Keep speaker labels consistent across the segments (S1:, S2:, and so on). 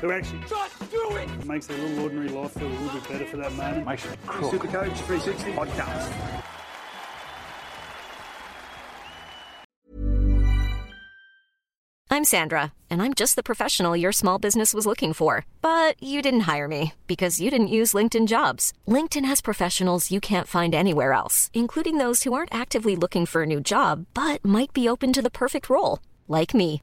S1: who actually just do it, makes their little ordinary life feel a little bit better for that moment. Makes it cool. Super Coach 360 podcast.
S2: I'm Sandra, and I'm just the professional your small business was looking for. But you didn't hire me because you didn't use LinkedIn jobs. LinkedIn has professionals you can't find anywhere else, including those who aren't actively looking for a new job but might be open to the perfect role, like me.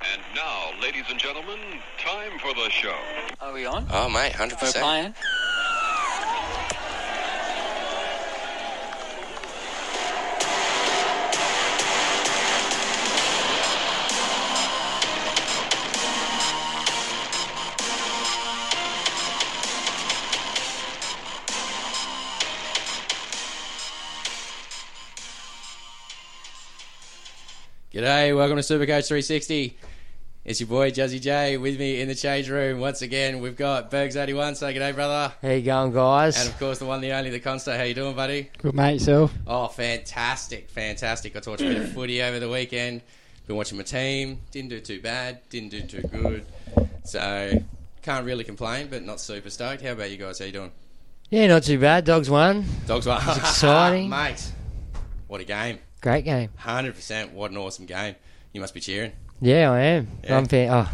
S3: And now, ladies and gentlemen, time for the show.
S4: Are we on? Oh, mate, hundred percent. We're playing.
S5: G'day, welcome to Supercoach 360. It's your boy Jazzy J with me in the change room once again. We've got Bergs81. Say g'day, brother.
S6: How you going, guys?
S5: And of course, the one, the only, the constant. How you doing, buddy?
S6: Good mate, yourself.
S5: Oh, fantastic, fantastic. I watched a bit of footy over the weekend. Been watching my team. Didn't do too bad. Didn't do too good. So can't really complain, but not super stoked. How about you guys? How you doing?
S6: Yeah, not too bad. Dogs won.
S5: Dogs won.
S6: It's exciting.
S5: mate. What a game!
S6: Great game.
S5: Hundred percent. What an awesome game. You must be cheering.
S6: Yeah, I am.
S5: Yeah.
S6: I'm fan. Oh,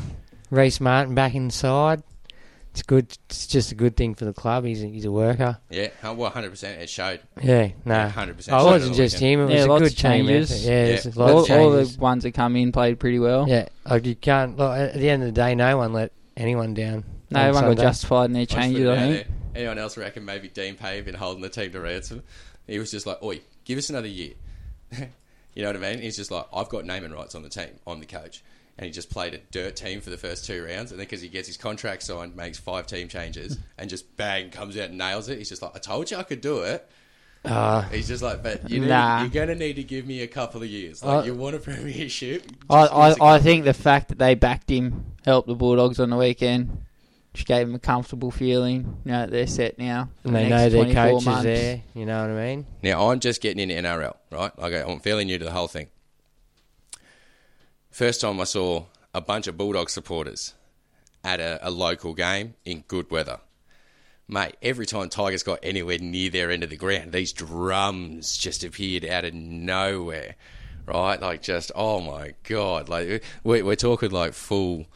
S6: Reese Martin back inside. It's good. It's just a good thing for the club. He's a, he's a worker.
S5: Yeah, hun- well, hundred percent. It showed.
S6: Yeah, no,
S5: Yeah, 100%.
S6: I
S5: Showed it
S6: wasn't
S5: all
S6: just
S5: weekend.
S6: him. It was
S7: Yeah,
S6: a
S7: lots
S6: good
S7: of
S6: team
S7: changes.
S6: effort.
S5: Yeah.
S6: Yeah, there's
S5: All-
S6: lots of
S7: All, all
S6: changes.
S7: the ones that come in played pretty well.
S6: yeah, like you can't. Look, at the end of the day, no one let anyone down.
S7: No
S6: on
S7: one
S6: Sunday.
S7: got justified in their
S5: Watched
S7: changes,
S5: them
S7: I
S5: down
S7: think.
S5: there. Anyone else reckon maybe Dean Pay had been holding the team to ransom? He was just like, "Oi, give us another year." you know what I mean? He's just like, "I've got naming rights on the team. I'm the coach." And he just played a dirt team for the first two rounds, and then because he gets his contract signed, makes five team changes, and just bang comes out and nails it. He's just like, "I told you I could do it." He's just like, "But you need,
S7: Uh, Nah. Uh,
S5: you're going to need to give me a couple of years. Like,
S6: I-
S5: you want a premiership?
S7: I,
S5: Just give us a
S7: I, I
S5: couple."
S7: think the fact that they backed him helped the Bulldogs on the weekend. Just gave them a comfortable feeling. You know, that they're set now. for
S6: And
S7: the
S6: they know
S7: next
S6: their
S7: 24
S6: coach is
S7: months.
S6: there. You know what I mean?
S5: Now I'm just getting into NRL, right? Like I'm fairly new to the whole thing. First time I saw a bunch of Bulldog supporters at a, a local game in good weather. Mate, every time Tigers got anywhere near their end of the ground, these drums just appeared out of nowhere, right? Like just oh my god! Like we we're talking like full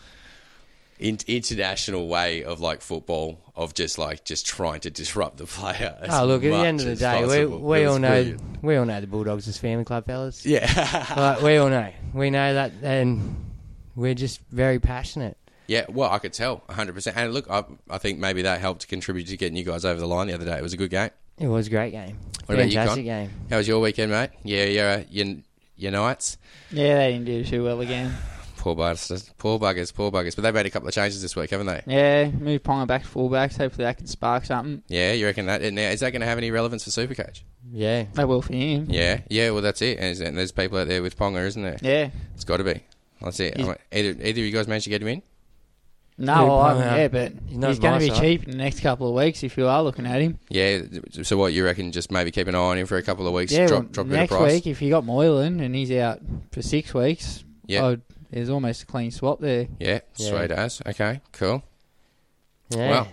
S5: in, international way of like football of just like just trying to disrupt the player. as
S6: Oh, look, at the
S5: much
S6: end of the
S5: as
S6: day, we,
S5: possible. It
S6: we
S5: was
S6: all know
S5: brilliant.
S6: we all know the Bulldogs is family club fellas.
S5: Yeah.
S6: Like, we all know. We know that, and we're just very passionate.
S5: yeah, well, I could tell 100%. And look, I, I think maybe that helped contribute to getting you guys over the line the other day. It was a good game.
S6: It was a great game.
S5: What about you, Con?
S6: Fantastic game.
S5: How was your weekend, mate? Yeah, yeah, uh, your, your nights.
S7: Yeah, they didn't do too well again.
S5: Poor buggers, poor buggers, poor buggers. But they've made a couple of changes this week, haven't they?
S7: Yeah, move Ponga back to fullbacks. Hopefully that could spark something.
S5: Yeah, you reckon that? Now, is that going to have any relevance for Supercoach?
S6: Yeah.
S7: They will for him.
S5: Yeah, yeah, well, that's it. And there's people out there with Ponga, isn't there?
S7: Yeah.
S5: It's got to be. That's it.
S7: He's-
S5: Either, either of you guys managed to get him in?
S6: Move
S7: No, I
S6: Ponga.
S7: haven't, yeah, but
S6: He's not
S7: he's going
S6: my
S7: to be
S6: side.
S7: cheap in the next couple of weeks if you are looking at him.
S5: Yeah, so what, you reckon just maybe keep an eye on him for a couple of weeks,
S7: Yeah,
S5: drop,
S7: well,
S5: drop a bit of
S7: next
S5: price?
S7: week if you got Moylan and he's out for six weeks,
S5: Yeah.
S7: I'd- there's almost a clean swap there.
S5: Yeah,
S6: Yeah.
S5: sweet as. Okay, cool.
S6: Yeah.
S5: Well,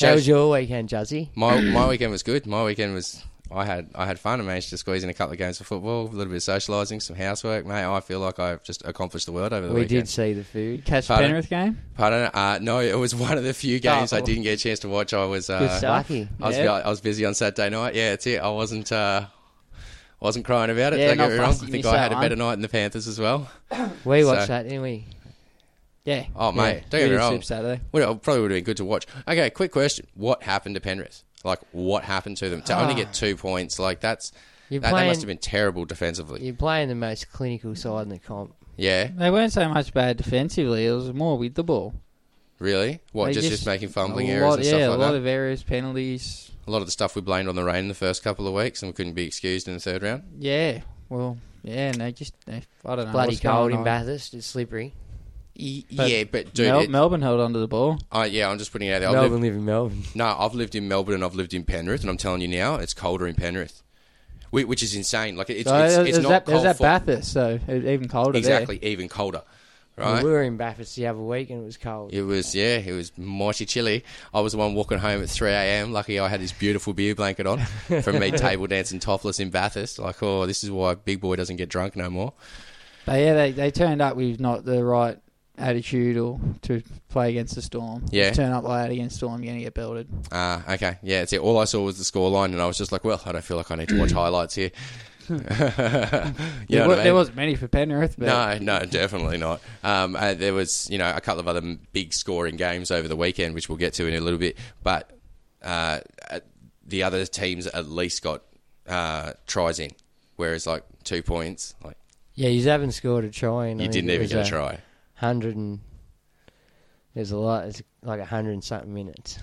S6: How was your weekend, Juzzy?
S5: My my weekend was good. My weekend was I had I had fun. I managed to squeeze in a couple of games of football, a little bit of socialising, some housework. Mate, I feel like I've just accomplished the world over the
S6: we
S5: weekend.
S6: did see the food.
S7: Catch
S5: Pardon?
S7: Penrith game?
S5: Pardon? Uh, no, it was one of the few games I
S7: Oh.
S5: didn't get a chance to watch. I was uh,
S6: Good stuff. Lucky.
S5: I was
S7: Yeah.
S5: I was busy on Saturday night. Yeah, it's it. I wasn't uh, wasn't crying about it.
S7: Yeah,
S5: Don't
S7: not
S5: get me wrong. I
S7: fussed you
S5: think
S7: missed
S5: I had
S7: that
S5: a better
S7: one.
S5: night in the Panthers as well.
S6: We
S5: So-
S6: watched that, didn't we?
S7: Yeah.
S5: Oh mate,
S7: we
S5: don't get me
S7: did
S5: wrong.
S7: Super Saturday.
S5: Would it probably would have been good to watch. Okay, quick question: What happened to Penrith? Like, what happened to them to only
S7: Ah.
S5: get two points? Like, that's
S6: You're
S5: that, that
S6: playing-
S5: must have been terrible defensively.
S6: You're playing the most clinical side in the comp.
S5: Yeah,
S7: They weren't so much bad defensively. It was more with the ball.
S5: really. What
S7: They
S5: just, just making fumbling
S7: a
S5: errors
S7: lot-
S5: and
S7: yeah,
S5: stuff
S7: a
S5: like
S7: lot
S5: that.
S7: of errors, penalties.
S5: a lot of the stuff we blamed on the rain the first couple of weeks, and we couldn't be excused in the third round.
S7: Yeah. Well, yeah, and they just, they, I don't know.
S6: Bloody
S7: what's
S6: cold
S7: going
S6: in
S7: on.
S6: Bathurst. It's slippery.
S5: yeah, but dude,
S7: Mel-
S5: it-
S7: Melbourne held onto the ball.
S5: I- yeah, I'm just putting it out there. I've
S6: Melbourne
S5: lived-
S6: live in Melbourne.
S5: no, I've lived in Melbourne and I've lived in Penrith, and I'm telling you now, it's colder in Penrith, Whi- which is insane. Like, it's,
S7: So
S5: it's,
S7: it-
S5: it's
S7: it was
S5: not
S7: that, it was
S5: cold
S7: that
S5: for-
S7: Bathurst, so it- even colder
S5: exactly even colder,
S6: Well,
S5: right?
S6: we were in Bathurst the other week and it was cold.
S5: It was yeah, it was mighty chilly. I was the one walking home at three a.m. Lucky I had this beautiful beer blanket on from me table dancing topless in Bathurst. Like oh, this is why Big Boy doesn't get drunk no more.
S7: there. But yeah, they, they turned up with not the right attitude or to play against the Storm.
S5: Yeah.
S7: Turn up late against Storm, you're going to get belted.
S5: Ah, okay, yeah, that's it. All I saw was the scoreline, and I was just like, well, I don't feel like I need to watch highlights here. you know
S7: there,
S5: what I
S7: wa-
S5: mean?
S7: there wasn't many for Penrith, but
S5: No, no, definitely not. Um, uh, there was, you know, a couple of other m- big scoring games over the weekend, which we'll get to in a little bit. But uh, uh, the other teams at least got uh, tries in, whereas like two points, like
S6: Yeah, you haven't scored a try. And
S5: you didn't even get a try.
S6: Hundred and there's a lot. It's like hundred and something minutes.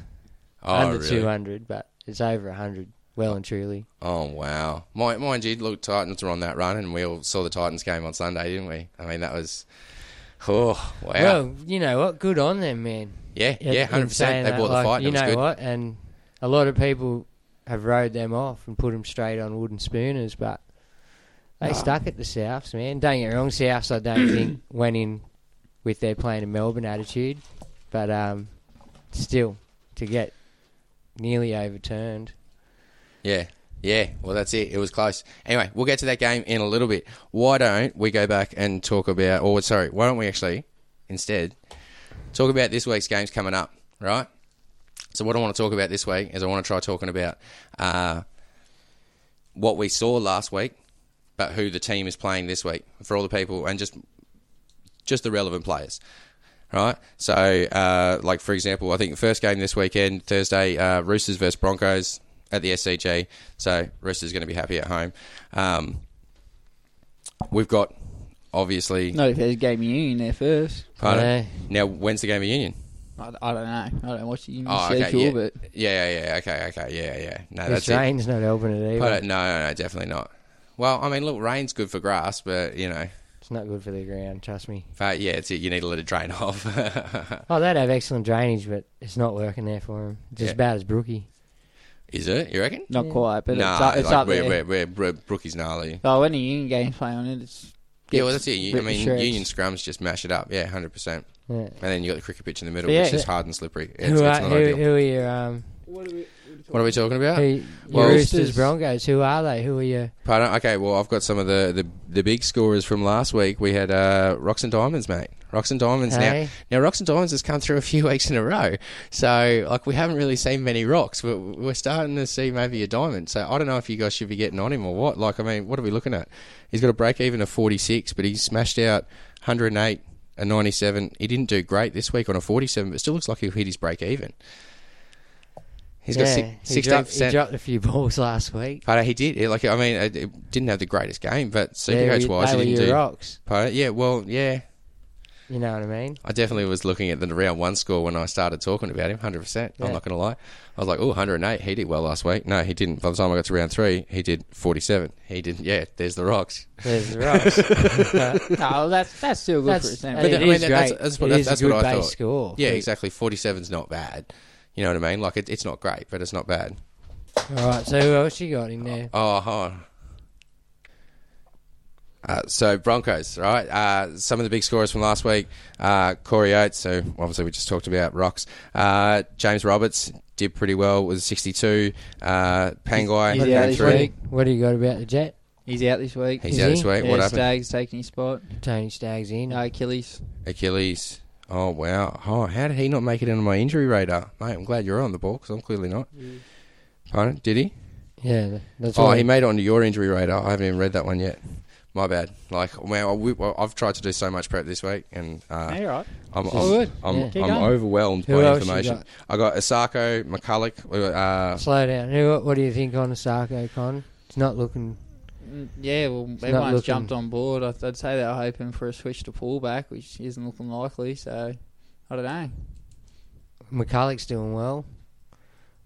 S5: Oh,
S6: under
S5: really?
S6: two hundred, but it's over hundred. Well and truly.
S5: Oh, wow. Mind, mind you, look, Titans were on that run, and we all saw the Titans game on Sunday, didn't we? I mean, that was. Oh, wow.
S6: Well, you know what? Good on them, man.
S5: yeah,
S6: In-
S5: yeah,
S6: in
S5: 100%.
S6: saying
S5: They
S6: that,
S5: bought the
S6: like,
S5: fight.
S6: You
S5: It was
S6: know
S5: good.
S6: what? And a lot of people have rode them off and put them straight on wooden spooners, but
S5: Ah.
S6: they stuck at the Souths, man. Don't get me wrong, Souths I don't think went in with their playing in Melbourne attitude, but um, still to get nearly overturned.
S5: Yeah. Yeah. Well, that's it. It was close. Anyway, we'll get to that game in a little bit. Why don't we go back and talk about, or sorry, why don't we actually instead talk about this week's games coming up, right? So, what I want to talk about this week is I want to try talking about uh, what we saw last week, but who the team is playing this week for all the people and just just the relevant players. Right, so uh, like for example, I think the first game this weekend, Thursday, uh, Roosters versus Broncos at the SCG. So Roosters going to be happy at home. Um, we've got obviously.
S7: not Oh, if there's game union there first.
S5: Pardon?
S6: Yeah.
S5: Now, when's the game of union?
S7: I, I don't know. I don't watch the union
S5: Oh, okay,
S7: schedule,
S5: yeah.
S7: but
S5: yeah, yeah, yeah, okay, okay, yeah, yeah. No,
S6: This
S5: that's it.
S6: rain's not helping it either.
S5: But, no, no, no, definitely not. Well, I mean, look, rain's good for grass, but you know,
S6: It's not good for the ground, trust me.
S5: but yeah, it's it. You need to let it drain off.
S6: Oh, they'd have excellent drainage, but it's not working there for them. Just
S5: Yeah.
S6: about as brooky.
S5: Is it? You reckon?
S7: not quite. But
S5: nah,
S7: it's up, it's
S5: like,
S7: up
S5: we're,
S7: there.
S5: We're, we're, we're Brookie's gnarly.
S7: Oh, when the union game's playing on it, it's
S5: Yeah, well, that's it. You, I
S7: ripped to
S5: mean,
S7: shreds.
S5: union scrums just mash it up. Yeah, hundred percent.
S6: Yeah.
S5: And then you got the cricket pitch in the middle,
S6: But yeah,
S5: which is
S6: yeah.
S5: hard and slippery. It's,
S6: Who
S5: it's
S6: are,
S5: not
S6: who,
S5: ideal.
S6: who are your um,
S5: What are we talking about?
S7: Uh,
S6: Who, your
S5: Well-
S6: Roosters, Broncos. Who are they? Who are you?
S5: Pardon? Okay, well, I've got some of the, the, the big scorers from last week. We had uh, Rocks and Diamonds, mate. Rocks and Diamonds
S6: Hey.
S5: now. Now, Rocks and Diamonds has come through a few weeks in a row. So, like, we haven't really seen many rocks. We're, we're starting to see maybe a diamond. So, I don't know if you guys should be getting on him or what. Like, I mean, what are we looking at? He's got a break even of 46, but he's smashed out 108, a 97. He didn't do great this week on a 47, but still looks like he'll hit his break even. He's got si- 16%.
S6: he, dropped, he dropped a few balls last week.
S5: But he did. Yeah, Like I mean, it- it didn't have the greatest game, but
S6: They
S5: supercoach
S6: were-
S5: wise,
S6: they
S5: he
S6: were
S5: didn't
S6: your
S5: do.
S6: rocks.
S5: But yeah, well, yeah,
S6: You know what I mean?
S5: I definitely was looking at the round one score when I started talking about him. Hundred percent. I'm
S6: Yeah.
S5: not going to lie. I was like, oh, 108. He did well last week. No, he didn't. By the time I got to round three, he did 47. He didn't. Yeah, there's the rocks.
S6: There's the rocks.
S7: no, that's that's still good for
S6: that's,
S7: its time.
S6: but it
S5: I mean,
S6: is
S5: that-
S6: great.
S5: that's- that's what-
S6: It is
S5: that's
S6: a
S5: what
S6: good
S5: I
S6: base
S5: thought.
S6: score.
S5: Yeah, exactly. 47's not bad. You know what I mean? Like it, it's not great, but it's not bad.
S6: All right. So who else you got in there?
S5: Oh, hold on. Uh, so Broncos, right? Uh, some of the big scorers from last week: uh, Corey Oates, so obviously we just talked about rocks. Uh, James Roberts did pretty well. Was 62. Uh, Pangai
S7: He's out
S5: came
S7: this
S5: through.
S7: week.
S6: What do you got about the Jet?
S7: He's out this week.
S5: He's Is out he? this week.
S7: Yeah,
S5: What happened?
S7: Stag's taking his spot.
S6: Tony Staggs in.
S7: No, Achilles.
S5: Achilles. Oh wow! Oh, how did he not make it into my injury radar, mate? I'm glad you're on the ball because I'm clearly not. Pardon? Did he?
S6: Yeah, that's
S5: oh,
S6: all.
S5: he made it onto your injury radar. I haven't even read that one yet. My bad. Like, man, I, we, well, I've tried to do so much prep this week, and uh,
S7: No, you're right.
S5: I'm,
S7: Just-
S5: I'm,
S7: Good.
S5: I'm,
S7: Yeah. Keep
S5: I'm
S7: going.
S5: overwhelmed
S6: Who
S5: by
S6: else you
S5: information.
S6: got?
S5: I got Asako, McCulloch. Uh,
S6: Slow down. Who? What, what do you think on Asako Con? It's not looking.
S7: Mm, Yeah, well,
S6: not
S7: everyone's
S6: looking-
S7: jumped on board. I'd, I'd say they were hoping for a switch to fullback, which isn't looking likely. So I don't know.
S6: McCulloch's doing well.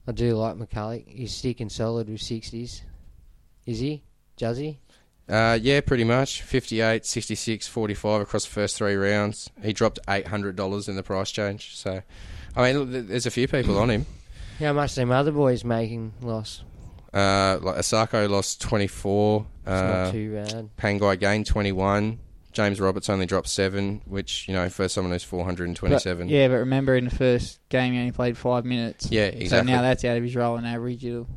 S6: I do like McCulloch. He's sticking solid with sixties. Is he? Does he?
S5: uh, yeah, pretty much. 58, 66, 45 across the first three rounds. He dropped $800 in the price change. So, I mean, look, th- there's a few people on him.
S6: How much them other boys making loss?
S5: Uh, like Asako lost 24.
S6: It's
S5: Uh,
S6: not too bad.
S5: Pangai gained 21. James Roberts only dropped seven, which, you know, for someone who's 427.
S7: But, yeah, but remember in the first game he only played five minutes.
S5: Yeah,
S7: So
S5: exactly.
S7: now that's out of his rolling average. It'll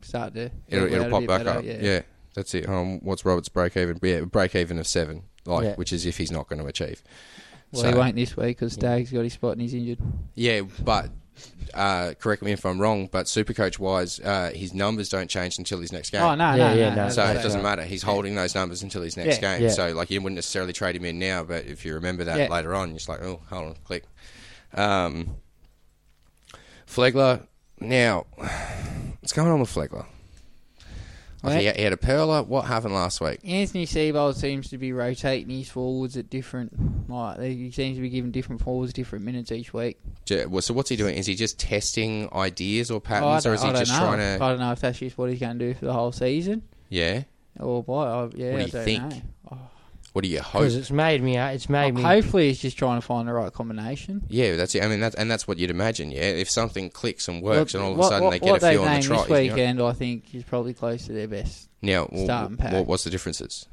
S7: start to
S5: it'll,
S7: level
S5: it'll
S7: out a
S5: pop
S7: bit
S5: back
S7: better,
S5: up. Yeah. that's it. Um, what's Roberts' break even? Yeah, break even of seven, like
S6: Yeah.
S5: which is if he's not going to achieve.
S7: Well,
S5: So-
S7: he won't this week because Stag's got his spot and he's injured.
S5: Yeah, but uh, correct me if I'm wrong, but supercoach wise, uh, his numbers don't change until his next game.
S7: Oh no,
S6: Yeah,
S7: no,
S6: yeah,
S7: no,
S6: no,
S7: no.
S5: So
S6: that's
S5: it doesn't
S6: right.
S5: matter. He's holding those numbers until his next
S7: Yeah.
S5: game.
S6: Yeah.
S5: So like you wouldn't necessarily trade him in now, but if you remember that
S7: Yeah.
S5: later on, you're just like, oh, hold on, click. Um, Flegler. Now, what's going on with Flegler? Like he,
S7: Mate.
S5: he had a perler. What happened last week?
S7: Anthony Seibold seems to be rotating his forwards at different. Like he seems to be giving different forwards different minutes each week.
S5: Ju- well, So what's he doing? Is he just testing ideas or
S7: Oh, I
S5: patterns,
S7: don't-
S5: or is he
S7: I don't
S5: just
S7: know.
S5: trying
S7: I
S5: to?
S7: don't know if that's just what he's going to do for the whole season.
S5: Yeah.
S7: Or what? I, yeah,
S5: What do
S7: I
S5: you
S7: don't
S5: think?
S7: know.
S5: What do you hope?
S6: Because it's made me. It's made me.
S7: Hopefully, he's just trying to find the right combination.
S5: Yeah, that's it. I mean, that's and that's what you'd imagine. Yeah, if something clicks and works, and all of a
S7: What-
S5: sudden
S7: what-
S5: they get
S7: what
S5: a
S7: they've
S5: few on the
S7: named
S5: trot.
S7: This weekend, I think, is probably close to their best.
S5: Now, well,
S7: starting pack.
S5: what, what's the differences?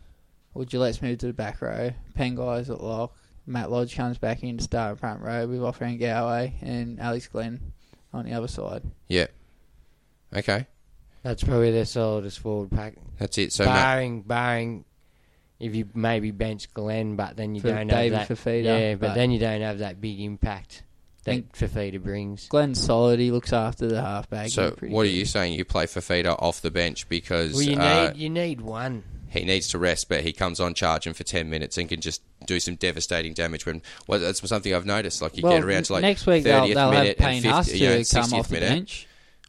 S7: Well, Gillette's moved to the back row. Penguy's at lock. Matt Lodge comes back in to start in front row with Offran Galway and Alex Glenn on the other side.
S5: Yeah. Okay,
S6: That's probably their solidest forward pack.
S5: that's it. So Matt,
S6: barring, barring, if you maybe bench Glenn, but then you
S7: For
S6: don't
S7: David
S6: have that.
S7: Fifita,
S6: yeah, but,
S7: but-
S6: then you don't have that big impact that
S7: Think-
S6: Fafita brings.
S7: Glenn's solid. He looks after the halfback.
S5: so
S7: He's pretty
S5: what are
S7: good.
S5: you saying? You play Fafita off the bench because
S6: Well, you
S5: uh,
S6: need you need one.
S5: he needs to rest, but he comes on charging for ten minutes and can just do some devastating damage. When well, that's something I've noticed. Like you
S7: Well,
S5: get around to like
S7: next week they'll,
S5: 30th
S7: they'll have
S5: minute
S7: Payne
S5: and 50,
S7: Huss
S5: you know,
S7: to come
S5: 60th
S7: off the
S5: minute.
S7: bench.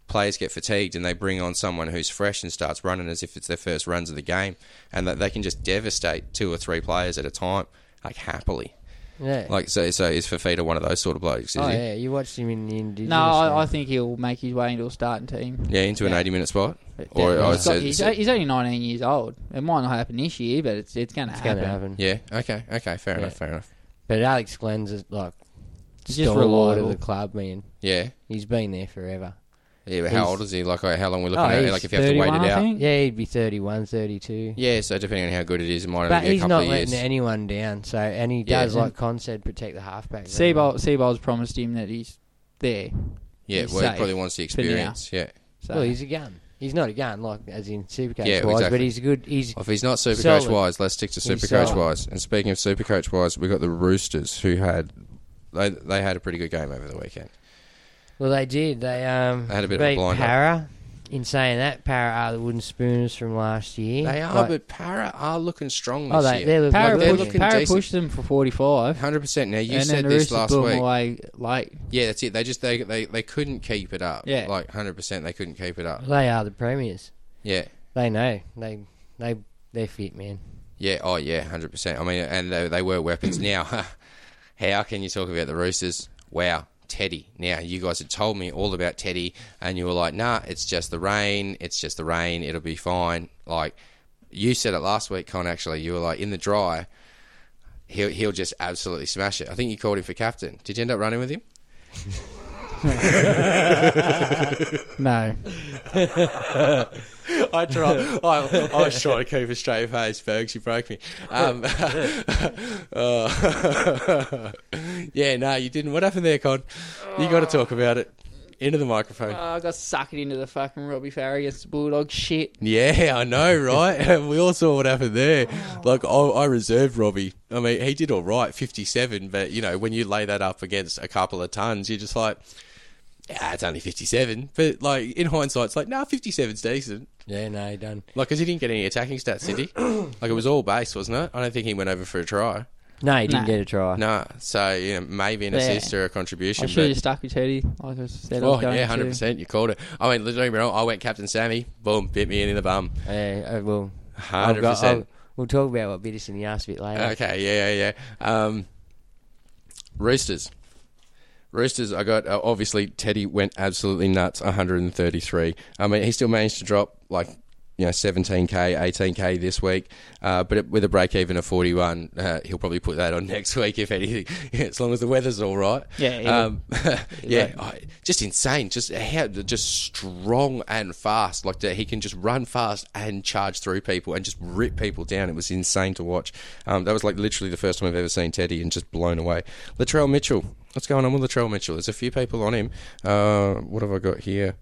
S5: players get fatigued and they bring on someone who's fresh and starts running as if it's their first runs of the game, and that they can just devastate two or three players at a time, like happily.
S6: Yeah.
S5: Like so, so is Fafita one of those sort of blokes? Is
S6: oh
S5: he?
S6: yeah, you watched him in the indigenous.
S7: No, I, I think he'll make his way into a starting team.
S5: Yeah, into an
S7: Yeah.
S5: eighty-minute spot, or,
S7: Definitely.
S5: or
S7: he's, got-
S5: so-
S7: he's,
S5: so-
S7: he's only 19 years old. It might not happen this year, but it's it's going to
S6: it's
S7: happen.
S6: going to happen.
S5: yeah, okay, okay, fair enough,
S6: Yeah.
S5: fair enough.
S6: But Alex Glenn's is like
S7: He's
S6: just
S7: just
S6: reliable.
S7: reliable.
S6: of the club, man.
S5: Yeah,
S6: He's been there forever.
S5: yeah. But
S6: He's-
S5: how old is he? Like, uh, how long are we
S6: Oh,
S5: looking
S6: he's
S5: at? Like, if you have to wait it
S7: 31, I
S5: out,
S7: think.
S6: Yeah, he'd be 31, 32.
S5: yeah. So depending on how good it is, it might
S6: but
S5: only be a
S6: he's
S5: couple
S6: not
S5: of
S6: letting
S5: years.
S6: anyone down. So, and he
S5: Yeah.
S6: does, like Con said, protect the halfback. very well.
S7: Seabold, Seabold's promised him that he's there.
S5: yeah,
S7: he's
S5: well, he
S7: safe
S5: probably wants the
S7: for now.
S5: experience. Yeah,
S7: So
S6: Well, he's a gun. He's not a gun, like as in Supercoach
S5: Yeah,
S6: wise, but
S5: exactly.
S6: he's a good. He's
S5: If he's not super
S6: Solid.
S5: coach wise, let's stick to super coach
S6: solid.
S5: wise. And speaking of super coach wise, we got the Roosters who had they they had a pretty good game over the weekend.
S6: well, they did. They um
S5: They had a bit of a
S6: beat
S5: blinder.
S6: Para. In saying that, Para are the wooden spooners from last year.
S5: They are,
S6: Like-
S5: but Para are looking strong this
S6: oh, they
S5: year.
S6: they're looking
S7: Para,
S5: Like, they're
S6: good.
S7: pushed,
S5: looking
S7: Para
S5: decent.
S7: pushed them for 45.
S5: Hundred percent. Now you
S7: and
S5: said
S7: then the
S5: this
S7: Roosters
S5: last
S7: blew them
S5: week.
S7: away late.
S5: Yeah, that's it. They just they, they they couldn't keep it up.
S7: Yeah.
S5: like hundred percent. They couldn't keep it up.
S6: They are the premiers.
S5: Yeah,
S6: They know. They they they're fit, man.
S5: yeah. Oh yeah, hundred percent. I mean, and they, they were weapons. now, how can you talk about the Roosters? Wow. Teddy. Now you guys had told me all about Teddy, and you were like, "Nah, it's just the rain. It's just the rain. It'll be fine." Like you said it last week, Con. Actually, you were like, "In the dry, he'll he'll just absolutely smash it." I think you called him for captain. Did you end up running with him?
S7: No.
S5: I tried. I, I was trying to keep a straight face, Fergs. You broke me. Um, uh, yeah, no, you didn't. What happened there, Con? You got to talk about it. into the microphone.
S7: Oh, I got suckered into the fucking Robbie Farrow against the Bulldog shit.
S5: Yeah, I know, right? we all saw what happened there. Like, I, I reserved Robbie. I mean, he did all right, 57, but, you know, when you lay that up against a couple of tons, you're just like, yeah, it's only 57. But, like, in hindsight, it's like, nah, 57's decent.
S6: Yeah, no, he done.
S5: Like, because he didn't get any attacking stats, did he? like, it was all base, wasn't it? I don't think he went over for a try.
S6: No, he didn't
S7: Nah.
S6: get a try.
S5: Nah, so, you know, maybe an
S7: Yeah.
S5: assist or a contribution.
S7: I should have
S5: but-
S7: just stuck with Teddy, like I said. I
S5: Oh
S7: was going
S5: yeah,
S7: to.
S5: hundred percent. You called it. I mean, don't get me wrong. I went Captain Sammy. Boom, bit me in the bum.
S6: Yeah, uh, well, I've
S5: Hundred
S6: got-
S5: percent.
S6: I'll- We'll talk about what Bittison he asked a bit later.
S5: Okay, yeah, yeah, yeah. Um, Roosters. Roosters, I got uh, obviously Teddy went absolutely nuts, 133. I mean, he still managed to drop like you know 17k, 18k this week, uh, but it, with a break even of 41, uh, he'll probably put that on next week if anything, as long as the weather's all right.
S7: Yeah, yeah.
S5: um, yeah, I- just insane, just how just strong and fast, like that he can just run fast and charge through people and just rip people down. It was insane to watch. Um, that was like literally the first time I've ever seen Teddy and just blown away. Latrell Mitchell, what's going on with Latrell Mitchell? There's a few people on him. Uh, what have I got here?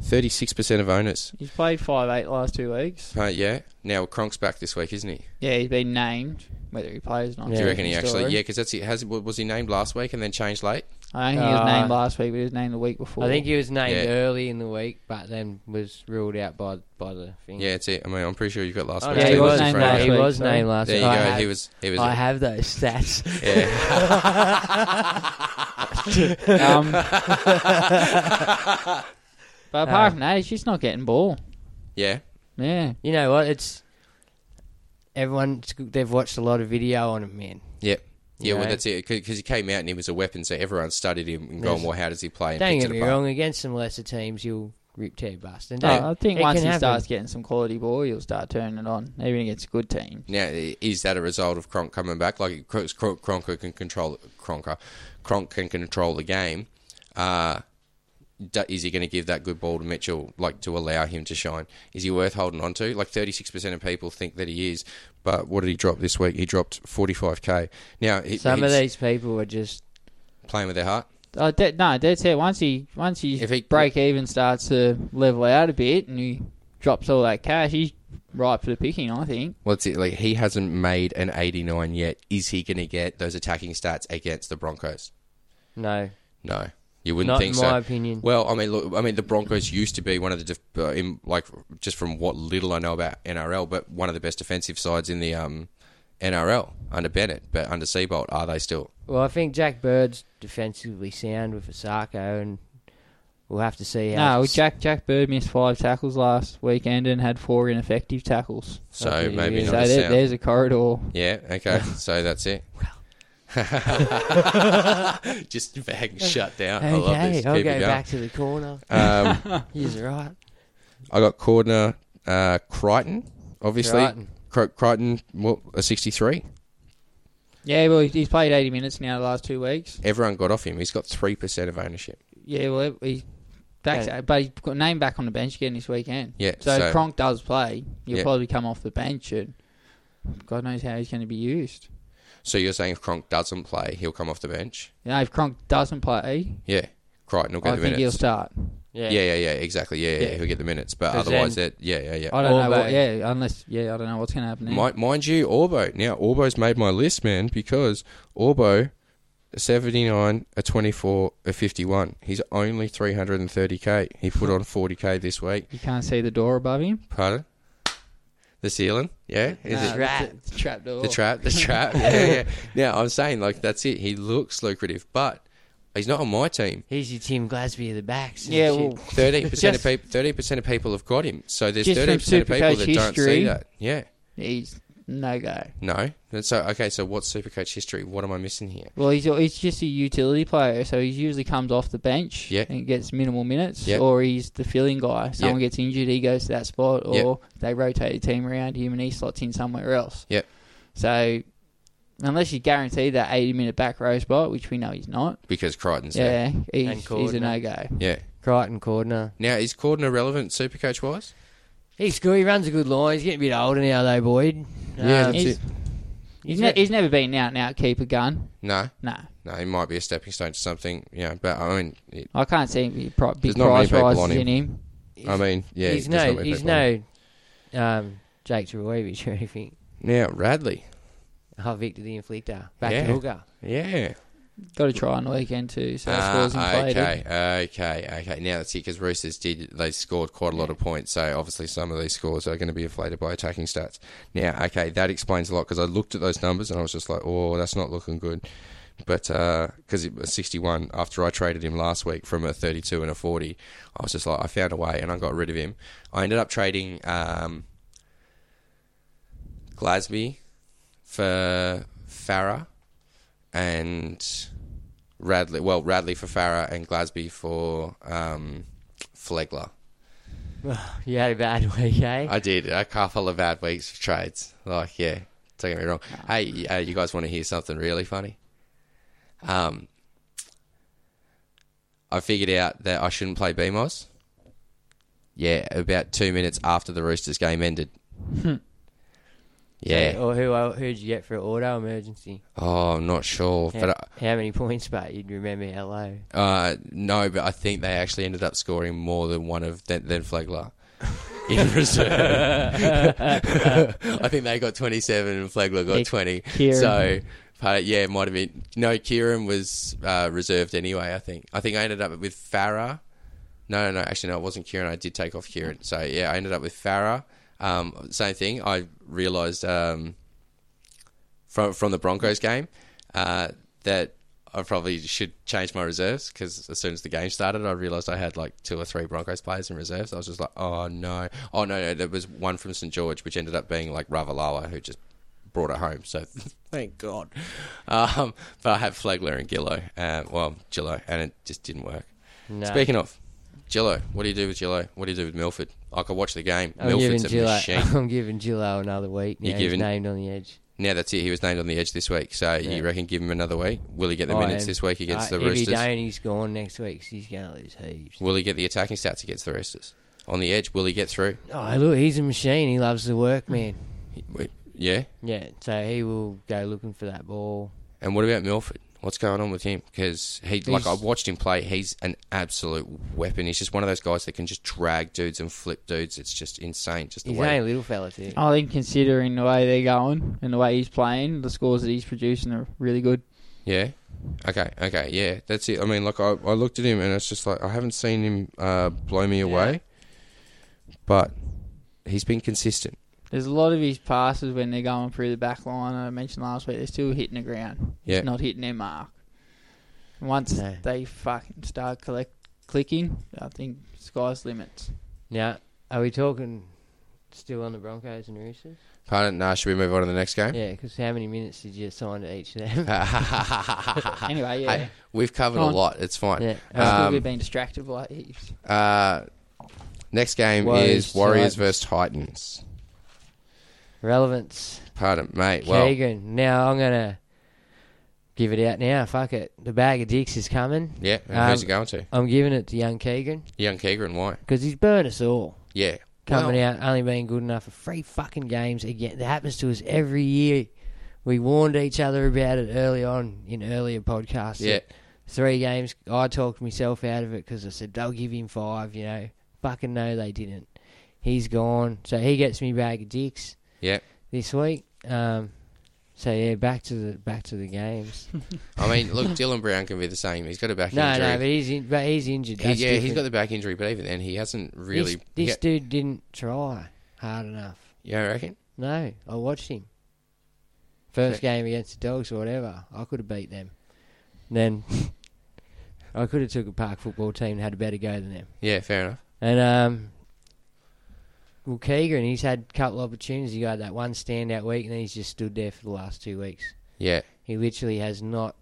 S5: Thirty-six percent of owners.
S7: He's played five eight last two weeks.
S5: Uh, yeah. Now Cronk's back this week, isn't he?
S7: Yeah, he's been named. Whether he plays or not.
S5: Do you reckon he
S7: Story.
S5: actually? Yeah, because that's it. Has was he named last week and then changed late?
S7: I don't think he was
S6: Uh,
S7: named last week, but he was named the week before.
S6: I think he was named
S5: Yeah.
S6: early in the week, but then was ruled out by by the thing.
S5: Yeah, that's it. I mean, I'm pretty sure you got last
S6: Mm. Oh,
S5: week.
S6: yeah,
S7: he
S6: he
S5: too,
S6: was
S7: was
S5: wasn't
S6: named
S7: named
S5: Frank?
S7: last
S6: last. He
S7: week,
S6: was
S7: so-
S6: named last.
S5: There you
S6: week.
S5: go.
S6: I have-
S5: he was. He was.
S6: I have those stats.
S5: yeah.
S7: Um, but
S6: Uh,
S7: apart from that, he's just not getting ball.
S5: yeah.
S7: Yeah.
S6: You know what? It's everyone. They've watched a lot of video on him, man.
S5: Yep. Yeah, well,
S6: know?
S5: that's it. Because he came out and he was a weapon, so everyone studied him and gone,
S6: Yes.
S5: well, how does he play? And
S6: Don't
S5: picked
S6: get
S5: it
S6: me
S5: apart.
S6: wrong. Against some lesser teams, you'll rip tear bust. And
S7: Oh, I think once he starts getting some quality ball, he'll start turning it on, even against a good team.
S5: Now, i- is that a result of Kronk coming back? Like, Kron- Kron- Kronker can control Kronker, Kronk can control the game. Uh, d- is he going to give that good ball to Mitchell, like to allow him to shine? Is he worth holding on to? Like, thirty six percent of people think that he is, but what did he drop this week? He dropped forty five k. Now, he,
S6: some of
S5: he's
S6: these people are just
S5: playing with their heart.
S7: Uh, that, no, that's it. Once he once he,
S5: If he-
S7: break even starts to level out a bit and he drops all that cash, he's ripe for the picking. I think.
S5: What's it like? He hasn't made an 89 yet. Is he going to get those attacking stats against the Broncos?
S6: no.
S5: No, you wouldn't
S6: Not
S5: think
S6: in
S5: so.
S6: my opinion.
S5: Well, I mean, look, I mean, the Broncos used to be one of the def- uh, in, like just from what little I know about NRL, but one of the best defensive sides in the um, NRL under Bennett, but under Seabolt, are they still?
S6: Well, I think Jack Bird's defensively sound with Asako, and we'll have to see how.
S7: No,
S6: it's-
S7: Jack Jack Bird missed five tackles last weekend and had four ineffective tackles.
S5: So
S6: Okay,
S5: maybe
S6: yeah.
S5: not
S7: So
S5: as
S7: there,
S5: sound.
S7: there's a corridor.
S5: Yeah. Okay. so that's it. just bang shut down. I love
S6: Okay,
S5: this.
S6: I'll
S5: Keep it
S6: go
S5: going. Um,
S6: back to the corner. He's right.
S5: I got Cordner, uh, Crichton, obviously.
S6: Crichton.
S5: Cri- Crichton, what, a 63.
S7: Yeah, well, he- he's played 80 minutes now the last two weeks.
S5: Everyone got off him. He's got 3% of ownership.
S7: Yeah, well, he, that's,
S6: Yeah.
S7: but he got named back on the bench again this weekend.
S5: Yeah,
S7: So,
S5: so-
S7: if Cronk does play, he'll
S5: Yeah.
S7: probably come off the bench and God knows how he's going to be used.
S5: So you're saying if Cronk doesn't play, he'll come off the bench?
S7: You know, if Cronk doesn't play,
S5: Yeah. Crichton will get
S7: I
S5: the
S7: think
S5: minutes.
S7: he'll start.
S6: Yeah.
S5: yeah. yeah, yeah, exactly. Yeah, yeah,
S7: Yeah.
S5: he'll get the minutes. But
S6: 'Cause
S5: otherwise,
S6: then-
S5: that yeah, yeah, yeah.
S7: I don't
S6: Or
S7: know. What,
S6: they-
S7: yeah, unless yeah, I don't know what's going to happen. Now.
S5: Mi- mind you, Orbo. Now, Orbo's made my list, man, because Orbo, 79, a 24, a 51. He's only 330k. He put on 40k this week.
S7: you can't see the door above him.
S5: Pardon? The ceiling? Yeah? Is
S7: Nah,
S5: it
S7: trap, the trap door.
S5: the trap? The trap? yeah, yeah. Now, I'm saying, like, that's it. He looks lucrative, but he's not on my team.
S6: He's your Tim Glasby of the backs. and
S7: Yeah,
S6: shit.
S7: well,
S5: 13%
S7: Just-
S5: of people 13% of people have got him. So there's
S7: Just from
S5: 13% of people
S7: Supercoach
S5: that don't see
S7: history.
S5: that. Yeah.
S7: he's no go.
S5: No. And So okay, so what's Supercoach history? What am I missing here?
S7: Well, he's he's just a utility player, so he usually comes off the bench
S5: Yeah.
S7: and gets minimal minutes,
S5: Yeah.
S7: or he's the filling guy. Someone
S5: Yeah.
S7: gets injured, he goes to that spot, or
S5: Yeah.
S7: they rotate a team around him and he slots in somewhere else.
S5: Yep.
S7: So, unless you guarantee that 80 minute back row spot, which we know he's not,
S5: Because Crichton's
S7: yeah,
S5: there.
S7: he's, he's a
S6: Cordner.
S7: no go.
S5: Yeah.
S6: Crichton Cordner.
S5: Now is Corden irrelevant Supercoach wise?
S6: He's good. He runs a good line. He's getting a bit older now, though, Boyd.
S5: Yeah,
S6: Um,
S5: that's
S7: He's,
S5: it.
S7: he's, ne- he's never been an out and out keeper gun.
S5: No.
S7: No.
S5: No, he might be a stepping stone to something, you know. But I mean, it,
S7: I can't see any pro- big
S5: There's not
S7: prize
S5: many people
S7: rises
S5: on him.
S7: in him.
S5: I mean, yeah,
S6: he's
S5: there's
S6: no,
S5: not many
S6: he's
S5: people on
S6: no, um, Jake Drogovic or anything.
S5: yeah, Radley.
S6: Oh, Victor the Inflictor, back
S5: Yeah.
S6: to hooker.
S5: Yeah.
S7: Got to try on the weekend too, so
S5: Ah,
S7: scores inflated.
S5: okay, okay, okay. Now that's it because Roosters did they scored quite a lot of points, so obviously some of these scores are going to be inflated by attacking stats. Now, okay, that explains a lot because I looked at those numbers and I was just like, oh, that's not looking good. But because it was 61 after I traded him last week from a 32 and a 40, I was just like, I found a way and I got rid of him. I ended up trading um, Glasby for Farah and Radley. Well, Radley for Farah and Glasby for um, Flegler.
S6: You had a bad week, eh?
S5: I did a couple of bad weeks of trades. Like, yeah, don't get me wrong. Hey, uh, you guys want to hear something really funny? Um, I figured out that I shouldn't play BMOS. Yeah, about two minutes after the Roosters game ended. Hmm. yeah.
S6: Or who el- who'd you get for an auto emergency?
S5: Oh, I'm not sure,
S6: How,
S5: but I,
S6: how many points, mate? You'd remember how low.
S5: Uh, no, but I think they actually ended up scoring more than one of than, than Flagler in reserve. I think they got twenty seven and Flagler got
S7: Nick
S5: twenty.
S7: Kieran.
S5: So, but yeah, it might have been no. Kieran was uh, reserved anyway. I think. I think I ended up with Farah. No, no, no. Actually, no. It wasn't Kieran. I did take off Kieran. So yeah, I ended up with Farah. Um, same thing. I realised. Um, from from the Broncos game uh, that I probably should change my reserves because as soon as the game started, I realised I had like two or three Broncos players in reserves. I was just like, oh no, oh no, no. There was one from St George, which ended up being like Ravalawa, who just brought it home. So thank God. Um, but I had Flagler and Gillo, uh, well Gillo, and it just didn't work.
S6: No.
S5: Speaking of. Gillo, what do you do with Gillo? What do you do with Milford? I could watch the game.
S6: I'm
S5: Milford's a
S6: giving Oh, Gillo,
S5: machine.
S6: I'm giving Gillo another week.
S5: You're
S6: Now he's
S5: giving-
S6: named on the edge.
S5: Now that's it. He was named on the edge this week. So you reckon give him another week? Will he get the
S6: I
S5: minutes
S6: am-
S5: this week against
S6: uh,
S5: the
S6: If he
S5: Roosters?
S6: don't, he's gone next week 'cause he's going to lose heaps.
S5: Will he get the attacking stats against the Roosters? On the edge, will he get through?
S6: Oh, look, he's a machine. He loves the work, man.
S5: Wait, Yeah.
S6: Yeah, so he will go looking for that ball.
S5: And what about Milford? What's going on with him? Because he, like, I
S6: He's-
S5: watched him play. He's an absolute weapon. He's just one of those guys that can just drag dudes and flip dudes. It's just insane. Just the
S6: He's
S5: way.
S6: only a little fella, too.
S7: I think considering the way they're going and the way he's playing, the scores that he's producing are really good.
S5: Yeah. Okay. Okay. Yeah. That's it. I mean, like, I, I looked at him and it's just like I haven't seen him uh, blow me away, but he's been consistent.
S7: There's a lot of his passes when they're going through the back line. I mentioned last week they're still hitting the ground.
S5: Yeah.
S7: It's not hitting their mark. And Once
S6: No.
S7: they fucking start collect clicking, I think sky's limits.
S6: Now, are we talking still on the Broncos and Roosters?
S5: Pardon? Nah, should we move on to the next game?
S6: Yeah, because how many minutes did you assign to each of them?
S7: Anyway, yeah.
S5: Ah, Hey, we've covered
S7: Go
S5: a
S7: on.
S5: lot. It's fine.
S6: Yeah.
S7: I still
S5: Um,
S7: we've been distracted by heaps.
S5: uh, next game
S6: Warriors,
S5: is Warriors
S6: Titans.
S5: versus Titans.
S6: Relevance.
S5: Pardon, mate. Well,
S6: Keegan. Now, I'm going to give it out now. Fuck it. The bag of dicks is coming.
S5: yeah. And who's it
S6: Um,
S5: going to?
S6: I'm giving it to young Keegan
S5: Young Keegan. Why?
S6: because he's burned us all.
S5: Yeah.
S6: coming
S5: Well,
S6: out, only being good enough for three fucking games. Again, that happens to us every year. We warned each other about it early on in earlier podcasts. that
S5: Yeah.
S6: Three games. I talked myself out of it because I said they'll give him five, you know. Fucking no, they didn't. He's gone. So he gets me bag of dicks
S5: Yeah.
S6: this week. Um, so yeah, back to the back to the games.
S5: I mean, look, Dylan Brown can be the same. He's got a back
S6: no,
S5: injury.
S6: no, but he's in, but he's injured.
S5: He-
S6: That's
S5: yeah, he's got
S6: different.
S5: the back injury, but even then, he hasn't really.
S6: This, this
S5: yeah,
S6: dude didn't try hard enough.
S5: yeah, I reckon.
S6: No, I watched him. First game against the Dogs or whatever, I could have beat them. And then I could have took a park football team and had a better go than them.
S5: Yeah, fair enough.
S6: And um, well, Keegan, he's had a couple opportunities. He got that one standout week, and then he's just stood there for the last two weeks.
S5: Yeah,
S6: He literally has not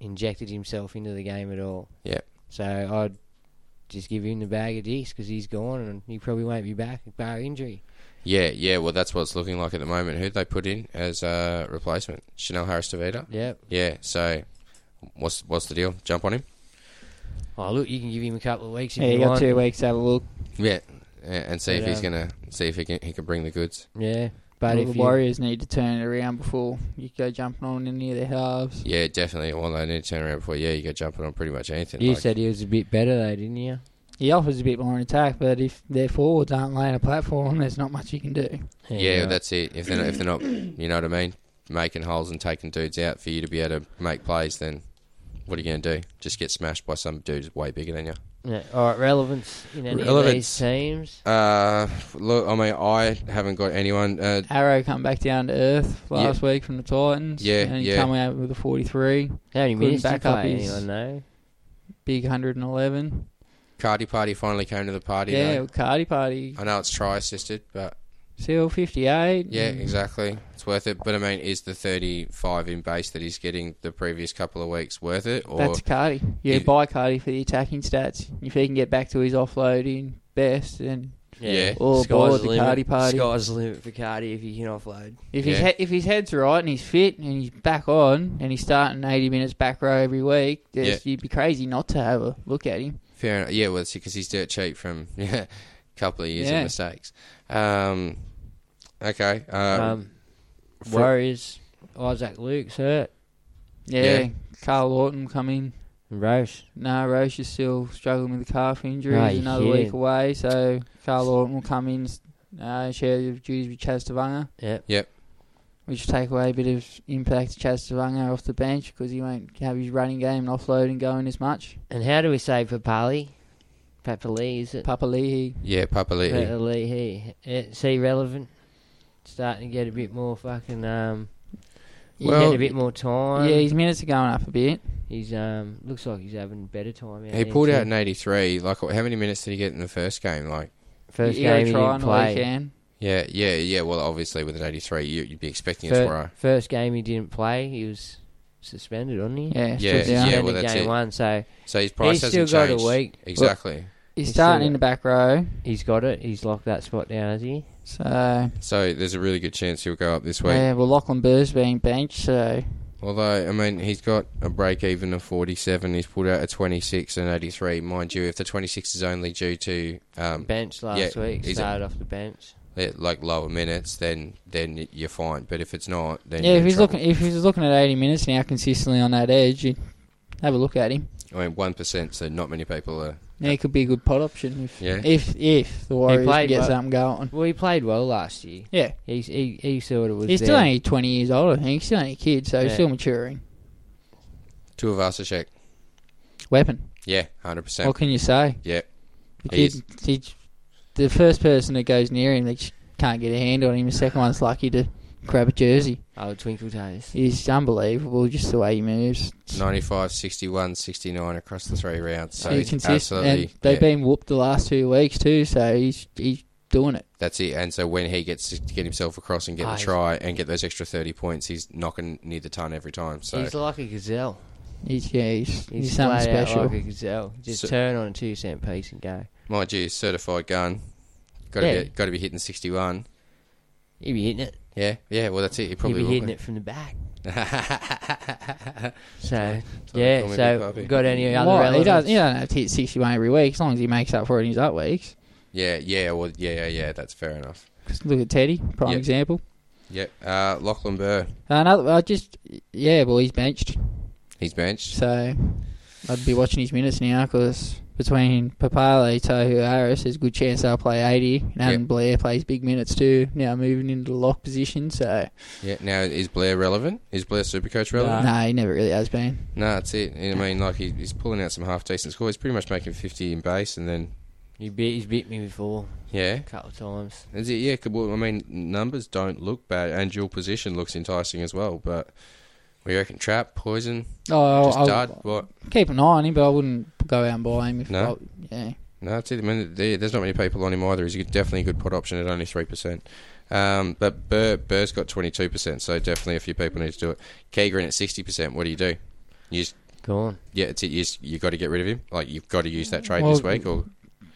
S6: injected himself into the game at all.
S5: yeah.
S6: So I'd just give him the bag of dicks because he's gone and he probably won't be back bar injury.
S5: Yeah, yeah. Well, that's what it's looking like at the moment. Who'd they put in as a replacement? Chanel Harris Tavita.
S6: Yep.
S5: Yeah. So, what's what's the deal? Jump on him.
S6: Oh look, you can give him a couple of weeks if
S7: Yeah,
S6: you
S7: you got
S6: want.
S7: two weeks to have a look.
S5: Yeah, a- and see
S6: But,
S5: if he's
S6: um,
S5: gonna see if he can he can bring the goods.
S6: Yeah.
S7: But
S6: Well,
S7: if
S6: the
S7: the Warriors need to turn it around before you go jumping on any of their halves.
S5: Yeah, definitely. Well, they need to turn around before. Yeah, you go jumping on pretty much anything.
S6: You
S5: like-
S6: said he was a bit better though, didn't you?
S7: He offers a bit more in attack, but if their forwards aren't laying a platform, there's not much you can do.
S5: yeah, that's it. If they're not, if they're not, you know what I mean, making holes and taking dudes out for you to be able to make plays, then what are you going to do? Just get smashed by some dudes way bigger than you.
S6: Yeah. All right, relevance in any of these
S5: Relevance.
S6: teams.
S5: Uh, look, I mean, I haven't got anyone. Uh,
S7: Arrow come back down to earth last week from the Titans.
S5: Yeah,
S7: and he
S5: yeah.
S7: come out with a 43.
S6: How many
S7: Couldn't
S6: minutes did he
S7: back up
S6: play?
S7: his
S6: Anyone know?
S7: Big 111.
S5: Cardi Party finally came to the party.
S7: yeah,
S5: though.
S7: well, Cardi Party.
S5: I know it's try assisted, but
S7: Seal 58.
S5: yeah,
S7: and
S5: exactly. It's worth it. But I mean, is the 35 in base that he's getting the previous couple of weeks worth it? Or
S7: That's Cardi. You
S5: If-
S7: buy Cardi for the attacking stats. If he can get back to his offloading best, then
S5: Yeah.
S7: all
S6: Sky's
S7: aboard Oh, the
S6: limit.
S7: Cardi Party.
S6: Sky's the limit for Cardi if he can offload.
S7: If his
S5: Yeah.
S7: he- if his head's right and he's fit and he's back on and he's starting eighty minutes back row every week, there's you'd be crazy not to have a look at him.
S5: Fair enough. Yeah, well, it's because he's dirt cheap from a couple of years
S7: Yeah.
S5: of mistakes. Um, okay. Uh,
S6: Um,
S5: for-
S6: Warriors, Isaac Luke's hurt.
S7: Yeah,
S5: Yeah.
S7: Carl Lawton come in.
S6: And Roche.
S7: No, Roche is still struggling with the calf injury.
S6: Oh,
S7: He's another
S6: yeah.
S7: week away, so Carl Lawton will come in uh, share the duties with Chaz Tavanga,
S6: Yep.
S5: yep.
S7: which take away a bit of impact to Chaz Tavanga off the bench because he won't have his running game and offloading going as much.
S6: And how do we say for Pali? Papa Lee, is it?
S7: Papa Leahy,
S5: Yeah, Papali'i.
S6: Papa Lee, he. Is he relevant? Starting to get a bit more fucking. Um, he's
S5: Well-
S6: getting a bit more time.
S7: yeah, his minutes are going up a bit.
S6: He's um looks like he's having better time. Out
S5: He
S6: there
S5: pulled
S6: too.
S5: out in 83. Like, how many minutes did he get in the first game? Like,
S6: first
S7: You gotta
S6: game he
S7: try
S6: didn't
S7: and all you
S6: play.
S7: can.
S5: yeah, yeah, yeah. Well, obviously, with an 83, you, you'd be expecting a
S6: Fir-
S5: tomorrow.
S6: first game he didn't play. He was suspended, wasn't he?
S7: Yeah,
S5: Yeah,
S7: stripped down.
S5: yeah.
S6: Suspended
S5: well, that's
S6: game
S5: it.
S6: one, so
S5: So his price
S6: He's
S5: hasn't
S6: still got a
S5: changed.
S6: week.
S5: Exactly.
S7: He's
S6: He's
S7: starting
S6: still
S7: in the back row,
S6: he's got it. He's locked that spot down, has he?
S7: so
S5: so there's a really good chance he'll go up this week.
S7: yeah. Well, Lachlan Burr's being benched, so
S5: Although, I mean, he's got a break even of 47. He's pulled out a 26 and 83. Mind you, if the 26 is only due to um,
S6: Bench last
S5: Yeah,
S6: week.
S5: he's a-
S6: Started off the bench.
S5: li- like lower minutes, then then you're fine. But if it's not, then
S7: yeah.
S5: you're
S7: If
S5: in
S7: he's
S5: trouble.
S7: looking, if he's looking at eighty minutes now consistently on that edge, you have a look at him.
S5: I mean, one percent. So not many people are.
S7: Yeah, it could be a good pot option if
S5: Yeah.
S7: if if the Warriors can
S6: played
S7: get
S6: well.
S7: something going.
S6: Well, he played well last year.
S7: Yeah,
S6: He's, he he sort of was.
S7: he's
S6: there.
S7: still only twenty years old. I think he's still only a kid, so he's
S6: Yeah.
S7: still maturing.
S5: Two of us are check.
S7: Weapon.
S5: Yeah, hundred percent.
S7: What can you say?
S5: Yeah,
S7: The
S5: He
S7: kid, he, the first person that goes near him, they just can't get a hand on him. The second one's lucky to grab a jersey.
S6: Oh, twinkle toes.
S7: He's unbelievable, just the way he moves.
S5: 95, 61, 69 across the three rounds. So
S7: he's
S5: he's
S7: consistent,
S5: absolutely.
S7: and they've
S5: yeah,
S7: been whooped the last two weeks too. So he's he's doing it.
S5: That's it. And so when he gets to get himself across and get
S6: Ah,
S5: the
S6: he's-
S5: try and get those extra thirty points, he's knocking near the ton every time. So
S6: He's like a gazelle.
S7: He's yeah, he's, he's,
S6: He's,
S7: something
S6: flat out
S7: special.
S6: like a gazelle. Just
S5: So-
S6: turn on a two cent piece and go.
S5: mind you, certified gun. Got to
S6: Yeah.
S5: be got to be hitting sixty one.
S6: He'd be hitting it.
S5: Yeah, yeah. Well, that's it. He
S6: He'd
S5: probably
S6: be
S5: will
S6: hitting
S5: be.
S6: it from the back. So
S5: call
S6: yeah.
S5: me Big
S6: So
S5: Papi.
S6: got any other
S7: Why? He
S6: relevance?
S7: doesn't, he doesn't have to hit 61 every week as long as he makes up for it in his up weeks.
S5: Yeah, yeah. Well, yeah, yeah, yeah. That's fair enough.
S7: 'Cause look at Teddy, prime
S5: Yeah.
S7: example.
S5: Yep. Uh, Lachlan Burr,
S7: Another, I just, yeah, well, he's benched.
S5: he's benched.
S7: So I'd be watching his minutes now because between Papale, Tohu Harris, there's a good chance they'll play 80. And Adam
S5: Yeah.
S7: Blair plays big minutes too, now moving into the lock position. So,
S5: Yeah. Now is Blair relevant? Is Blair Supercoach
S7: no,
S5: relevant?
S7: he never really has been.
S5: No, that's it. I mean, like he, he's pulling out some half decent scores. He's pretty much making fifty in base, and then
S6: He bit, he's bit me before
S5: yeah,
S6: a couple of times.
S5: is it? Yeah, could- well, I mean, numbers don't look bad, and dual position looks enticing as well. But we reckon trap, poison,
S7: Oh,
S5: just
S7: I'll,
S5: dud. What?
S7: keep an eye on him, but I wouldn't go out and buy him. If
S5: No?
S7: I, yeah.
S5: No, that's it. I mean, there, there's not many people on him either. He's definitely a good pot option at only three percent. Um, but Burr, Burr's got twenty two percent, so definitely a few people need to do it. Keegan at sixty percent. What do you do? You just
S6: Gone.
S5: yeah, it's it. You, just- you got to get rid of him. Like you've got to use that trade
S7: Well,
S5: this week, or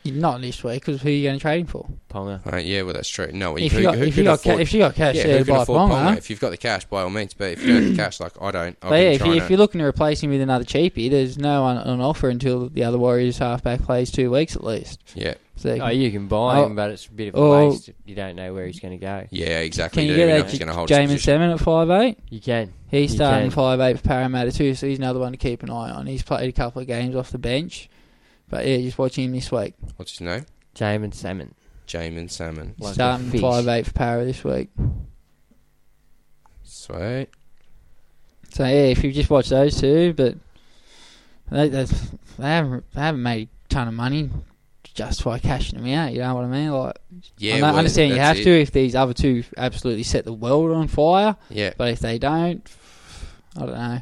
S7: Not this week, because who are you going to trade him for?
S6: Ponga.
S5: Right, uh, yeah, well, that's true. No,
S7: If you got- if you got ca- if you got cash,
S5: yeah,
S7: yeah,
S5: who can
S7: buy
S5: afford
S7: Ponga.
S5: If you've got the cash, by all means. But if you don't have the cash, like I don't, I've
S7: but yeah,
S5: been
S7: if, you,
S5: trying
S7: if
S5: to-
S7: you're looking to replace him with another cheapie, there's no one on offer until the other Warriors halfback plays two weeks at least.
S5: Yeah.
S7: So
S6: Oh, you can buy him,
S7: Oh,
S6: but it's a bit of a
S7: or-
S6: waste. You don't know where he's going to go.
S5: yeah, exactly.
S7: Can you
S5: dude, and
S7: get
S5: I'm just gonna
S7: that
S5: hold his
S7: Jamin
S5: position.
S7: Salmon at five eight?
S6: You can.
S7: He's
S6: You
S7: starting
S6: can.
S7: five eight for Parramatta too, so he's another one to keep an eye on. He's played a couple of games off the bench, but yeah, just watching him this week.
S5: What's his name?
S6: Jamin Salmon.
S5: Jamin Salmon.
S6: Like a
S7: starting
S6: fish.
S7: five eight for Para this week.
S5: Sweet.
S7: So yeah, if you just watch those two, but they that's- they haven't they haven't made a ton of money to justify cashing them out. You know what I mean? Like,
S5: Yeah,
S7: I know-
S5: well,
S7: understand you
S5: that's
S7: have
S5: it.
S7: to if these other two absolutely set the world on fire.
S5: Yeah.
S7: but if they don't, I don't know.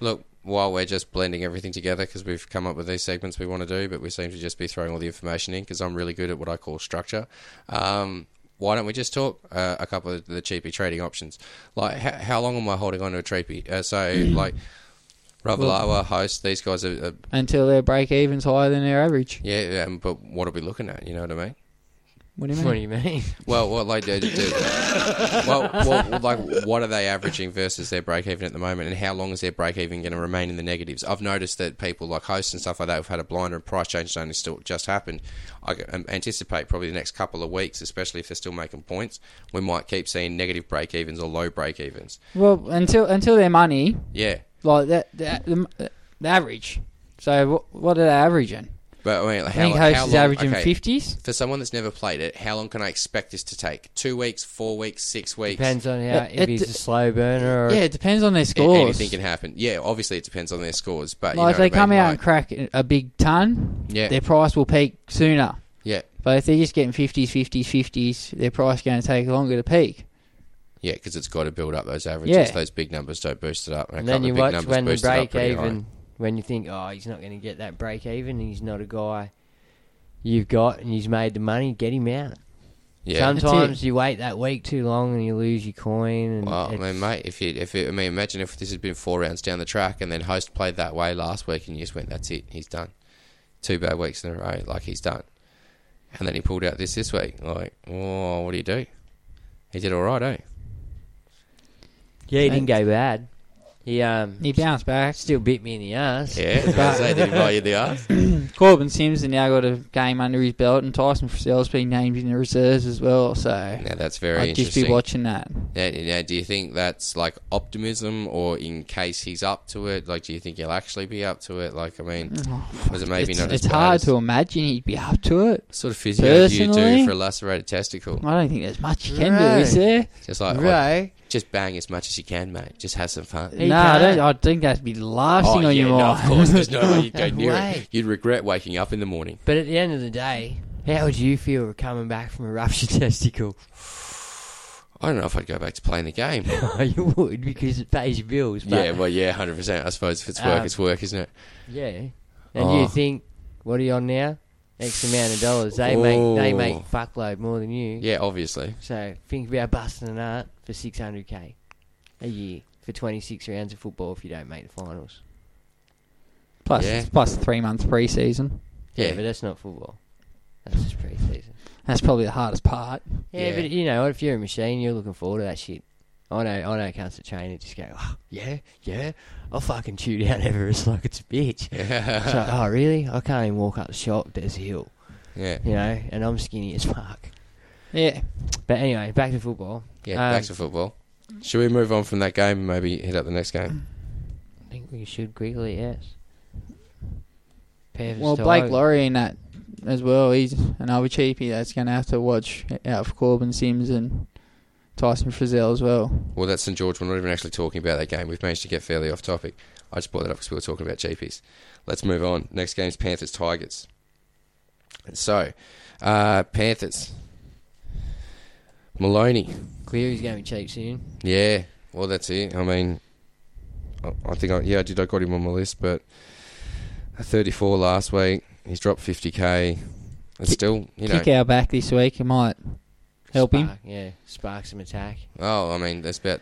S5: Look, while we're just blending everything together because we've come up with these segments we want to do, but we seem to just be throwing all the information in because I'm really good at what I call structure. Um, why don't we just talk uh, a couple of the cheapy trading options? Like, how, how long am I holding on to a cheapy? Uh, so, like, Ravalawa, Host, these guys are, are
S7: Until their break even's higher than their average.
S5: yeah, um, but what are we looking at? You know what I mean?
S7: What do you mean?
S6: What do you mean?
S5: Well, well, like, uh, do- well, well, like, what are they averaging versus their break even at the moment, and how long is their break even going to remain in the negatives? I've noticed that people like hosts and stuff like that have had a blinder, and price change has only still just happened. I can- um, anticipate probably the next couple of weeks, especially if they're still making points, we might keep seeing negative break evens or low break evens.
S7: Well, until until their money,
S5: Yeah,
S7: like that, the, the, the average. So wh- what are they averaging?
S5: but I mean, how,
S7: I think
S5: how
S7: Host is
S5: long-
S7: averaging
S5: okay,
S7: fifties.
S5: For someone that's never played it, how long can I expect this to take? Two weeks, four weeks, six weeks?
S6: Depends on how
S7: It-
S6: if
S7: it-
S6: he's a slow burner or
S7: Yeah, it depends on their
S5: A-
S7: scores.
S5: Anything can happen. Yeah, obviously it depends on their scores, but you
S7: Like if
S5: know
S7: they
S5: what I
S7: come
S5: mean,
S7: out
S5: like-
S7: and crack a big ton,
S5: Yeah.
S7: their price will peak sooner.
S5: Yeah,
S7: But if they're just getting 50s, 50s, 50s, their price going to take longer to peak.
S5: yeah, because it's got to build up those averages.
S7: Yeah.
S5: Those big numbers don't boost it up. a
S6: And then
S5: couple
S6: you
S5: of big
S6: watch
S5: numbers
S6: when the
S5: boost it up
S6: break
S5: pretty high.
S6: even, when you think, oh, he's not going to get that break even, he's not a guy you've got and he's made the money, get him out.
S5: Yeah.
S7: That's
S6: Sometimes you wait that week too long and you lose your coin. And
S5: Well, I
S6: it's-
S5: mean, mate, if you, if it, I mean, imagine if this had been four rounds down the track, and then host played that way last week, and you just went, "That's it, he's done." Two bad weeks in a row, like he's done, and then he pulled out this this week. Like, oh, what do you do? He did all right, eh?
S6: yeah, he didn't go bad. He um
S7: He bounced back.
S6: still bit me in the ass.
S5: Yeah, as I say, did he buy you the ass?
S7: Corbin Sims has now got a game under his belt, and Tyson Frizzell's been named in the reserves as well. So
S5: Now that's very
S7: I'd just
S5: interesting.
S7: be watching that.
S5: Now, now, do you think that's like optimism, or in case he's up to it? Like, do you think he'll actually be up to it? Like, I mean, was it
S7: Oh,
S5: maybe
S7: it's
S5: not?
S7: it's
S5: as bad
S7: hard
S5: as-
S7: to imagine he'd be up to it.
S5: Sort of physio do you do
S7: Personally?
S5: for a lacerated testicle?
S7: I don't think there's much you can do,
S6: Right.
S7: is there?
S5: Just like,
S6: Right.
S5: oh, just bang as much as you can, mate. Just have some fun.
S7: no, I,
S6: can't.
S7: don't, I think that'd be the last
S5: Oh,
S7: thing on
S5: yeah,
S7: your
S5: no,
S7: mind.
S5: of course. There's no way you'd go
S6: No
S5: near it.
S6: way.
S5: You'd regret waking up in the morning.
S6: But at the end of the day, how would you feel coming back from a ruptured testicle?
S5: I don't know if I'd go back to playing the game.
S6: you would because it pays your bills. But
S5: yeah, well, yeah, hundred percent. I suppose if it's work,
S7: Uh,
S6: Um,
S5: it's work, isn't it?
S6: Yeah. And
S5: Oh.
S6: you think, what are you on now? X amount of dollars. They make they
S5: Ooh.
S6: make fuckload more than you.
S5: Yeah, obviously.
S6: So think about busting an art for six hundred k a year for twenty six rounds of football if you don't make the finals.
S7: Plus,
S5: Yeah.
S7: plus three months pre-season.
S5: Yeah,
S6: but that's not football. That's just preseason.
S7: That's probably the hardest part.
S6: Yeah,
S5: Yeah.
S6: but you know, what, if you're a machine, you're looking forward to that shit. I know, I know, cunts that train it just go, oh, yeah, yeah, I'll fucking chew down Everest like it's a bitch. It's like, oh, really? I can't even walk up the shop, there's a hill,
S5: yeah,
S6: you know, and I'm skinny as fuck.
S7: Yeah.
S6: But anyway, back to football.
S5: yeah.
S6: Um,
S5: back to football. Should we move on from that game and maybe hit up the next game?
S6: I think we should quickly, yes. Pair of
S7: Well,
S6: style.
S7: Blake Laurie in that as well. He's another cheapie that's going to have to watch out for Corbin Sims and Tyson Frizzell as well.
S5: Well, that's St George. We're not even actually talking about that game. We've managed to get fairly off topic. I just brought that up because we were talking about GPs. Let's move on. Next game's Panthers Tigers. So, uh, Panthers. Maloney.
S6: Cleary's going to be cheap soon.
S5: Yeah. Well, that's it. I mean, I, I think I, yeah, I did. I got him on my list, but a 34 last week. He's dropped 50k. It's still, you know.
S7: Kick our back this week. It might help him.
S6: Spark, Yeah, spark some attack.
S5: Oh, I mean, that's about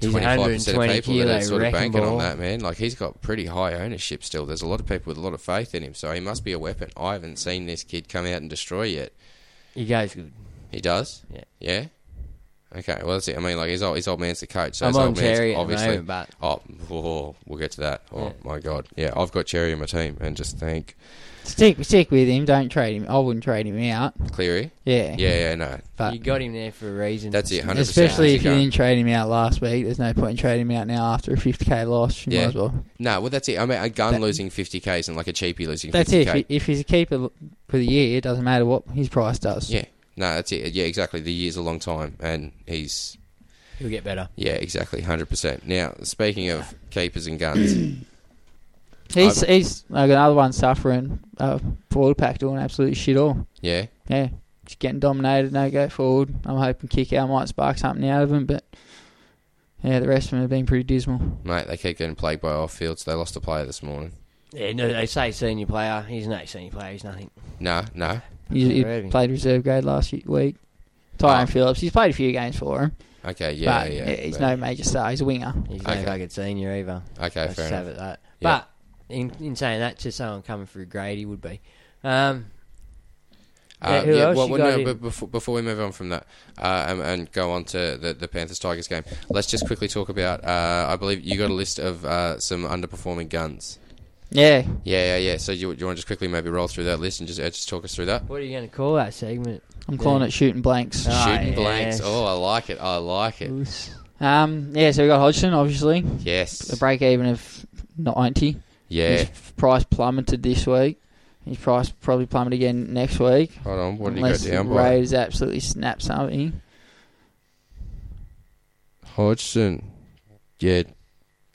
S6: He's
S5: twenty five percent of
S6: 120
S5: people that are
S6: kilo
S5: sort of
S6: wrecking
S5: banking on
S6: ball.
S5: that man. Like he's got pretty high ownership still. There's a lot of people with a lot of faith in him, so he must be a weapon. I haven't seen this kid come out and destroy yet.
S6: He goes good.
S5: He does.
S6: Yeah.
S5: Yeah. Okay. Well, that's it. I mean, like his old his old man's the coach, so
S6: I'm
S5: his
S6: on
S5: old
S6: Cherry at
S5: man's
S6: the
S5: obviously.
S6: moment, but-
S5: oh, whoa, we'll get to that. Oh my god. Yeah, I've got Cherry in my team, and just think
S7: Stick stick with him. Don't trade him. I wouldn't trade him out.
S5: Cleary.
S7: Yeah.
S5: Yeah. Yeah. No.
S7: But-
S6: you got him there for a reason.
S5: That's it. Hundred percent.
S7: Especially if you didn't trade him out last week. There's no point in trading him out now after a 50k loss. You
S5: Yeah.
S7: might as well.
S5: No, well, that's it. I mean, a gun losing 50Ks and like a cheapie losing
S7: That's
S5: 50K.
S7: it. If, he- if he's a keeper for the year, it doesn't matter what his price does.
S5: Yeah. No, that's it. Yeah, exactly. The year's a long time and he's.
S6: He'll get better.
S5: Yeah, exactly. 100%. Now, speaking of keepers and guns,
S7: He's
S5: I've-
S7: he's like another one suffering. Uh, forward pack doing absolute shit all.
S5: yeah.
S7: Yeah, just getting dominated. No go forward. I'm hoping kick out might spark something out of him, but yeah, the rest of them have been pretty dismal.
S5: Mate, they keep getting plagued by off fields. They lost a player this morning.
S6: Yeah, no, they say senior player. He's no senior player. He's nothing.
S5: No, no.
S7: He,
S6: Really?
S7: he played reserve grade last ye- week. Tyrone Phillips, he's played a few games for him.
S5: Okay, Ah. yeah,
S7: but
S5: yeah.
S7: he's
S5: but-
S7: no major star. He's a winger.
S6: He's no
S5: Okay.
S6: fucking senior either.
S5: Okay,
S6: Let's
S5: fair
S6: just
S5: enough.
S6: have it that.
S5: Yeah.
S6: But in, in saying that, to someone coming through grade, he would be. Um,
S5: Uh,
S6: Yeah, who else
S5: well,
S6: you
S5: well,
S6: got
S5: no,
S6: in?
S5: but before, before we move on from that uh, and, and go on to the, the Panthers Tigers game, let's just quickly talk about. Uh, I believe you got a list of uh, some underperforming guns.
S7: Yeah,
S5: Yeah, yeah, yeah. So you, you want to just quickly maybe roll through that list and just uh, just talk us through that?
S6: what are you going to call that segment?
S7: I'm calling it shooting blanks.
S6: Ah,
S5: Shooting
S6: yes.
S5: blanks. Oh, I like it. I like it.
S7: Um, yeah, so we got Hodgson, obviously.
S5: Yes.
S7: A break even of 90.
S5: Yeah.
S7: His price plummeted this week. His price probably plummet again next week.
S5: Hold on. What did
S7: unless
S5: he go down by?
S7: Raiders absolutely snap something.
S5: Hodgson. Yeah.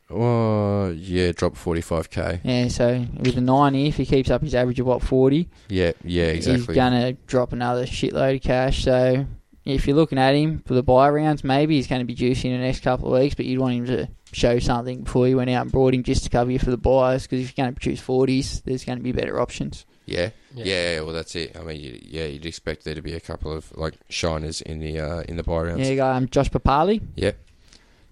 S5: Oh, yeah. Drop 45k.
S7: Yeah, so with a 90, if he keeps up his average of what, 40,
S5: Yeah. Yeah.
S7: he's
S5: Exactly.
S7: going to drop another shitload of cash. So if you're looking at him for the buy rounds, maybe he's going to be juicy in the next couple of weeks, but you'd want him to show something before you went out and brought him just to cover you for the buys because if you're going to produce 40s, there's going to be better options.
S5: Yeah. yeah. Yeah. Well, that's it. I mean, you, yeah, you'd expect there to be a couple of like shiners in the uh, in the buy rounds.
S7: Yeah, you got um, Josh Papali.
S5: Yep.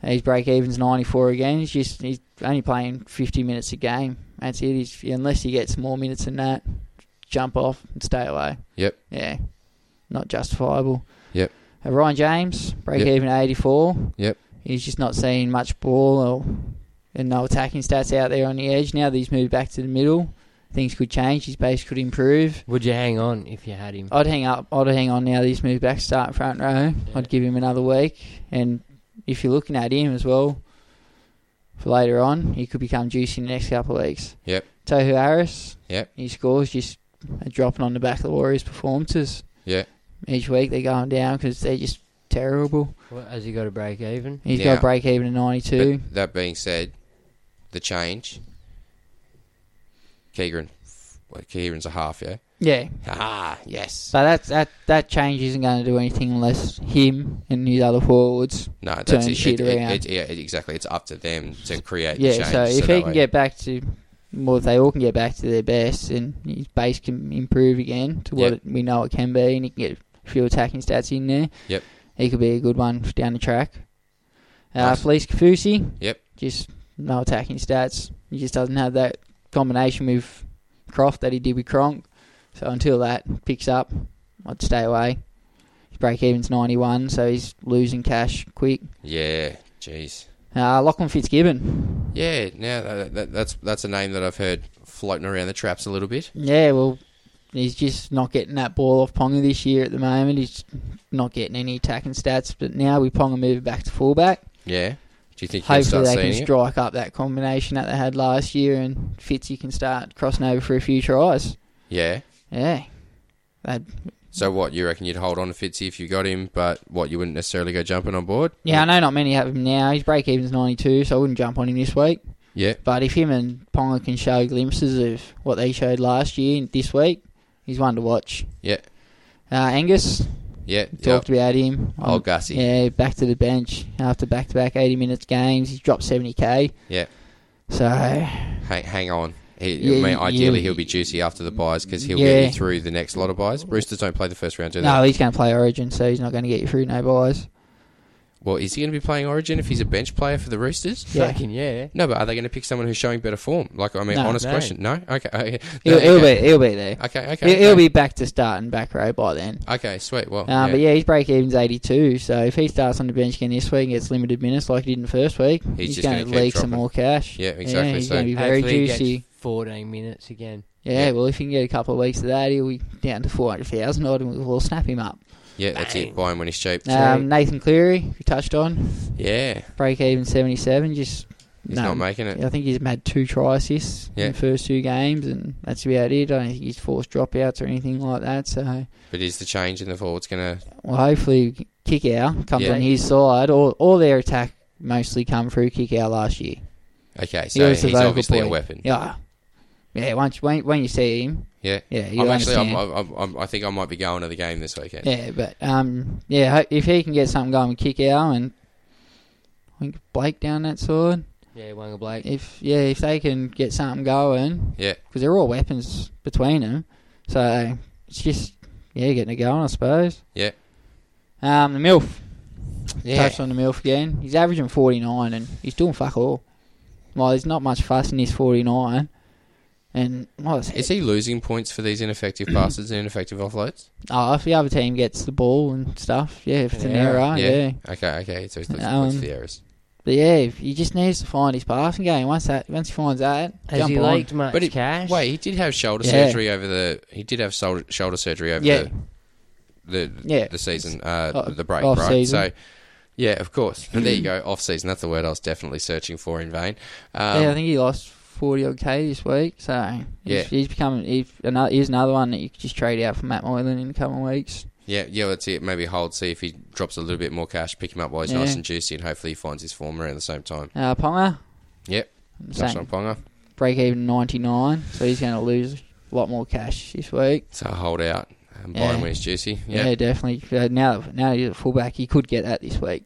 S7: And His break even's ninety four again. He's just he's only playing fifty minutes a game. That's it. He's, unless he gets more minutes than that, jump off and stay away.
S5: Yep.
S7: Yeah, not justifiable.
S5: Yep.
S7: Uh, Ryan James break
S5: Yep.
S7: even eighty four.
S5: Yep.
S7: He's just not seeing much ball or and no attacking stats out there on the edge. Now that he's moved back to the middle, things could change. His base could improve.
S6: Would you hang on if you had him?
S7: I'd hang up. I'd hang on now. that He's moved back, start front row. I'd give him another week, and if you're looking at him as well for later on, he could become juicy in the next couple of weeks.
S5: Yep.
S7: Tohu Harris,
S5: Yep.
S7: his scores just are dropping on the back of the Warriors' performances
S5: Yeah.
S7: each week. They're going down because they're just terrible.
S6: What, has he got a break even?
S7: He's
S5: Yeah.
S7: got a break even of ninety two.
S5: But that being said, the change. Keegan. Well, Keegan's a half. Yeah.
S7: Yeah.
S5: Ah, yes.
S7: So that's that that change isn't going to do anything unless him and his other forwards
S5: No, that's
S7: turn
S5: it.
S7: shit
S5: it, it-
S7: around.
S5: it- yeah, it- exactly. It's up to them to create. the
S7: Yeah,
S5: change,
S7: so if
S5: that
S7: he can
S5: way-
S7: get back to, well, if they all can get back to their best, and his base can improve again to what
S5: Yep.
S7: it, we know it can be, and he can get a few attacking stats in there,
S5: Yep.
S7: he could be a good one down the track. Uh,
S5: Nice.
S7: Felice Kafusi,
S5: Yep.
S7: just no attacking stats. He just doesn't have that combination with Croft that he did with Cronk. So until that picks up, I'd stay away. His break even's 91, so he's losing cash quick.
S5: Yeah. Jeez.
S7: Uh, Lachlan Fitzgibbon.
S5: Yeah. Now uh, that, that, that's that's a name that I've heard floating around the traps a little bit.
S7: Yeah, well, he's just not getting that ball off Ponga this year at the moment. He's not getting any attacking stats. But now with Ponga moving back to fullback,
S5: Yeah. Do you think he'll
S7: hopefully
S5: start
S7: they
S5: seeing
S7: can
S5: it?
S7: strike up that combination that they had last year, and Fitzy can start crossing over for a few tries.
S5: Yeah.
S7: Yeah, that.
S5: So what you reckon you'd hold on to Fitzy if you got him, but what you wouldn't necessarily go jumping on board?
S7: Yeah, I know not many have him now. His break even's ninety two, so I wouldn't jump on him this week.
S5: Yeah,
S7: But if him and Ponga can show glimpses of what they showed last year and this week, he's one to watch.
S5: yeah,
S7: Uh, Angus,
S5: yeah.
S7: talked
S5: yeah.
S7: about him.
S5: Old
S7: Um,
S5: Gussie.
S7: Yeah, back to the bench after back to back 80 minutes games. He's dropped 70k.
S5: Yeah,
S7: So,
S5: hang, hang on. He, I
S7: Yeah,
S5: mean,
S7: you-
S5: ideally
S7: you-
S5: he'll be juicy after the buys because he'll
S7: Yeah.
S5: get you through the next lot of buys. Roosters don't play the first round, do they?
S7: no, he's going to play Origin, so he's not going to get you through no buys.
S5: Well, is he going to be playing Origin if he's a bench player for the Roosters?
S6: Yeah. Fucking yeah.
S5: No, but are they going to pick someone who's showing better form? Like, I mean,
S7: No.
S5: honest
S7: No.
S5: question. No. Okay. okay.
S7: He'll,
S5: okay.
S7: he'll be he'll be there.
S5: Okay, okay,
S7: He'll, he'll
S5: okay.
S7: be back to start and back row by then.
S5: Okay, sweet.
S7: Um,
S5: Well, yeah.
S7: But yeah, his break even's 82. So if he starts on the bench again this week and gets limited minutes like he did in the first week,
S5: He's
S7: he's,
S5: just
S7: going
S5: gonna
S7: to
S5: keep
S7: leak some
S5: dropping.
S7: more cash.
S5: Yeah, exactly.
S7: he's
S5: So-
S7: going to be very
S6: Hopefully he gets
S7: juicy.
S6: 14 minutes again.
S7: Yeah, well, if he can get a couple of weeks of that, he'll be down to 400,000 odd and we'll snap him up.
S5: Yeah, that's it. Buy him when he's cheap.
S7: Um, Nathan Cleary, who touched on,
S5: yeah.
S7: break even 77. Just
S5: He's
S7: no.
S5: not making it.
S7: I think he's had two try assists
S5: Yeah.
S7: in the first two games, and that's about it. I don't think he's forced dropouts or anything like that. So,
S5: But is the change in the forwards going to?
S7: well, hopefully, kick out comes
S5: Yeah.
S7: on his side. All, all their attack mostly come through kick out last year.
S5: Okay,
S7: He
S5: so
S7: was the
S5: he's
S7: vocal
S5: obviously a
S7: point.
S5: weapon.
S7: Yeah, yeah. Once when, when you see him,
S5: Yeah.
S7: yeah, you
S5: I'm actually. I'm,
S7: understand.
S5: I'm, I'm, I think I might be going to the game this weekend.
S7: Yeah, but um, yeah, ho- if he can get something going with kick out and I think Blake down that side.
S6: Yeah, Wanga Blake.
S7: If yeah, if they can get something going,
S5: Yeah.
S7: because they're all weapons between them, so it's just yeah, getting it going, I suppose.
S5: Yeah.
S7: Um, the milf.
S5: Yeah.
S7: Touched on the milf again. He's averaging forty nine, and he's doing fuck all. Well, there's not much fuss in his forty nine, and well, it's-
S5: Is he losing points for these ineffective passes and ineffective offloads?
S7: Oh, if the other team gets the ball and stuff, yeah, if it's an error, Oh, yeah.
S5: Okay. Okay. So he's losing
S7: Um,
S5: points for the errors.
S7: But yeah, if he just needs to find his passing game. Once that, once he finds that,
S6: Has
S7: jump
S6: he
S7: on.
S6: leaked much
S5: But it-
S6: cash?
S5: Wait, he did have shoulder
S7: Yeah.
S5: surgery over the. He did have sol- shoulder surgery over
S7: Yeah.
S5: the the,
S7: Yeah.
S5: the season, uh,
S7: Uh,
S5: the break,
S7: off
S5: right?
S7: season.
S5: So, yeah, of course. But there you go, off season. That's the word I was definitely searching for in vain. Um,
S7: yeah, I think he lost forty odd k this week, so
S5: Yeah.
S7: he's, he's becoming he's another, he's another one that you could just trade out for Matt Moylan in the coming weeks.
S5: yeah, yeah, that's it. Maybe hold, see if he drops a little bit more cash, pick him up while he's nice
S7: Yeah.
S5: and juicy, and hopefully he finds his form around the same time.
S7: Uh, Ponga
S5: Yep. Touch
S7: Same.
S5: on Ponga.
S7: break even ninety nine, so he's going to lose a lot more cash this week.
S5: So hold out and buy
S7: Yeah.
S5: him when he's juicy.
S7: Yeah,
S5: Yeah.
S7: definitely. Uh, now now he's a fullback, he could get that this week.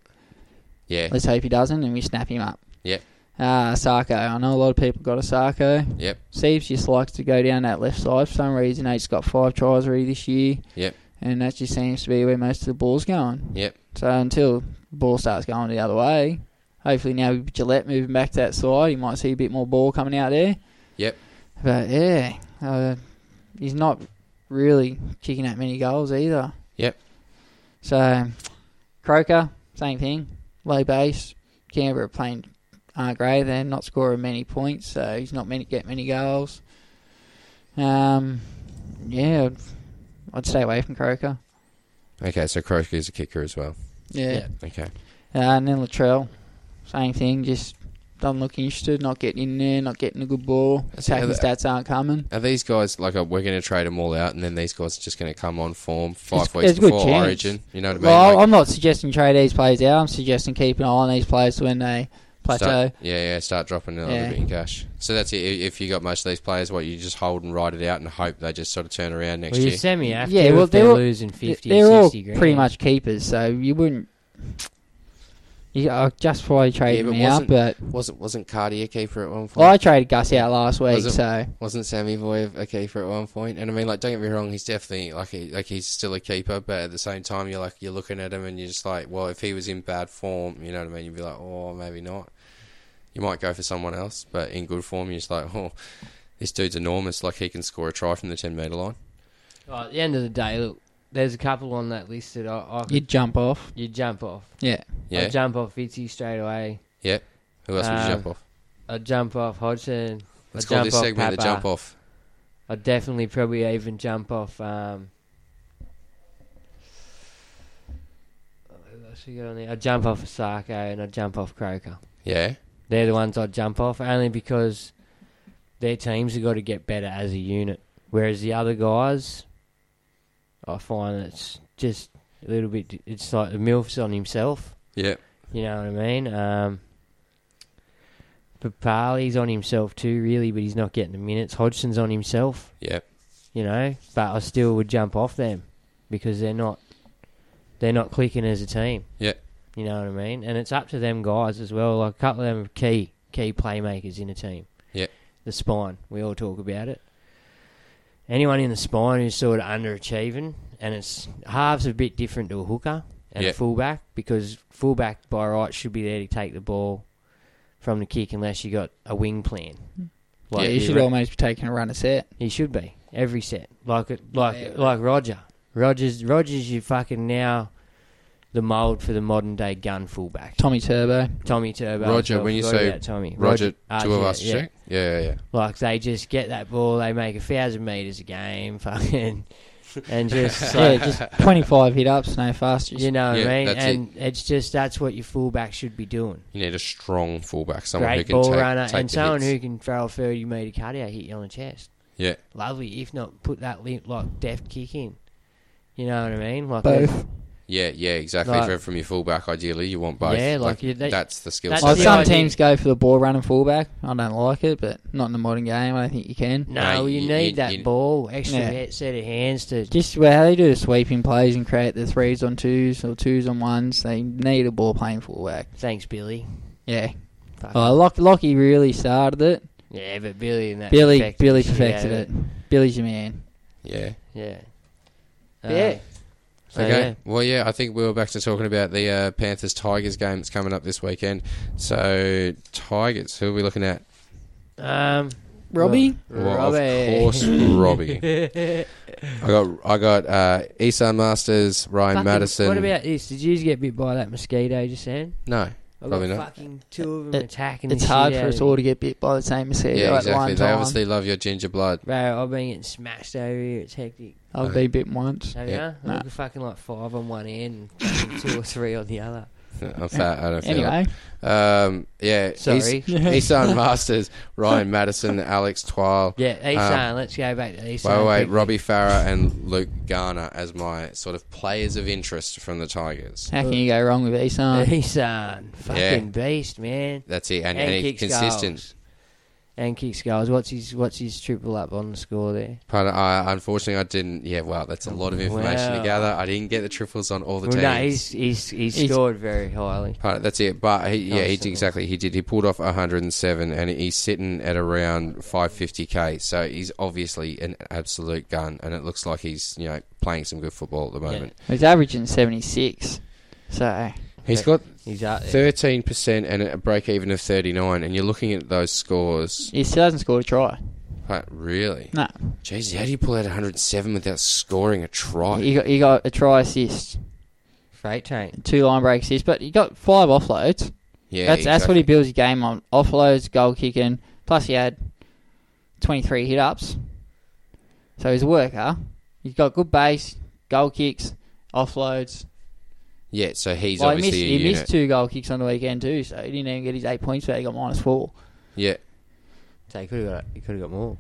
S5: Yeah.
S7: Let's hope he doesn't, and we snap him up.
S5: Yep.
S7: Uh, Sarko. I know a lot of people got a Sarko.
S5: Yep.
S7: Seeves just likes to go down that left side for some reason. He's got five tries already this year,
S5: Yep.
S7: and that just seems to be where most of the ball's going.
S5: Yep.
S7: So until the ball starts going the other way, hopefully now with Gillette moving back to that side, you might see a bit more ball coming out there.
S5: Yep.
S7: But yeah, uh, he's not really kicking that many goals either.
S5: Yep.
S7: So, Croker, same thing. Low base. Canberra playing aren't great. They're not scoring many points, so he's not meant to get many goals. Um, yeah, I'd, I'd stay away from Croker.
S5: Okay, so Croker's a kicker as well.
S7: Yeah.
S5: Okay.
S7: Uh, and then Latrell, same thing. Just doesn't look interested. Not getting in there. Not getting a good ball.
S5: That's
S7: Attacking
S5: another-
S7: stats aren't coming.
S5: Are these guys like uh, we're going to trade them all out, and then these guys are just going to come on form five
S7: It's-
S5: weeks
S7: it's a good
S5: before
S7: chance.
S5: Origin? You know what I mean?
S7: Well,
S5: Like,
S7: I'm not suggesting trade these players out. I'm suggesting keep an eye on these players when they plateau.
S5: start, yeah, yeah, start dropping a
S7: Yeah.
S5: little bit in cash. So that's it. If if you got most of these players, what you just hold and ride it out and hope they just sort of turn around next
S6: Well, you
S5: year.
S6: send me after
S7: yeah, well,
S6: if they're,
S7: all-
S6: losing 50,
S7: they're
S6: 60
S7: all
S6: grand.
S7: pretty much keepers, so you wouldn't. You, I justify
S5: yeah,
S7: trading
S5: but
S7: them out,
S5: wasn't,
S7: but
S5: wasn't wasn't Cardi a keeper at one point?
S7: well, I traded Gus out last week,
S5: Was it-
S7: so
S5: wasn't Sammy Voyev a keeper at one point? And I mean, like, don't get me wrong, he's definitely like, he, like he's still a keeper, but at the same time, you're like, you're looking at him and you're just like, well, if he was in bad form, you know what I mean? You'd be like, oh, maybe not. You might go for someone else, but in good form, you're just like, oh, this dude's enormous. Like he can score a try from the ten meter line.
S6: Oh, at the end of the day, look, there's a couple on that list that I, I
S7: you'd jump off.
S6: you jump off.
S7: Yeah,
S5: Yeah,
S6: I'd jump off Itzy straight away.
S5: yeah. Who else would you
S6: Um,
S5: jump off?
S6: I'd jump off Hodgson.
S5: Let's
S6: I'd
S5: call
S6: jump
S5: this
S6: off
S5: segment the
S6: Papa.
S5: jump off.
S6: I'd definitely probably even jump off. Um, who else we got on there? I'd jump off Asako and I'd jump off Croker.
S5: Yeah,
S6: They're the ones I'd jump off only because their teams have got to get better as a unit. Whereas the other guys, I find it's just a little bit. It's like the milf's on himself.
S5: yeah.
S6: You know what I mean? Um, Papali's on himself too, really, but he's not getting the minutes. Hodgson's on himself
S5: Yeah,
S6: you know. But I still would jump off them because they're not they're not clicking as a team.
S5: yeah,
S6: You know what I mean? And it's up to them guys as well. Like a couple of them are key key playmakers in a team.
S5: yeah,
S6: The spine, we all talk about it. Anyone in the spine who's sort of underachieving, and it's halves a bit different to a hooker. and
S5: Yeah.
S6: a fullback because fullback by right should be there to take the ball from the kick unless you got a wing plan.
S7: yeah, you
S6: the
S7: should
S6: re-
S7: almost be taking a run a set.
S6: He should be every set, like it, like
S7: Yeah.
S6: like Roger. Rogers, Rogers, you fucking now the mold for the modern day gun fullback.
S7: Tommy Turbo.
S6: Tommy Turbo.
S5: Roger,
S6: as well.
S5: when you
S6: Forgot
S5: say
S6: about Tommy,
S5: Roger, two of
S6: RG,
S5: us, yeah, yeah, yeah.
S6: Like they just get that ball, they make a thousand meters a game, fucking, and just like,
S7: yeah, just 25 hit ups, no fastest.
S6: you know what
S5: Yeah,
S6: I mean.
S5: that's it.
S6: And it's just that's what your fullback should be doing.
S5: You need a strong fullback, someone who
S6: Great
S5: can
S6: ball
S5: take,
S6: runner
S5: take
S6: and
S5: the
S6: someone
S5: hits.
S6: who can throw a thirty meter cutout, hit you on the chest.
S5: Yeah,
S6: Lovely, if not put that limp like deft kick in. You know what I mean? Like
S7: Both.
S5: yeah, yeah, exactly.
S6: Like-
S5: From- from your fullback, ideally, you want both.
S6: Yeah, like, you- they-
S5: that's the skill
S6: that's
S7: Well,
S5: set.
S6: the
S7: some
S6: idea.
S7: teams go for the ball running fullback. I don't like it, but not in the modern game. I don't think you can.
S6: No,
S5: No,
S6: you,
S5: you-
S6: need
S5: you-
S6: that
S5: you-
S6: ball, extra
S7: Yeah.
S6: he- set of hands to.
S7: Just well, how they do the sweeping plays and create the threes on twos or twos on ones. They need a ball playing fullback.
S6: Thanks, Billy.
S7: Yeah.
S6: Fuck.
S7: Oh, Lock, Lockie really started it.
S6: Yeah, but Billy and that.
S7: Billy,
S6: perfected
S7: Billy
S6: the shit
S7: perfected
S6: out
S7: it.
S6: of
S7: Billy's your man.
S5: Yeah.
S6: Yeah.
S7: But yeah.
S6: So,
S5: okay.
S6: yeah.
S5: Well, yeah, I think we were back to talking about the uh, Panthers Tigers game that's coming up this weekend. So, Tigers, who are we looking at?
S6: Um,
S7: Robbie,
S5: Well,
S6: Robbie.
S5: of course, Robbie. I got I got uh, Isan Masters, Ryan
S6: fucking-
S5: Madison.
S6: What about this? Did you get bit by that mosquito just then?
S5: no?
S6: I've
S5: Probably
S6: got
S5: not.
S6: fucking two of them
S7: It-
S6: attacking
S7: it's
S6: the
S7: hard
S6: shit
S7: for
S6: out
S7: us
S6: of
S7: all
S6: me.
S7: to get bit by the same mosquito
S5: Yeah,
S7: at
S5: exactly.
S7: one
S5: They
S7: time.
S5: obviously love your ginger blood.
S6: Bro, I've been getting smashed over here. It's hectic.
S7: I've been bit once.
S6: Have
S5: Yeah.
S6: you? I've got fucking like five on one end and fucking two or three on the other.
S5: I'm fat. I don't feel it.
S7: Anyway,
S5: Um, yeah.
S6: Sorry.
S5: Isan Masters, Ryan Madison, Alex Twile.
S6: Yeah, Esan. let's go back to
S5: Wait,
S6: Esan.
S5: Um, wait,
S6: quickly.
S5: Robbie Farah and Luke Garner as my sort of players of interest from the Tigers.
S7: how can you go wrong with Esan?
S6: Esan. Fucking beast, man.
S5: That's it, and,
S6: And
S5: and, he's
S6: kicks
S5: consistent.
S6: goals. And kicks goals. What's his What's his triple up on the score there?
S5: But I, unfortunately, I didn't. Yeah, well, that's a lot of information
S6: Wow.
S5: to gather. I didn't get the triples on all the
S6: Well,
S5: teams.
S6: no, he's, he's he's
S7: He's-
S6: scored very highly.
S5: Part- that's it. But he, yeah, he
S6: Nice.
S5: did exactly. He did. He pulled off 107, and he's sitting at around 550k. So he's obviously an absolute gun, and it looks like he's you know playing some good football at the moment.
S7: He's averaging seventy six. So
S5: He's got
S6: He's out there.
S5: 13% and a break even of 39, and you're looking at those scores.
S7: he still hasn't scored a try.
S5: Like, really?
S7: No,
S5: Jeez, how do you pull out 107 without scoring a try?
S7: Oh, he got he got a try assist,
S6: Freight train.
S7: two line break assist, but he got five offloads.
S5: yeah,
S7: that's that's what
S5: exactly.
S7: he builds his game on: offloads, goal kicking. Plus, he had twenty three hit ups. So he's a worker. He's got good base, goal kicks, offloads.
S5: Yeah, so he's
S7: Well, he missed
S5: obviously
S7: he
S5: a unit.
S7: missed two goal kicks on the weekend too, so he didn't even get his eight points. But he got minus four.
S5: Yeah.
S6: So he could have got he could have got more.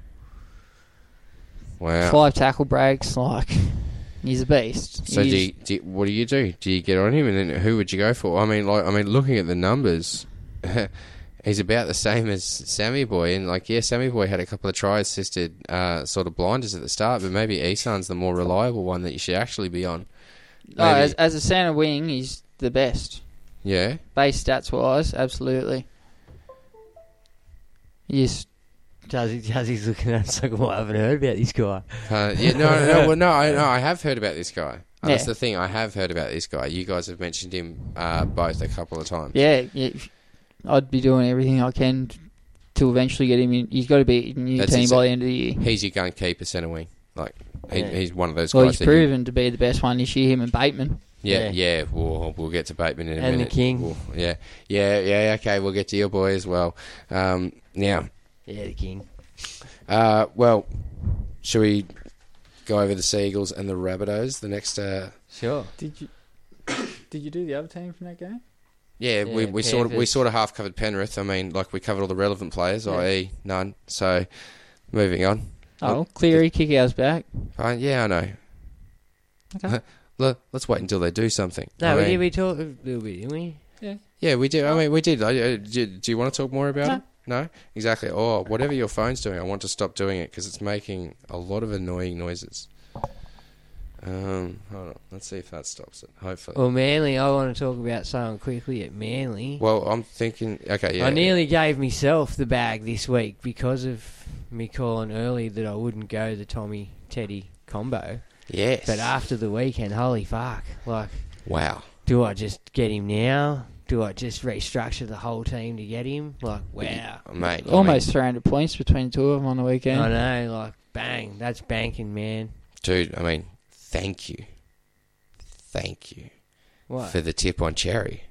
S5: Wow.
S7: Five tackle breaks, like he's a beast.
S5: So
S7: He's-
S5: do you, do you- what do you do? Do you get on him, and then who would you go for? I mean, like, I mean, looking at the numbers, he's about the same as Sammy Boy, and like, yeah, Sammy Boy had a couple of try assisted uh, sort of blinders at the start, but maybe Esan's the more reliable one that you should actually be on.
S7: No,
S5: Maybe-
S7: oh, as, as a center wing, he's the best.
S5: yeah,
S7: Base stats wise, absolutely. Yes,
S6: Jazzy Jazzy's looking at us like, well, I haven't heard about this guy.
S5: uh, yeah, no, no, no, well, no, I, no, I have heard about this guy. And That's
S7: Yeah.
S5: the thing, I have heard about this guy. You guys have mentioned him uh, both a couple of times.
S7: yeah, yeah. I'd be doing everything I can t- to eventually get him in. He's got to be in new
S5: That's
S7: team
S5: his-
S7: by the end of the year.
S5: He's your gun keeper centre wing. Like, he,
S6: Yeah.
S5: he's one of those
S7: Well,
S5: guys.
S7: he's
S5: that you-
S7: proven to be the best one this year. Him and Bateman.
S5: Yeah, yeah, we'll, we'll get to Bateman in a
S6: And the
S5: minute.
S6: King.
S5: We'll- yeah, yeah, yeah, okay, we'll get to your boy as well. Um, now,
S6: Yeah, the king.
S5: uh, well, should we go over the Seagulls and the Rabbitohs? The next, uh,
S6: Sure.
S7: Did you? Did you do the other team from that game?
S5: yeah, we,
S6: Yeah,
S5: we sort of we
S6: Panthers.
S5: sort of half covered Penrith. I mean, like we covered all the relevant players, i.e., none. So, moving on.
S7: Oh, Cleary, kick ours back.
S5: Uh, yeah, I know.
S7: Okay.
S5: Let, us wait until they do something.
S6: No,
S5: I
S6: we
S5: mean-
S6: did we Oh. talked a little bit, didn't we?
S5: Yeah, we do. I mean, we did. I, I, do, do you want to talk more about it? No, exactly. Or whatever your phone's doing, I want to stop doing it because it's making a lot of annoying noises. Um, hold on. Let's see if that stops it. Hopefully.
S6: Well, Manly, I want to talk about something quickly at Manly.
S5: well, I'm thinking. Okay, yeah.
S6: I nearly gave myself the bag this week because of me calling early that I wouldn't go the Tommy Teddy combo.
S5: Yes.
S6: But after the weekend, holy fuck! Like
S5: wow.
S6: do I just get him now? Do I just restructure the whole team to get him? Like, wow.
S5: Mate, I mean-
S7: Almost 300 points between two of them on the weekend.
S6: I know, like, bang, that's banking, man.
S5: Dude, I mean, thank you. Thank you
S6: What?
S5: for the tip on Cherry.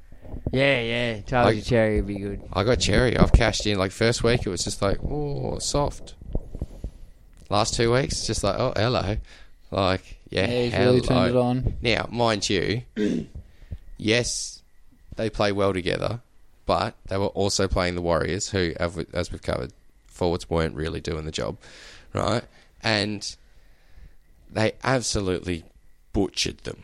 S6: Yeah, yeah, told
S5: Like-
S6: you Cherry would be good.
S5: I got Cherry. I've cashed in like first week. It was just like, oh, soft. Last two weeks, just like, oh, hello. Like, yeah,
S7: Yeah, he's really
S5: hello.
S7: turned it on.
S5: Now, mind you, yes, they play well together, but they were also playing the Warriors, who, av- as we've covered, forwards weren't really doing the job, right? And they absolutely butchered them.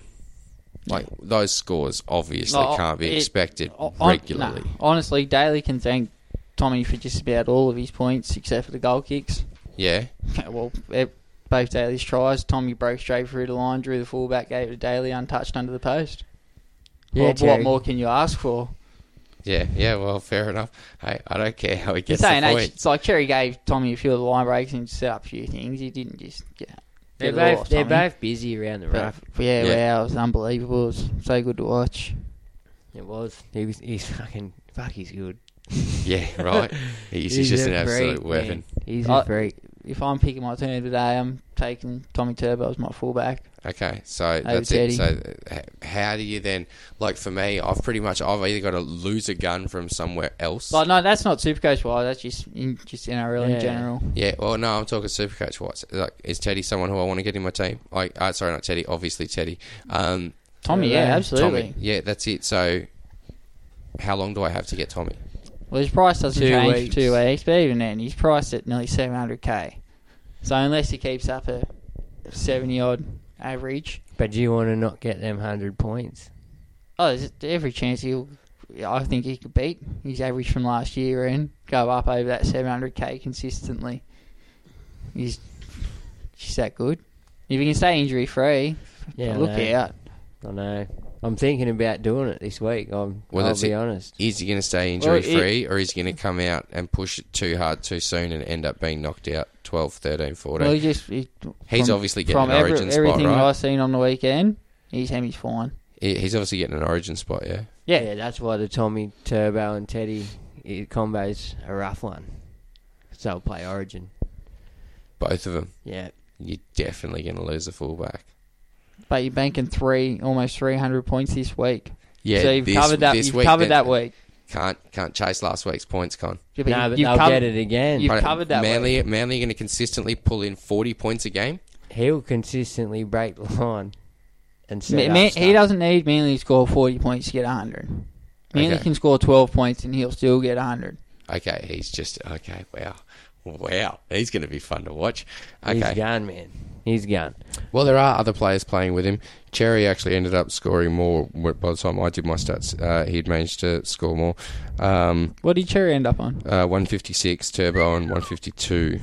S5: Like those scores obviously
S7: No,
S5: can't be
S7: Oh, it-
S5: expected
S7: Hon-
S5: regularly.
S7: nah, honestly, Daly can thank Tommy for just about all of his points except for the goal kicks.
S5: Yeah.
S7: well, it, both Daly's tries. Tommy broke straight through the line, drew the fullback, gave it to Daly untouched under the post.
S6: Yeah,
S7: what, what
S6: Terry.
S7: more can you ask for?
S5: Yeah, yeah, well, fair enough. Hey, I don't care how he
S7: It's
S5: gets
S7: saying
S5: the
S7: age,
S5: point.
S7: it's like Cherry gave Tommy a few of the line breaks and set up a few things. He didn't just yeah.
S6: They're
S7: get it all
S6: both,
S7: off
S6: they're
S7: Tommy.
S6: both busy around the
S7: But,
S6: rough.
S7: yeah,
S5: Yeah.
S7: wow, it was unbelievable. It was so good to watch.
S6: It was. He was. He's fucking. Fuck, he's good.
S5: Yeah, right. He's, he's just an absolute weapon.
S6: He's
S7: I-
S6: a freak.
S7: If I'm picking my team today, I'm taking Tommy Turbo as my fullback.
S5: Okay, so that's it.
S7: Teddy.
S5: So h- how do you then, like for me, I've pretty much, I've either got to lose a gun from somewhere else.
S7: But no, that's not Supercoach wise. That's just in, just NRL
S6: Yeah.
S7: in general.
S5: yeah, well, no, I'm talking Supercoach wise. Like, is Teddy someone who I want to get in my team? Like, uh, sorry, not Teddy, obviously Teddy. Um,
S7: Tommy, yeah,
S6: Yeah,
S7: absolutely.
S5: Tommy. Yeah, that's it. So how long do I have to get Tommy?
S7: Well, his price doesn't
S6: Two
S7: change
S6: weeks.
S7: for two weeks, but even then, he's priced at nearly 700k. So unless he keeps up a 70 odd average,
S6: But do you want to not get them hundred points?
S7: oh, there's every chance he'll. I think he could beat his average from last year and go up over that 700k consistently. He's just that good. If he can stay injury free,
S6: Yeah, I
S7: look
S6: know.
S7: out.
S6: I know. I'm thinking about doing it this week. I'm.
S5: Well,
S6: I'll
S5: that's
S6: be
S5: it.
S6: honest.
S5: Is he going to stay
S7: Well,
S5: injury
S7: it-
S5: free or is he going to come out and push it too hard too soon and end up being knocked out 12, 13, 14?
S7: Well, he just he,
S5: He's obviously getting an
S7: every-
S5: origin spot,
S7: everything
S5: right?
S7: that I've seen on the weekend. He's Hemi's fine.
S5: He- He's obviously getting an origin spot, yeah?
S6: Yeah, that's why the Tommy Turbo and Teddy i combo's a rough one. So I'll play Origin.
S5: Both of them.
S6: Yeah.
S5: You're definitely going to lose a fullback.
S7: But you're banking three, almost 300 points this week.
S5: Yeah,
S7: so you've
S5: this-
S7: covered that.
S5: this
S7: You've
S5: week
S7: covered
S5: then-
S7: that week.
S5: Can't can't chase last week's points, con.
S7: Yeah,
S6: No,
S7: you-
S6: but
S7: you've
S6: they'll
S7: covered-
S6: get it again.
S7: you've- covered that
S5: Manly, Manly going to consistently pull in 40 points a game?
S6: He'll consistently break the line. And set
S7: Ma-
S6: up
S7: Ma-
S6: stuff.
S7: he doesn't need Manly to score 40 points to get 100. Manly
S5: Okay.
S7: can score 12 points and he'll still get 100.
S5: Okay, he's just... Okay, wow. Wow. He's going to be fun to watch.
S6: He's
S5: Okay.
S6: gone, man. He's gone.
S5: Well, there are other players playing with him. Cherry actually ended up scoring more by the time I did my stats. Uh, he'd managed to score more. Um,
S7: What did Cherry end up on?
S5: Uh, 156 turbo and 152.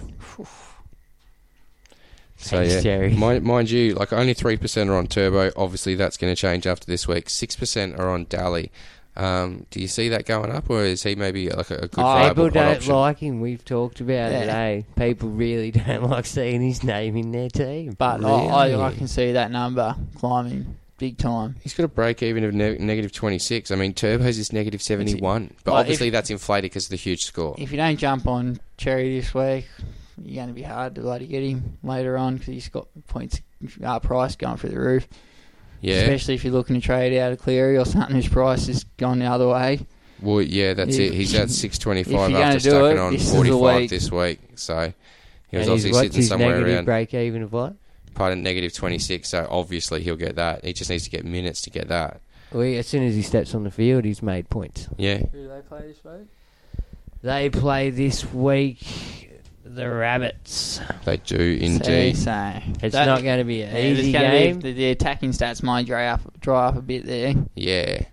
S5: So
S6: Thanks,
S5: yeah,
S6: Jerry.
S5: Mind, mind you, like only three percent are on turbo. Obviously, that's going to change after this week. Six percent are on Dally. Um, do you see that going up, or is he maybe uh, like a, a
S7: Oh,
S5: good viable
S6: People
S5: hot
S6: don't
S5: option?
S6: uh, like him. We've talked about it,
S7: Yeah.
S6: eh? People really don't like seeing his name in their team.
S7: But I, I, I
S5: Really?
S7: can see that number climbing big time.
S5: He's got a break even of ne- negative 26. I mean, turbo's is negative 71, but
S7: Well, if-
S5: obviously that's inflated because of the huge score.
S7: If you don't jump on Cherry this week, you're going to be hard to bloody get him later on because he's got points uh, price going through the roof.
S5: yeah,
S7: Especially if you're looking to trade out of Cleary or something whose price has gone the other way.
S5: well, yeah, that's
S7: if-
S5: it. He's at
S7: if
S5: 625
S7: you're gonna
S5: after
S7: do
S5: stucking
S7: it,
S5: on
S7: this is the
S5: 45
S7: week.
S5: this week. So he was
S6: and he's
S5: obviously
S6: what's
S5: sitting
S6: his
S5: somewhere
S6: negative
S5: around.
S6: break even of what?
S5: Pardon, negative 26, so obviously he'll get that. He just needs to get minutes to get that.
S6: We, as soon as he steps on the field, he's made points.
S5: Yeah.
S7: Who do they play this week?
S6: They play this week the Rabbits.
S5: They do indeed.
S7: So,
S6: It's
S7: that-
S6: not going to be an
S7: yeah, there's
S6: easy
S7: gonna be-
S6: game.
S7: the, the attacking stats might dry up, dry up a bit there.
S5: Yeah.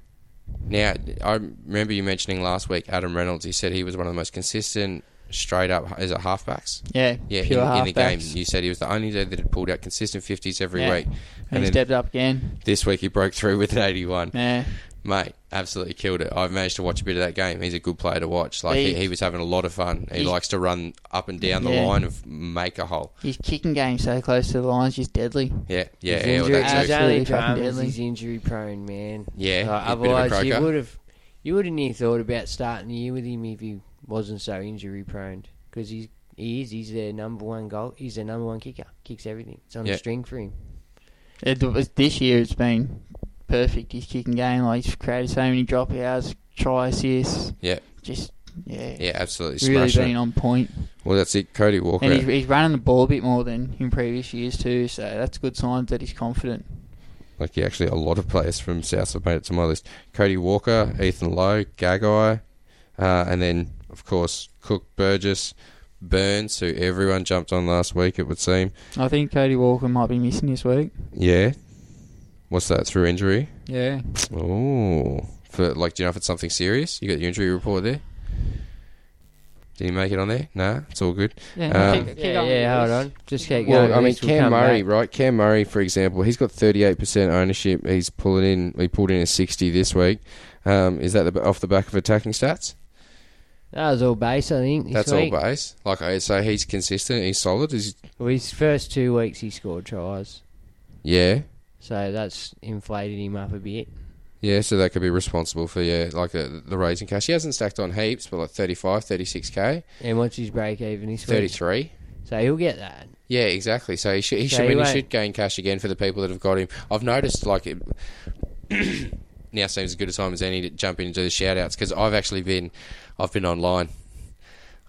S5: Now, I remember you mentioning last week Adam Reynolds. He said he was one of the most consistent straight up, is it halfbacks?
S7: Yeah,
S5: Yeah,
S7: pure
S5: in, in the game.
S7: halfbacks.
S5: You said he was the only dude that had pulled out consistent 50s every
S7: Yeah.
S5: week.
S7: And
S5: And
S7: he
S5: then
S7: stepped up again.
S5: this week he broke through with an 81.
S7: Yeah,
S5: Mate, absolutely killed it. I've managed to watch a bit of that game. He's a good player to watch. Like
S7: He-
S5: he, he was having a lot of fun. He
S7: He's-
S5: likes to run up and down the
S7: Yeah.
S5: line of make a hole.
S7: His kicking game so close to the lines is deadly.
S5: Yeah, yeah,
S6: His
S5: yeah. well,
S6: injury-
S5: that
S6: his
S5: too.
S6: only
S7: Absolutely fucking
S6: problem is
S7: deadly.
S6: he's injury prone, man.
S5: Yeah, he's a bit of
S6: Like,
S5: a
S6: otherwise you
S5: croaker.
S6: would have, you wouldn't have thought about starting the year with him if he wasn't so injury prone. Because he's he is he's their number one goal. He's their number one kicker. Kicks everything. It's on
S5: Yeah.
S6: a string for him.
S7: It was, this year it's been perfect. His kicking game, like he's created so many dropouts, try assists.
S5: Yeah.
S7: Just yeah.
S5: Yeah, absolutely
S7: Really
S5: smashing
S7: been
S5: it.
S7: on point.
S5: Well, that's it. Cody Walker.
S7: And he's, he's running the ball a bit more than in previous years too, so that's a good sign that he's confident.
S5: Like yeah, actually, a lot of players from South have made it to my list. Cody Walker, Ethan Lowe, Gagai, uh, and then of course Cook, Burgess, Burns, who everyone jumped on last week. It would seem.
S7: I think Cody Walker might be missing this week.
S5: Yeah. What's that through injury?
S7: Yeah.
S5: Oh, for like, do you know if it's something serious? You got the injury report there. Did he make it on there? Nah, it's all good.
S7: Yeah,
S5: Um,
S7: keep- keep
S6: yeah,
S7: going with
S6: yeah, hold
S7: this.
S6: on. Just keep going.
S5: Well, I mean,
S6: This will come
S5: Cam Murray,
S6: back.
S5: right? Cam Murray, for example, he's got 38% ownership. He's pulling in. He pulled in a 60 this week. Um, is that the, off the back of attacking stats?
S6: That was all base, I think. This
S5: That's
S6: week.
S5: all base. Like I say, he's consistent. He's solid. He's,
S6: Well, his first two weeks he scored tries,
S5: yeah,
S6: so that's inflated him up a bit.
S5: yeah. So that could be responsible for yeah, like the, the raising cash. He hasn't stacked on heaps, but like 35, 36k,
S6: And what's his break even this week?
S5: 33.
S6: So he'll get that.
S5: Yeah, exactly. So he should he
S6: So
S5: should,
S6: he
S5: win. he
S6: won't.
S5: should gain cash again for the people that have got him. I've noticed like it now seems as good a time as any to jump in and do the shout outs because I've actually been I've been online.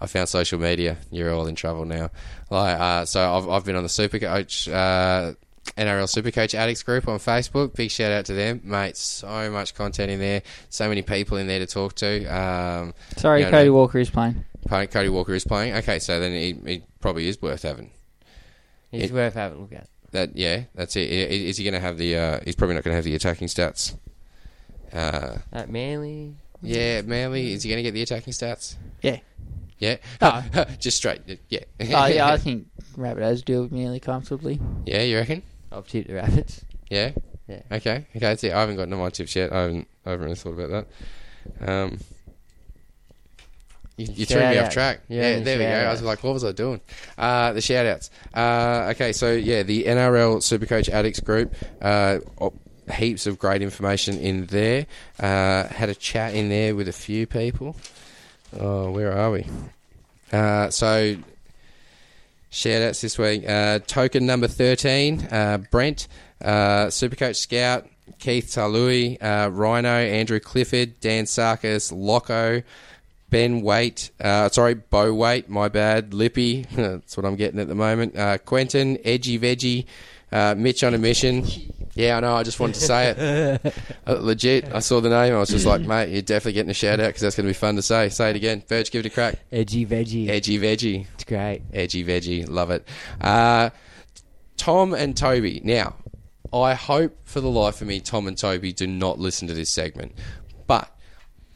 S5: I found social media. You're all in trouble now. Like, uh, so I've I've been on the Supercoach uh, NRL Supercoach Addicts group on Facebook. Big shout out to them, mate. So much content in there. So many people in there to talk to. Um,
S7: Sorry,
S5: you know,
S7: Cody Walker is playing.
S5: Cody, Walker is playing. Okay, so then he, he probably is worth having.
S6: He's
S5: It-
S6: worth having a look at.
S5: That yeah, that's it. I- Is he going to have the? Uh, he's probably not going to have the attacking stats. Uh,
S6: That Manly.
S5: yeah, Manly. Is he going to get the attacking stats?
S7: Yeah.
S5: Yeah, just straight. Yeah,
S7: Oh yeah, I think Rabbitohs do it nearly comfortably.
S5: yeah. You reckon?
S6: I've tipped the rabbits.
S5: Yeah.
S6: Yeah.
S5: Okay. Okay. That's it. I haven't gotten to my tips yet. I haven't. I haven't really thought about that. Um, you, you threw me off
S6: Shout-outs.
S5: track.
S6: Yeah,
S5: Yeah.
S6: the
S5: there we go. I was
S6: shout-outs.
S5: like, what was I doing? Uh, the shout outs. Uh, okay. So yeah, the NRL Supercoach Addicts group. Uh, op- heaps of great information in there. Uh, had a chat in there with a few people. Oh, where are we? Uh, so Shout outs this week. Uh, token number 13, uh, Brent, uh, Supercoach Scout, Keith Talui, uh, Rhino, Andrew Clifford, Dan Sarkis, Loco, Ben Waite, uh, sorry, Bo Waite, my bad, Lippy, that's what I'm getting at the moment, uh, Quentin, Edgy Veggie, uh, Mitch on a mission. Yeah, I know, I just wanted to say it. Uh, legit, I saw the name, I was just like, mate, you're definitely getting a shout out because that's going to be fun to say. Say it again. Verge, give it a crack.
S6: Edgy veggie.
S5: Edgy Veggie.
S6: It's great.
S5: Edgy veggie, love it. Uh, Tom and Toby. Now, I hope for the life of me, Tom and Toby do not listen to this segment, but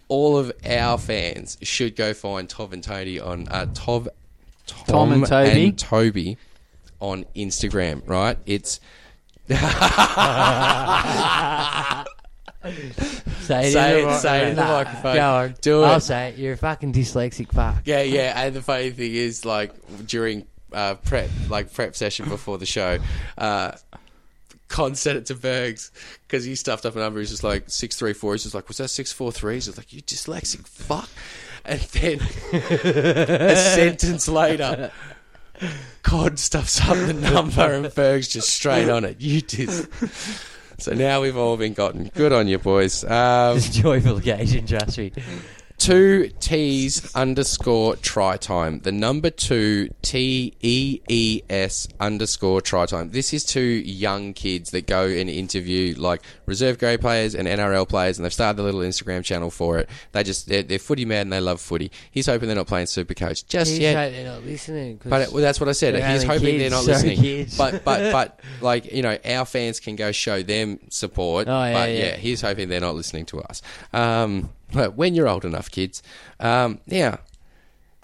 S5: all of our fans should go find Tov and Toby on uh, Tov, Tom,
S7: and Toby.
S5: Toby on Instagram. Right? It's
S6: Say it,
S5: Say
S6: in the,
S5: it-
S6: mi-
S5: say it in the
S6: Nah,
S5: microphone.
S6: Go on.
S5: Do it.
S6: I'll say it. You're a fucking dyslexic fuck.
S5: Yeah, yeah. And the funny thing is, like during uh, prep, like prep session before the show, uh, Con said it to Bergs because he stuffed up a number. He's just like six three four. He's just like, was that six four three? He's just like, you dyslexic fuck. And then a sentence later. Con stuffs up the number and Berg's just straight on it. You did. So now we've all been gotten. Good on you, boys. Um,
S6: It's a joyful occasion, trust me.
S5: two T's underscore try time. The number two T E E S underscore try time. This is two young kids that go and interview like reserve grade players and NRL players, and they've started the little Instagram channel for it. They just they're, they're footy mad and they love footy. He's hoping they're not playing Super Coach just
S6: He's
S5: yet.
S6: like, they're not listening. 'cause-
S5: But it, well, that's what I said.
S6: They're
S5: He's
S6: only
S5: hoping they're
S6: kids,
S5: not
S6: so
S5: listening.
S6: kids.
S5: But but but like you know, our fans can go show them support.
S6: Oh, yeah,
S5: but
S6: yeah.
S5: he's hoping they're not listening to us. Um, but when you're old enough, kids. Um, now,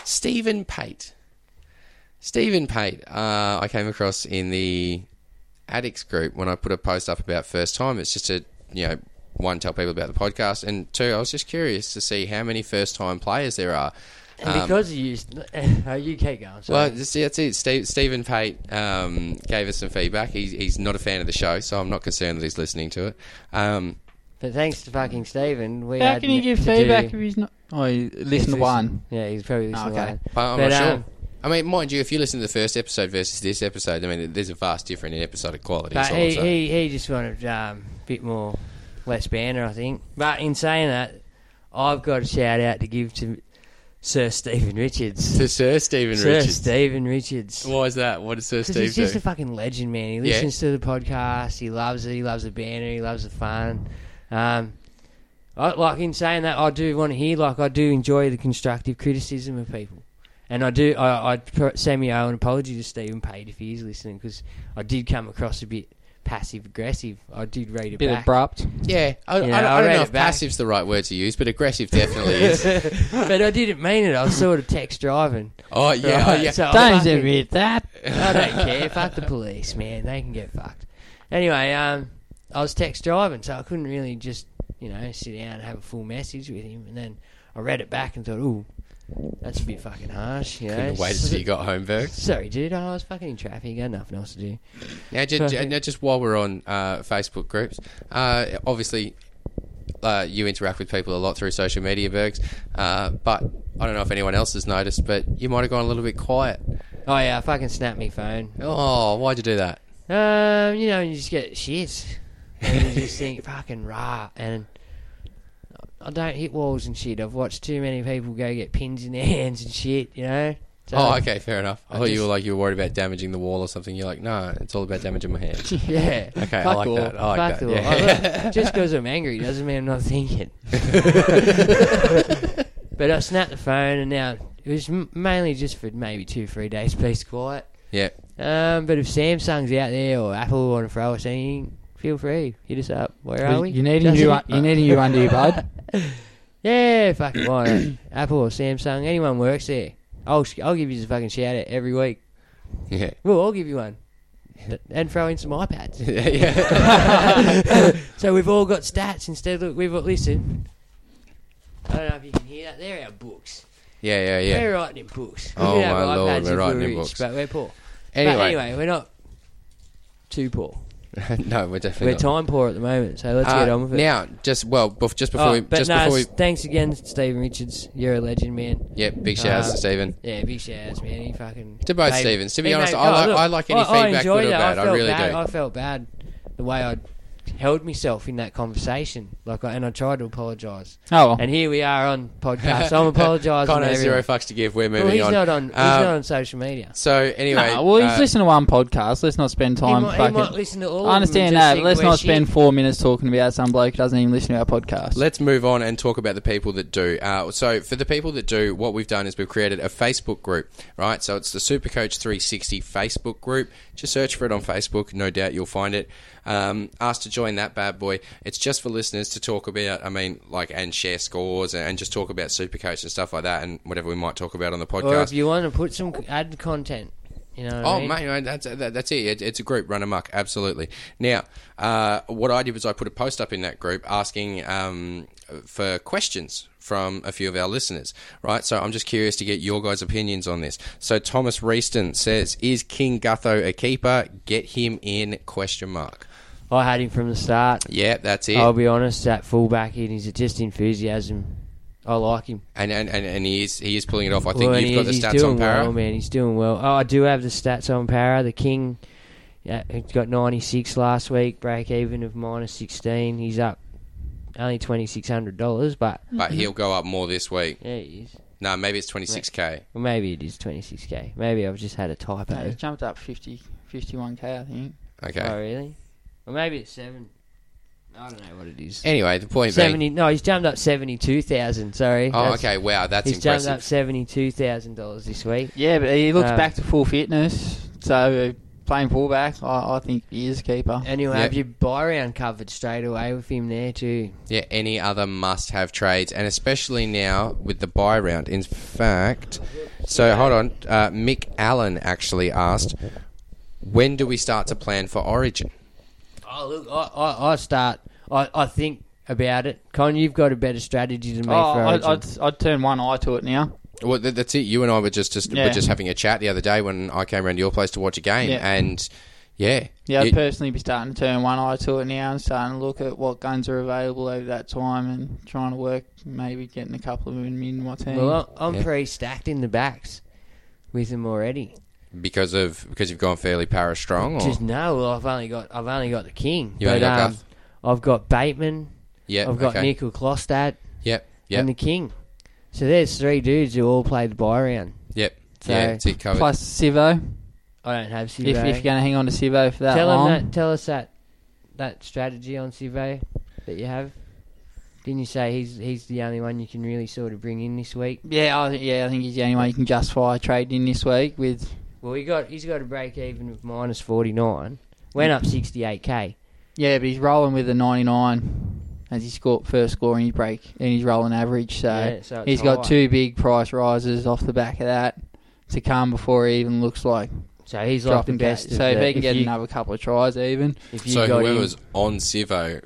S5: Stephen Pate. Stephen Pate, uh, I came across in the addicts group when I put a post up about first time. It's just a you know one, tell people about the podcast, and two, I was just curious to see how many first time players there are.
S6: And
S5: Um,
S6: because you used, oh, you keep going.
S5: well,
S6: Sorry.
S5: just- yeah, that's it. Steve, Stephen Pate um, gave us some feedback. He's, he's not a fan of the show, so I'm not concerned that he's listening to it. Um,
S6: but thanks to fucking Stephen, we
S7: How
S6: had
S7: can you
S6: n-
S7: give
S6: to
S7: feedback
S6: do-
S7: if he's not? Oh, he
S6: He's
S7: listened to one.
S6: Yeah, he's probably listened
S7: Okay.
S6: to one.
S5: But I'm
S6: But,
S5: not
S6: um,
S5: sure. I mean, mind you, if you listen to the first episode versus this episode, I mean, there's a vast difference in episodic quality.
S6: But
S5: is all I'm
S6: he,
S5: saying.
S6: he, he just wanted um, a bit more less banner, I think. But in saying that, I've got a shout out to give to Sir Stephen Richards.
S5: to Sir Stephen
S6: Sir
S5: Richards.
S6: Stephen Richards.
S5: Why is that? What does Sir
S6: Because
S5: Steve
S6: he's
S5: do?
S6: just a fucking legend, man. He
S5: Yeah.
S6: listens to the podcast. He loves it. He loves the banner. He loves the fun. Um, I, like in saying that, I do want to hear. Like I do enjoy the constructive criticism of people, and I do. I, I pr- send me own apology to Stephen Pate if he is listening because I did come across a bit passive aggressive. I did read it
S7: Bit
S6: back.
S7: abrupt.
S5: yeah, I,
S6: You
S5: I,
S6: know,
S5: don't- I
S6: I
S5: don't
S6: read
S5: know
S6: it
S5: if
S6: back.
S5: passive's the right word to use, but aggressive definitely is.
S6: but I didn't mean it. I was sort of text driving.
S5: Oh yeah, oh,
S6: Right,
S5: yeah.
S6: so I
S7: Don't
S6: fucking-
S7: admit that.
S6: I don't care. Fuck the police, man. They can get fucked. Anyway, um, I was text driving, so I couldn't really just, you know, sit down and have a full message with him. And then I read it back and thought, ooh, that's a bit fucking harsh, you know.
S5: Couldn't wait until you got home, Berg.
S6: Sorry, dude. I was fucking in traffic. I had nothing else to do.
S5: Now, just, now, just while we're on uh, Facebook groups, uh, obviously uh, you interact with people a lot through social media, Bergs. Uh, but I don't know if anyone else has noticed, but you might have gone a little bit quiet.
S6: Oh, yeah, I fucking snapped my phone.
S5: Oh, why'd you do that?
S6: Um, you know, you just get shit. And you just think, fucking rah. And I don't hit walls and shit. I've watched too many people go get pins in their hands and shit, you know. So-
S5: Oh, okay, fair enough. I,
S6: I
S5: thought you
S6: just-
S5: were like you were worried about damaging the wall or something. You're like, no, it's all about damaging my hand.
S6: Yeah.
S5: Okay, I
S6: Fuck
S5: like
S6: all.
S5: that. I like
S6: Fuck
S5: that.
S6: all.
S5: Yeah.
S6: I look, just because I'm angry doesn't mean I'm not thinking. but I snapped the phone, and now it was m- mainly just for maybe two, three days peace quiet.
S5: yeah,
S6: Um, but if Samsung's out there or Apple want to throw us anything, feel free. Hit us up. Where are we?
S7: You need a
S6: Doesn't-
S7: new, un- you need a new under your bud.
S6: Yeah, fuck it, why not? Apple or Samsung, anyone works there. I'll sh- I'll give you a fucking shout out every week.
S5: yeah.
S6: Well, I'll give you one. D- And throw in some iPads.
S5: yeah.
S6: So we've all got stats instead. Look, we've all, listen. I don't know if you can hear that. They're our books.
S5: yeah, yeah,
S6: We're
S5: yeah.
S6: writing in books. We
S5: Oh,
S6: could have
S5: my
S6: iPads
S5: Lord,
S6: if
S5: we're writing in
S6: rich,
S5: books.
S6: but we're poor.
S5: Anyway.
S6: but anyway, we're not too poor.
S5: no, we're definitely
S6: We're
S5: not.
S6: time poor at the moment, so let's
S5: Uh,
S6: get on with it.
S5: Now, just well, bef- just before
S6: Oh,
S5: we,
S6: but
S5: just
S6: no,
S5: before we,
S6: s- thanks again, Stephen Richards. You're a legend, man.
S5: yeah, big shouts
S6: uh,
S5: to Stephen.
S6: Yeah, big shouts, man. He fucking
S5: To both
S6: made-
S5: Stevens. To be
S6: he
S5: honest,
S6: made-
S5: I
S6: oh,
S5: like-
S6: look,
S5: I like any feedback,
S6: enjoyed
S5: good or
S6: that.
S5: bad, I
S6: felt
S5: really
S6: bad,
S5: do.
S6: I felt bad the way I held myself in that conversation, like, I- and I tried to apologise.
S7: Oh, well.
S6: and here we are on podcast. So I'm apologising.
S5: Connor
S6: to
S5: has zero
S6: everyone.
S5: fucks to give. We're moving
S6: Well, he's
S5: on.
S6: not on. He's
S5: Um,
S6: not on social media.
S5: So anyway,
S7: Nah, well, he's
S5: uh,
S7: listened to one podcast. Let's not spend
S6: He
S7: time
S6: might, he
S7: fucking.
S6: might listen to all. of them
S7: I understand
S6: and just
S7: that.
S6: think
S7: Let's
S6: we're
S7: not
S6: shit.
S7: spend four minutes talking about some bloke who doesn't even listen to our podcast.
S5: Let's move on and talk about the people that do. Uh, so, for the people that do, what we've done is we've created a Facebook group, right? So, it's the Supercoach 360 Facebook group. Just search for it on Facebook. No doubt you'll find it. Um, ask to join that bad boy. It's just for listeners to talk about, I mean, like, and share scores and, and just talk about Supercoach and stuff like that and whatever we might talk about on the podcast.
S6: Or if you want to put some ad content, you know. What I
S5: Oh,
S6: mean?
S5: mate, no, that's that, that's it. it. It's a group run amok, absolutely. Now, uh, what I did was I put a post up in that group asking um, for questions from a few of our listeners, right? So I'm just curious to get your guys' opinions on this. So Thomas Reeston says, "Is King Gutho a keeper? Get him in?" Question mark.
S6: I had him from the start.
S5: Yeah, that's it.
S6: I'll be honest. That fullback in his just enthusiasm. I like him.
S5: and, and and and he is he is pulling it off. I think
S6: Well,
S5: you've got the
S6: he's- he's
S5: stats
S6: doing
S5: on Para.
S6: Well, man, he's doing well. Oh, I do have the stats on Para. The King, yeah, he got 96 last week. Break even of minus 16. He's up only twenty six hundred dollars, but
S5: but he'll go up more this week.
S6: yeah, he is.
S5: No, maybe it's 26k.
S6: Well, maybe it is 26k. Maybe I've just had a
S7: No,
S6: typo.
S7: he's jumped up 50, 51k, I think.
S5: Okay.
S6: Oh, really? Or maybe it's seven. I don't know what it is.
S5: Anyway, the point being.
S6: Seventy? No, he's jumped up seventy-two thousand. Sorry.
S5: Oh,
S6: That's-
S5: okay. Wow, that's
S6: He's
S5: impressive.
S6: jumped up seventy-two thousand dollars this week.
S7: Yeah, but he looks
S6: Uh,
S7: back to full fitness. So uh, playing fullback, I, I think he is a keeper.
S6: And you'll
S5: Yeah.
S6: have your buy round covered straight away with him there too.
S5: Yeah, any other must have trades, and especially now with the buy round. In fact, so hold on. Uh, Mick Allen actually asked, when do we start to plan for Origin?
S6: Oh look, I, I, I start. I, I think about it. Con, you've got a better strategy than me
S7: Oh,
S6: for
S7: I'd,
S6: Origin.
S7: I'd, I'd turn one eye to it now.
S5: Well, th- that's it. You and I were just just
S7: Yeah.
S5: were just having a chat the other day when I came around to your place to watch a game,
S7: Yeah.
S5: and yeah,
S7: Yeah, I'd
S5: you-
S7: personally be starting to turn one eye to it now and starting to look at what guns are available over that time and trying to work maybe getting a couple of them in my team.
S6: well, I- I'm
S5: Yeah.
S6: pretty stacked in the backs with them already.
S5: because of because you've gone fairly para strong, or
S6: Just no, well, I've only got I've only got the king.
S5: You only got
S6: um,
S5: Guth?
S6: I've got Bateman.
S5: Yeah,
S6: I've got
S5: okay.
S6: Nickel Klostad.
S5: Yep, yep.
S6: And the king. So there's three dudes who all played the buy round.
S5: yep,
S6: So-
S5: yeah, it's it covered.
S7: Plus Sivo.
S6: I don't have
S7: If,
S6: Sivo.
S7: if you're going to hang on to Sivo for that
S6: tell
S7: long.
S6: him that. Tell us that that strategy on Sivo that you have. Didn't you say he's he's the only one you can really sort of bring in this week?
S7: Yeah, I, think- yeah, I think he's the only way you can justify trading in this week with.
S6: Well, he got he's got a break even of minus forty nine. Went up sixty eight k.
S7: Yeah, but he's rolling with a 99 as he scored first score in his break, and he's rolling average. So,
S6: Yeah, so it's
S7: he's got
S6: high.
S7: two big price rises off the back of that to come before he even looks like
S6: So he's like the
S7: dropping
S6: best.
S7: back.
S6: of
S7: So if
S6: the-
S7: he can get
S6: you,
S7: another couple of tries, even.
S6: if you
S5: So
S6: got
S5: whoever's
S6: him,
S5: on Sivo,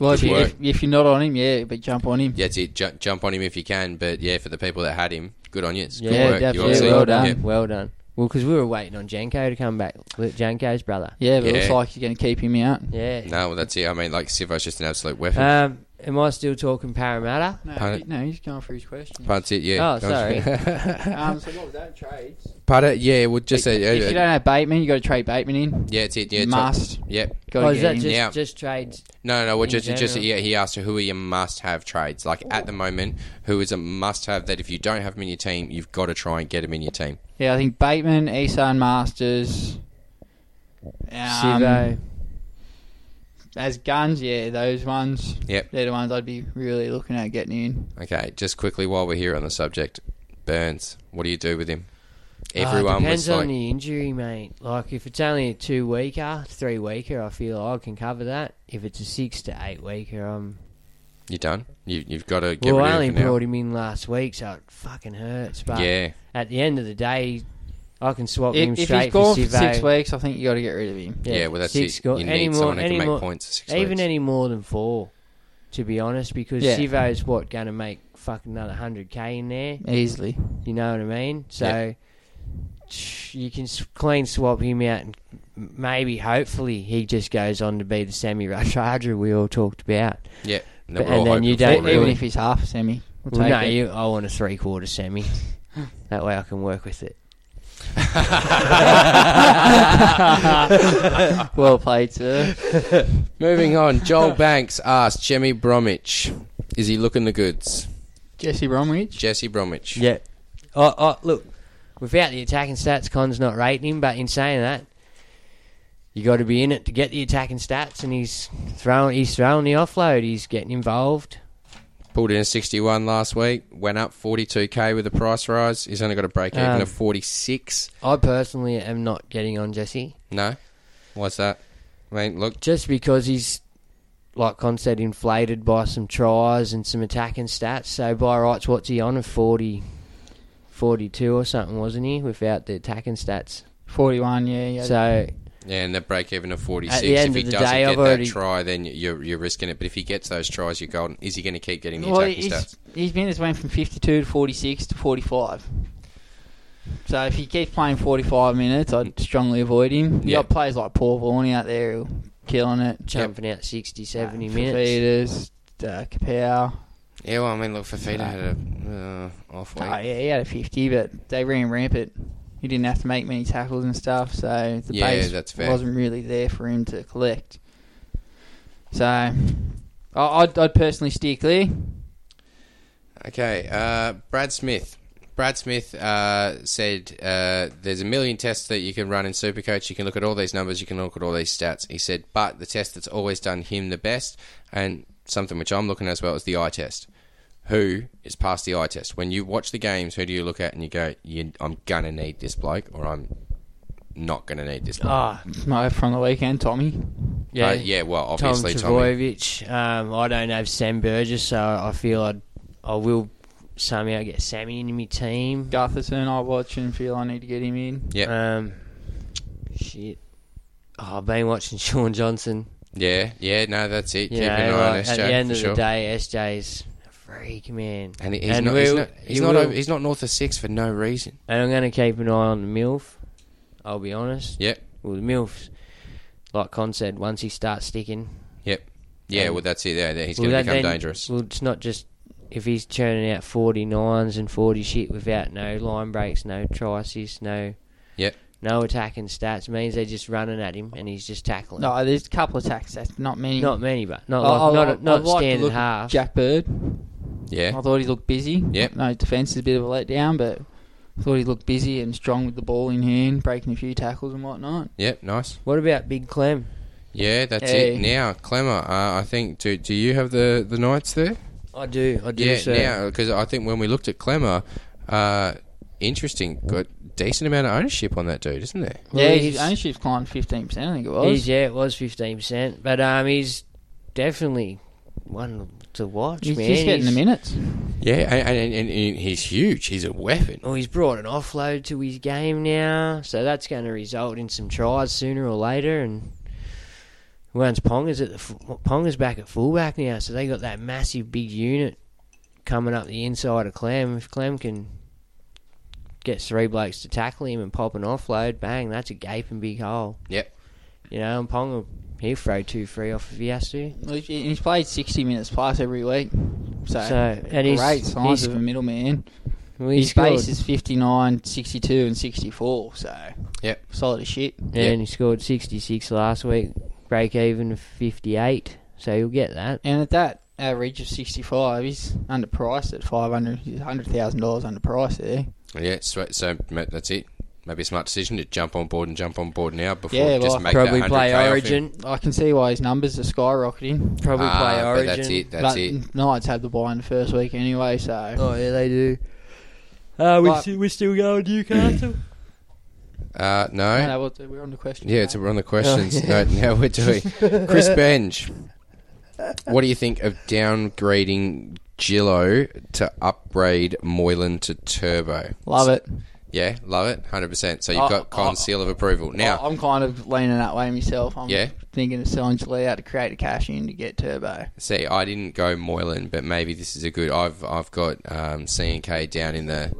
S7: Well, if,
S5: Good
S7: you,
S5: work.
S7: if, if you're not on him, yeah, but jump on him.
S5: yeah, that's it. Ju- jump on him if you can, but yeah, for the people that had him, good on you. It's good
S7: Yeah,
S5: work.
S7: definitely.
S5: You
S7: Yeah,
S5: obviously-
S7: well done.
S5: Yep.
S6: well done. Well, because we were waiting on Janko to come back, with Janko's brother.
S7: Yeah, but it looks
S5: Yeah.
S7: like you're going to keep him out.
S6: Yeah.
S5: No, well, that's it. I mean, like Sivo's just an absolute weapon.
S6: Um, am I still talking Parramatta?
S7: No,
S5: Pardon?
S7: he- no, he's going for his question.
S5: Punt it, yeah.
S6: Oh, sorry.
S7: Um, so what was that trades?
S5: Punt it, yeah. Well, just a,
S7: if you don't have Bateman, you got to trade Bateman in.
S5: yeah, it's it. Yeah, top-
S7: must.
S5: Yep.
S7: Got to
S6: Oh, is
S7: get
S6: that
S7: him.
S6: just
S5: Yeah.
S6: just trades?
S5: No, no, we're
S6: in
S5: just, just
S6: general.
S5: yeah, he asked who are your must have trades. Like at the moment, who is a must have that if you don't have him in your team, you've got to try and get him in your team.
S7: Yeah, I think Bateman, Isan Masters, um,
S6: Sivo.
S7: as guns. Yeah, those ones.
S5: Yep.
S7: they're the ones I'd be really looking at getting in.
S5: Okay, just quickly while we're here on the subject, Burns, what do you do with him?
S6: Oh,
S5: Everyone
S6: depends
S5: was like,
S6: on the injury, mate. Like if it's only a two weeker, three weeker, I feel I can cover that. If it's a six to eight weeker, I'm.
S5: you done? You, you've got to get
S6: Well,
S5: rid
S6: I
S5: of
S6: only
S5: him now.
S6: brought him in last week, so it fucking hurts. But
S5: Yeah.
S6: at the end of the day, I can swap him
S7: If, if
S6: straight
S7: he's gone for
S6: for Sivo.
S7: six weeks, I think you got to get rid of him.
S5: Yeah, well, that's
S6: six
S5: it.
S6: go-
S5: You
S6: any
S5: need
S6: more-
S5: someone who can
S6: any
S5: make
S6: more-
S5: points for six
S6: even
S5: weeks.
S6: any more than four, to be honest, because
S7: Yeah.
S6: Sivo's what going to make fucking another hundred k in there.
S7: Easily.
S6: You know what I mean? So
S5: Yeah.
S6: tsh, you can s- clean swap him out, and m- maybe, hopefully, he just goes on to be the semi Rashadra we all talked about.
S5: yeah, and
S6: But-
S5: we're all
S6: and then
S5: hoping
S6: you
S5: for
S6: don't
S5: it,
S7: Even
S6: really.
S7: if he's half a semi, we'll
S6: Well,
S7: take
S6: no,
S7: it.
S6: you, I want a three quarter semi. that way I can work with it.
S7: well played, sir.
S5: Moving on, Joel Banks asked Jemmy Bromwich, "Is he looking the goods?"
S7: Jesse Bromwich.
S5: Jesse Bromwich.
S6: Yeah. Oh, oh, look, without the attacking stats, Con's not rating him, but in saying that, you got to be in it to get the attacking stats, and he's throwing, he's throwing the offload, he's getting involved.
S5: Pulled in a 61 last week, went up 42k with a price rise. He's only got a break even
S6: Um,
S5: of 46.
S6: I personally am not getting on Jesse.
S5: No? What's that? I mean, look,
S6: just because he's like Con said, inflated by some tries and some attacking stats. So by rights, what's he on? A 40, 42 or something, wasn't he? Without the attacking stats.
S7: 41, yeah. yeah.
S6: So
S5: yeah, and the break even of 46.
S6: At the end
S5: if he
S6: of the
S5: doesn't
S6: day,
S5: get
S6: I've
S5: that
S6: already-
S5: try, then you're, you're risking it. But if he gets those tries, you're golden. Is he going to keep getting the
S7: well,
S5: attacking
S7: he's,
S5: stats?
S7: his minutes went from 52 to 46 to 45. So if he keeps playing 45 minutes, I'd strongly avoid him. You
S5: Yeah.
S7: got players like Paul Vaughan out there who killing it.
S6: jumping out 60, 70
S7: Uh,
S6: minutes.
S7: Fafitas, uh, Kapow.
S5: Yeah, well, I mean, look, Fafita had a uh, off week.
S7: Oh, yeah, he had a 50, but they ran rampant. He didn't have to make many tackles and stuff, so the
S5: Yeah,
S7: base
S5: that's fair.
S7: wasn't really there for him to collect. So I- I'd, I'd personally steer clear.
S5: Okay, uh, Brad Smith. Brad Smith uh, said uh, there's a million tests that you can run in Supercoach. You can look at all these numbers, you can look at all these stats. He said, but the test that's always done him the best, and something which I'm looking at as well, is the eye test. Who is past the eye test? When you watch the games, who do you look at and you go, you, I'm going to need this bloke, or I'm not going to need this bloke?
S6: Ah,
S7: No, from the weekend, Tommy.
S6: yeah.
S5: Uh, yeah, well,
S6: Tom
S5: obviously, Tommy.
S6: Travojevic. Um, I don't have Sam Burgess, so I feel I'd, I will somehow get Sammy into my team.
S7: Gutherson, I watch and feel I need to get him in.
S5: Yep.
S6: Um, shit. Oh, I've been watching Sean Johnson.
S5: Yeah, yeah, no, that's it.
S6: You
S5: Keep
S6: know,
S5: an eye on
S6: like,
S5: SJ
S6: at the end
S5: for
S6: of
S5: sure.
S6: the day, SJ's a freak man,
S5: and he- he's not, he's
S6: we'll-
S5: not, he's
S6: he
S5: not,
S6: will-
S5: over, he's not north of six for no reason.
S6: And I'm going to keep an eye on the MILF. I'll be honest.
S5: Yep.
S6: Well, the MILFs, like Con said, once he starts sticking.
S5: Yep. Yeah,
S6: um,
S5: well, that's it. Yeah, he's
S6: well,
S5: going to
S6: that
S5: become
S6: then-
S5: dangerous.
S6: Well, it's not just if he's churning out 49s and 40 shit without no line breaks, no trices, no.
S5: Yep.
S6: No attacking stats means they're just running at him and he's just tackling.
S7: No, there's a couple of tacks. That's not many.
S6: Not many, but not
S7: I-
S6: like-
S7: I-
S6: not-
S7: I-
S6: not
S7: I'd like to
S6: standing
S7: look at
S6: half.
S7: Jack Bird.
S5: Yeah.
S7: I thought he looked busy.
S5: Yep.
S7: No, defence is a bit of a letdown, but I thought he looked busy and strong with the ball in hand, breaking a few tackles and whatnot.
S5: Yep, nice.
S6: What about Big Clem?
S5: Yeah, that's
S7: Hey.
S5: it. Now, Clemmer, uh, I think, do, do you have the, the Knights there?
S6: I do, I do.
S5: yeah,
S6: sir.
S5: now, because I think when we looked at Clemmer, uh, interesting, got decent amount of ownership on that dude, isn't there?
S6: Well,
S7: yeah,
S6: he's-
S7: his ownership's climbed 15%, I think it was.
S6: He's, yeah, it was fifteen percent, but um, he's definitely one to watch.
S7: He's
S6: man.
S7: just getting the minutes.
S5: Yeah, and, and, and, and he's huge. He's a weapon.
S6: Well, he's brought an offload to his game now, so that's going to result in some tries sooner or later. And once Ponga's at the f- Ponga's back at fullback now, so they got that massive big unit coming up the inside of Clem. If Clem can get three blokes to tackle him and pop an offload, bang, that's a gaping big hole.
S5: Yep.
S6: You know, and Ponga he'll throw two free off if he has to.
S7: Well, he- He's played 60 minutes plus every week. So,
S6: So, and he's-
S7: great signs
S6: he's-
S7: of a middleman.
S6: Well,
S7: His
S6: scored.
S7: base is 59, 62, and 64, so
S5: Yep.
S7: solid as shit.
S6: Yeah, and he scored 66 last week, break even of 58, so he'll get that.
S7: And at that average of 65, he's underpriced at 500, he's $100,000 underpriced there.
S5: Yeah, so, so ma- that's it. Maybe a smart decision to jump on board and jump on board now before
S7: Yeah,
S5: just
S7: well,
S5: make
S6: Probably
S5: that
S6: play
S5: 100K off him.
S6: Origin.
S7: I can see why his numbers are skyrocketing.
S6: Probably
S5: Ah,
S6: play
S5: but
S6: Origin.
S5: that's it. That's
S7: but
S5: it.
S7: Knights had the buy in the first week anyway, so.
S6: Oh, yeah, they do. Uh, we
S7: But-
S6: sti- we're still going Newcastle.
S5: Uh,
S7: No,
S5: no.
S7: no, we'll do- we're on the question.
S5: Yeah, it's we're on the questions. No, now we're doing Chris Benj. What do you think of downgrading Gillo to upgrade Moylan to Turbo?
S7: Love it.
S5: Yeah, love it, hundred percent. So you've
S7: I-
S5: got con
S7: I-
S5: seal of approval
S7: I-
S5: now.
S7: I'm kind of leaning that way myself. I'm
S5: Yeah.
S7: thinking of selling Jalea out to create a cash in to get Turbo.
S5: See, I didn't go Moylan, but maybe this is a good. I've I've got um, C and K down in the.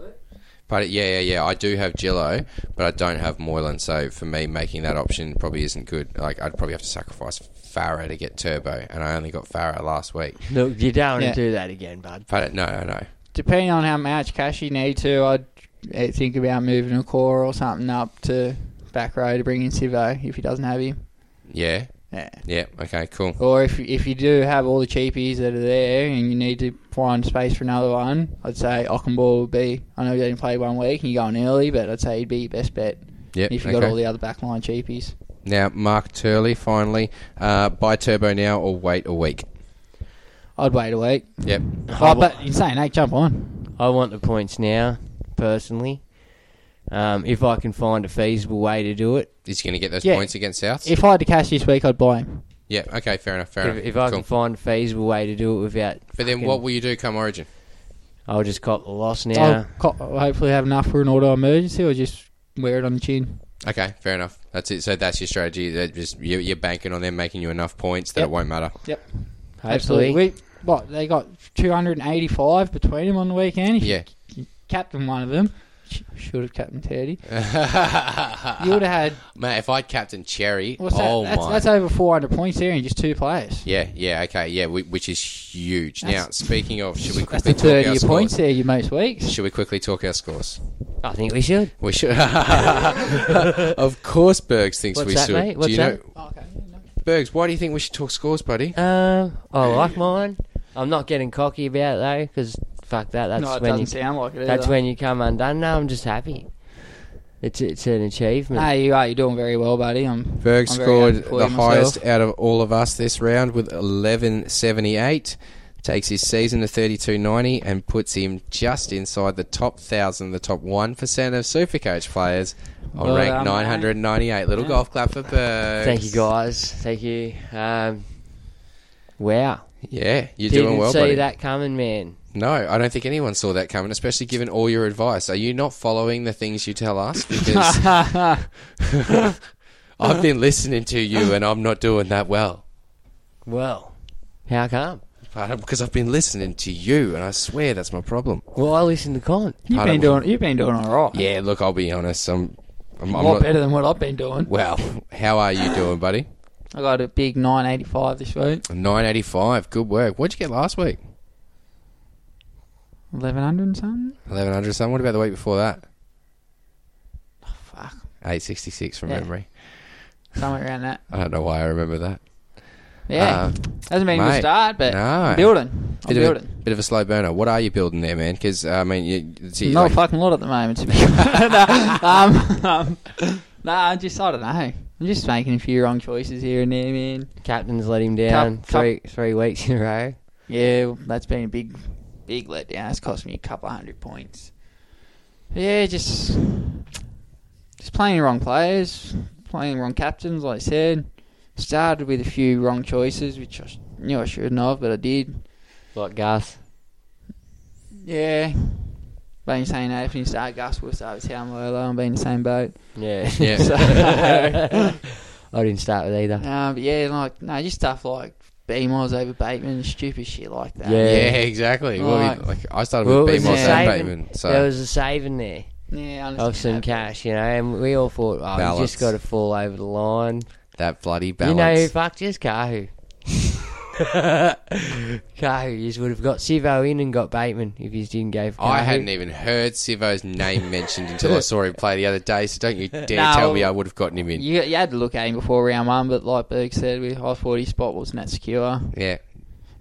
S5: But yeah, yeah, yeah. I do have Gillo, but I don't have Moylan. So for me, making that option probably isn't good. Like I'd probably have to sacrifice Farah to get Turbo, and I only got Farah last week.
S6: Look, you don't want to
S7: Yeah.
S6: do that again, bud.
S5: But no, no, no.
S7: Depending on how much cash you need to, I'd eh, think about moving a core or something up to back row to bring in Sivo if he doesn't have him.
S5: Yeah,
S7: Yeah.
S5: yeah. Okay, cool.
S7: Or if if you do have all the cheapies that are there and you need to find space for another one, I'd say Ockenball would be. I know he only played one week and you're going early, but I'd say he'd be your best bet
S5: Yep.
S7: if you
S5: okay.
S7: got all the other backline cheapies.
S5: now, Mark Turley finally uh, buy Turbo now or wait a week.
S7: I'd wait a week.
S5: Yep.
S7: Oh, but you're saying, hey, jump on.
S6: I want the points now, personally. Um, if I can find a feasible way to do it.
S5: Is he going to get those
S7: Yeah.
S5: points against South?
S7: If I had to cash this week, I'd buy him.
S5: Yeah, okay, fair enough, fair
S6: If,
S5: enough.
S6: if I
S5: cool.
S6: can find a feasible way to do it without.
S5: but then
S6: fucking-
S5: what will you do come Origin?
S6: I'll just cop the loss now.
S7: I'll co- hopefully have enough for an auto emergency or just wear it on the chin.
S5: Okay, fair enough. That's it. So that's your strategy. That just you, You're banking on them making you enough points that
S7: Yep.
S5: it won't matter.
S7: Yep.
S6: Hopefully.
S7: We, what, they got 285 between them on the weekend? If you
S5: Yeah.
S7: captain one of them. Sh- Should have captain Teddy. You would have had.
S5: Mate, if I'd captain Cherry,
S7: What's that?
S5: Uh, oh
S7: that's,
S5: my.
S7: that's over 400 points there in just two players.
S5: yeah, yeah, okay, yeah, we, which is huge. now,
S7: That's-
S5: speaking of, should we
S7: That's
S5: quickly
S7: the
S5: talk
S7: 30
S5: our
S7: of
S5: scores?
S7: points there you most weeks.
S5: Should we quickly talk our scores?
S6: I think we should.
S5: We should. of course, Bergs thinks
S6: What's
S5: we
S6: that,
S5: should.
S6: mate? What's
S5: do you
S6: that?
S7: Oh,
S5: know, Bergs? Why do you think we should talk scores, buddy?
S6: Um, I like mine. I'm not getting cocky about it though, because fuck that. That's
S7: no, it
S6: when
S7: doesn't
S6: you
S7: sound like it.
S6: that's
S7: either.
S6: when you come undone. No, I'm just happy. It's it's an achievement.
S7: No, you are. You're doing very well, buddy. I'm.
S5: Berg
S7: I'm very
S5: scored
S7: happy for
S5: the
S7: you
S5: highest
S7: myself.
S5: out of all of us this round with 1178. Takes his season to 3290 and puts him just inside the top 1,000, the top 1% of Supercoach players on
S7: Well
S5: rank
S7: done,
S5: 998. Little golf clap for Bergs.
S6: Thank you guys. Thank you. Um, wow.
S5: Yeah, you're
S6: Didn't
S5: doing well,
S6: see
S5: buddy.
S6: that coming, man.
S5: No, I don't think anyone saw that coming, especially given all your advice. Are you not following the things you tell us? Because I've been listening to you and I'm not doing that well.
S6: Well, how come?
S5: Because I've been listening to you, and I swear that's my problem.
S6: Well, I listen to Con.
S7: You've been doing. You've been doing all right.
S5: Yeah, look, I'll be honest. I'm, I'm,
S7: a
S5: I'm
S7: lot
S5: not-
S7: better than what I've been doing.
S5: Well, how are you doing, buddy?
S7: I got a big 985 this week.
S5: 985. Good work. What'd you get last week?
S7: 1100 and something.
S5: 1100 something. What about the week before that? fuck. 866 from
S7: Yeah.
S5: memory.
S7: Somewhere around that.
S5: I don't know why I remember that.
S7: Yeah.
S5: Uh,
S7: Hasn't been a good
S5: mate,
S7: start, but
S5: no.
S7: I'm building. I'm
S5: Bit of, a,
S7: building.
S5: bit of a slow burner. What are you building there, man? Because, I mean, you, it's,
S7: Not
S5: like,
S7: a fucking lot at the moment, to be honest. um, um, nah, I just, I don't know. I'm just making a few wrong choices here and there, man.
S6: Captain's let him down
S7: Cup- cup-
S6: three three weeks in a row.
S7: Yeah, well, that's been a big, big letdown. It's cost me a couple of hundred points. Yeah, just just playing the wrong players, playing the wrong captains. Like I said, started with a few wrong choices, which I sh- knew I shouldn't have, but I did.
S6: Like Gus.
S7: Yeah, been saying that if you start Gus, we'll start with Sam Lola. I'm being the same boat.
S6: Yeah.
S5: Yeah.
S6: I didn't start with either.
S7: Um, but yeah, like no, just stuff like Beamers over Bateman, stupid shit like that.
S6: Yeah.
S5: yeah, exactly. Well,
S7: Right.
S5: we- like, I started
S6: Well,
S5: with
S6: it was
S5: BMOS
S6: a
S7: Sam
S5: and
S6: saving-
S5: Bateman.
S6: There
S5: So,
S6: was a saving there
S7: yeah, I understand
S6: of some
S7: that, but-
S6: cash, you know, and we all thought, oh, you
S5: Balance.
S6: just got to fall over the line.
S5: that bloody
S6: You know who
S5: balance.
S6: fucked us? Kahu. Kahu, you would have got Sivo in and got Bateman if you didn't go for Kahu.
S5: I hadn't even heard Sivo's name mentioned until I saw him play the other day, so don't you dare
S7: No.
S5: tell me I would have gotten him in.
S7: You, you had to look at him before round one, but like Berg said, we I thought his spot wasn't that secure.
S5: yeah.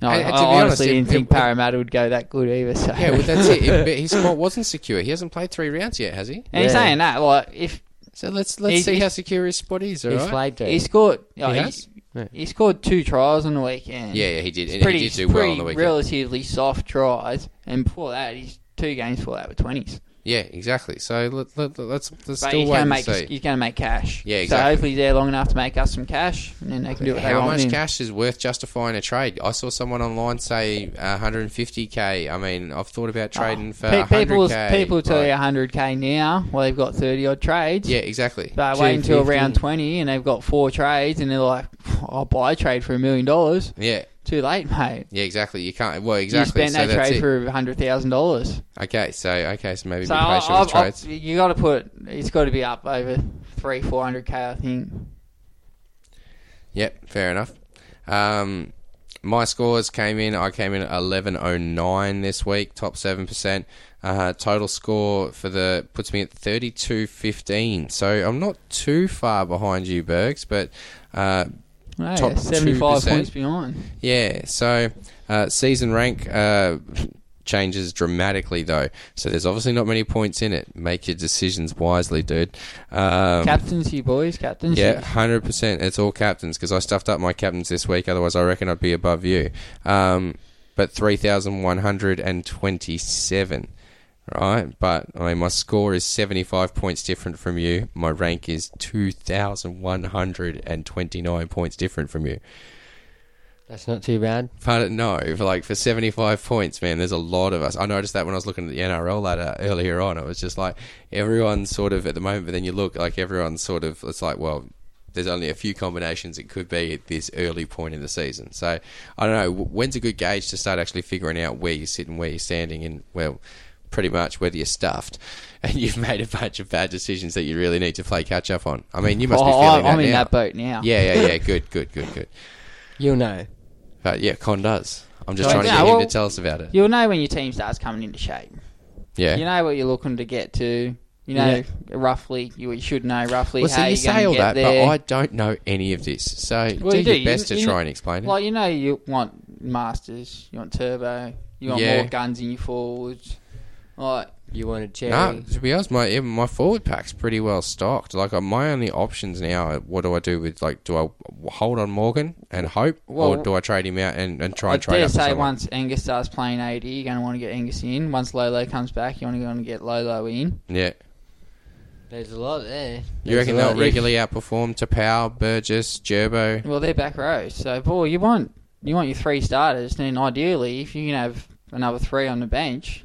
S7: No,
S5: And-
S7: I,
S5: and
S7: I
S5: to be
S7: honestly
S5: honest, it-
S7: didn't think
S5: it-
S7: Parramatta would go that good either. So.
S5: Yeah, well, that's it. It- but His spot wasn't secure. He hasn't played three rounds yet, has he?
S7: and he's
S6: Yeah.
S7: saying that like if
S5: So let's let's
S7: He-
S5: see
S7: he-
S5: how secure his spot is. All
S6: He's
S5: right.
S6: played there.
S7: he scored, oh, he,
S5: has?
S6: Yeah.
S7: he scored two tries on the weekend.
S5: yeah, yeah, he did.
S7: It's
S5: And
S7: pretty,
S5: he did do
S7: it's
S5: well on
S7: pretty
S5: the weekend.
S7: relatively soft tries, and before that, he's two games before that were twenties.
S5: Yeah, exactly. So let, let, let's let's
S7: But
S5: still
S7: he's going
S5: wait
S7: to
S5: and
S7: make
S5: see.
S7: he's going to make cash.
S5: Yeah,
S7: So
S5: exactly.
S7: hopefully, they're long enough to make us some cash, and then they can do what they
S5: How
S7: want.
S5: much
S7: with him.
S5: cash is worth justifying a trade? I saw someone online say 150k. I mean, I've thought about trading for
S7: Ah, Pe- people,
S5: 100k.
S7: people tell
S5: right?
S7: you 100k now. Well, they've got 30 odd trades.
S5: Yeah, exactly.
S7: They wait until
S6: 250.
S7: round 20 and they've got four trades and they're like, I'll buy a trade for a million dollars.
S5: Yeah,
S7: Too late, mate.
S5: yeah, exactly. You can't. Well, exactly.
S7: You spent
S5: so
S7: that
S5: that's
S7: trade
S5: it.
S7: for $100,000.
S5: Okay, so okay, so maybe
S7: So
S5: be
S7: I've-
S5: patient with
S7: I've-
S5: trades.
S7: you got to put, it's got to be up over three, 400k, I think.
S5: Yep, fair enough. Um, my scores came in. I came in at eleven oh nine this week, top seven percent. Uh, total score for the puts me at thirty two fifteen. So I'm not too far behind you, Bergs, but uh,
S7: No,
S5: Top Um,
S7: yeah, 75
S5: 2%.
S7: points behind.
S5: yeah. So uh, season rank uh, changes dramatically though. So there's obviously not many points in it. Make your decisions wisely, dude. Um,
S7: Captaincy, boys, captaincy.
S5: yeah, hundred percent. It's all captains because I stuffed up my captains this week. Otherwise, I reckon I'd be above you. Um, but three thousand one hundred and twenty-seven. Right, but I mean, my score is seventy-five points different from you. My rank is two thousand one hundred and twenty-nine points different from you.
S6: That's not too bad.
S5: Pardon, no, for like for seventy-five points, man. There's a lot of us. I noticed that when I was looking at the NRL ladder earlier on. It was just like everyone's sort of at the moment, but then you look like everyone's sort of. It's like well, there's only a few combinations it could be at this early point in the season. So I don't know w- when's a good gauge to start actually figuring out where you sit and where you're standing, and well, pretty much whether you're stuffed and you've made a bunch of bad decisions that you really need to play catch up on. I mean, you must be
S7: Oh,
S5: feeling
S7: I-
S5: that
S7: I'm in
S5: now.
S7: that boat now.
S5: Yeah, yeah, yeah. Good, good, good, good.
S6: You'll know.
S5: But yeah, Con does. I'm just
S7: So,
S5: trying to
S7: yeah,
S5: get him
S7: well-
S5: to tell us about it.
S7: You'll know when your team starts coming into shape.
S5: Yeah.
S7: You know what you're looking to get to. You know roughly. You, you should know roughly
S5: well,
S7: how
S5: so you
S7: you're
S5: say
S7: going
S5: all
S7: to get
S5: that,
S7: there.
S5: but I don't know any of this. So
S7: Well,
S5: do
S7: you
S5: your
S7: do.
S5: best
S7: You-
S5: to
S7: you-
S5: try and explain it.
S7: Like you know, you want masters. You want turbo. You want
S5: Yeah.
S7: more guns in your forwards. Like
S6: You wanted cherry.
S7: um,
S5: no, to be honest, my even my forward pack's pretty well stocked. Like uh, my only options now, are what do I do with like, do I w- hold on Morgan and hope, or
S7: Well,
S5: do I trade him out and, and try
S7: I
S5: and trade
S7: dare
S5: up? for
S7: say,
S5: someone?
S7: once Angus starts playing AD, you're going to want to get Angus in. Once Lolo comes back, you want to go and get Lolo in.
S5: yeah.
S6: There's a lot there.
S5: You reckon
S7: a lot.
S5: they'll regularly outperform Tapau, Burgess, Gerbo?
S7: Well, they're back row, so boy, you want you want your three starters. Then ideally, if you can have another three on the bench,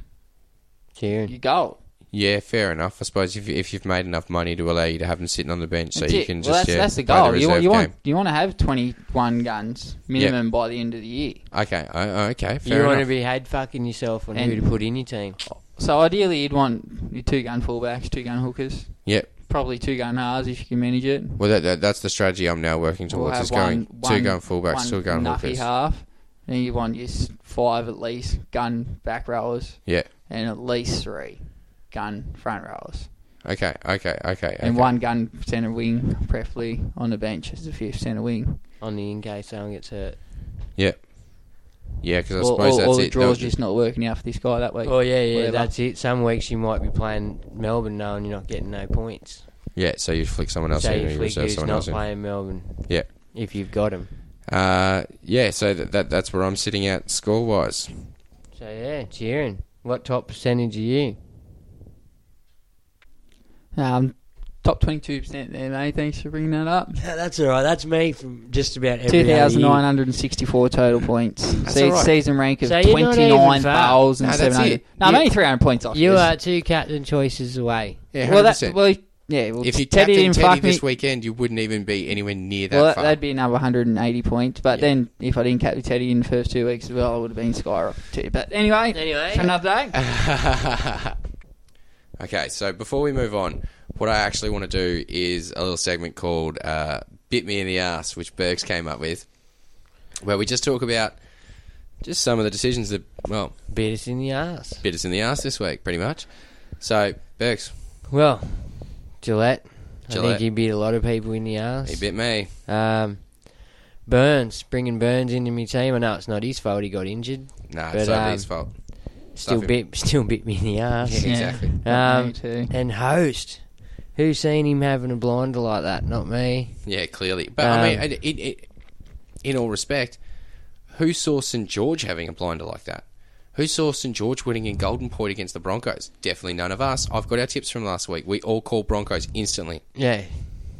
S5: Hmm.
S6: Kieran.
S7: you go.
S5: Yeah, fair enough. I suppose if, you- if you've made enough money to allow you to have them sitting on the bench, so
S7: That's
S5: you
S7: it.
S5: can
S7: Well,
S5: just
S7: that's,
S5: yeah,
S7: that's the
S5: play
S7: goal. you,
S5: reserve
S7: want, you want
S5: game.
S7: you want to have twenty one guns minimum by the end of the year.
S5: Okay, I, okay,
S6: You
S5: fair
S6: want to
S5: enough.
S6: be had fucking yourself on who
S7: And-
S6: to put in your team.
S7: So ideally, you'd want your two gun fullbacks, two gun hookers,
S5: Yep.
S7: probably two gun halves if you can manage it.
S5: Well, that, that, that's the strategy I'm now working
S7: We'll
S5: towards.
S7: have
S5: is going
S7: one-
S5: two
S7: one-
S5: gun fullbacks,
S7: one
S5: two gun
S7: nuffy
S5: hookers.
S7: half, and you want your s- five at least gun back rowers.
S5: Yeah.
S7: and at least three gun front rowers,
S5: Okay, okay, okay.
S7: and
S5: okay.
S7: one gun centre wing, preferably on the bench as the fifth centre wing.
S6: On the in case someone gets hurt.
S5: Yeah. Yeah, because I
S7: Or,
S5: suppose
S7: or,
S5: that's
S7: or the
S5: it. They'll
S7: draw's
S5: ju-
S7: just not working out for this guy that week.
S6: Oh yeah, yeah,
S7: Whatever.
S6: that's it. Some weeks you might be playing Melbourne knowing you're not getting no points.
S5: yeah, so you flick someone else
S6: so
S5: in, or
S6: you
S5: you
S6: flick
S5: reserve
S6: who's
S5: someone
S6: not
S5: else in.
S6: playing Melbourne
S5: Yeah.
S6: if you've got him.
S5: Uh, yeah, so that, that that's where I'm sitting at score wise.
S6: So yeah, cheering. What top percentage are you?
S7: Um, top 22% there, mate. Thanks for bringing that up.
S6: Yeah, that's all right. That's me from just about every other year.
S7: 2,964 total points. Se-
S5: all right.
S7: Season rank of
S6: So you're not
S5: far.
S6: even
S5: No, that's
S7: 29,700.
S5: it.
S7: No, I'm
S6: You-
S7: only 300 points off.
S6: You
S7: this.
S6: are two captain choices away.
S5: Yeah,
S7: Well, that,
S5: 100%.
S7: well, yeah. Well,
S5: if you
S7: Teddy
S5: Teddy
S7: didn't
S5: captain
S7: fuck
S5: Teddy
S7: me.
S5: this weekend, you wouldn't even be anywhere near that
S7: well, that,
S5: far.
S7: that'd be another 180 points. But then if I didn't captain Teddy in the first two weeks as well, I would have been skyrocketed. But anyway,
S6: Anyway.
S7: for another day.
S5: okay, so before we move on, what I actually want to do is a little segment called uh, "Bit Me in the Ass," which Bergs came up with, where we just talk about just some of the decisions that well
S6: Bit us in the ass.
S5: bit us in the ass this week, pretty much. So Bergs,
S6: Well, Gillette. I
S5: Gillette.
S6: think he beat a lot of people in the ass.
S5: he bit me.
S6: Um, Burns, bringing Burns into my team. I know it's not his fault. He got injured.
S5: Nah,
S6: But,
S5: it's not
S6: um,
S5: his fault.
S6: Still
S5: Stuff
S6: bit, still bit me in the ass.
S5: Yeah, exactly.
S6: Um,
S7: Me too.
S6: and host. Who's seen him having a blinder like that? Not me.
S5: Yeah, clearly. But I
S6: Um,
S5: mean, it, it, it, in all respect, who saw St George having a blinder like that? Who saw St George winning in Golden Point against the Broncos? Definitely none of us. I've got our tips from last week. We all called Broncos instantly.
S6: Yeah,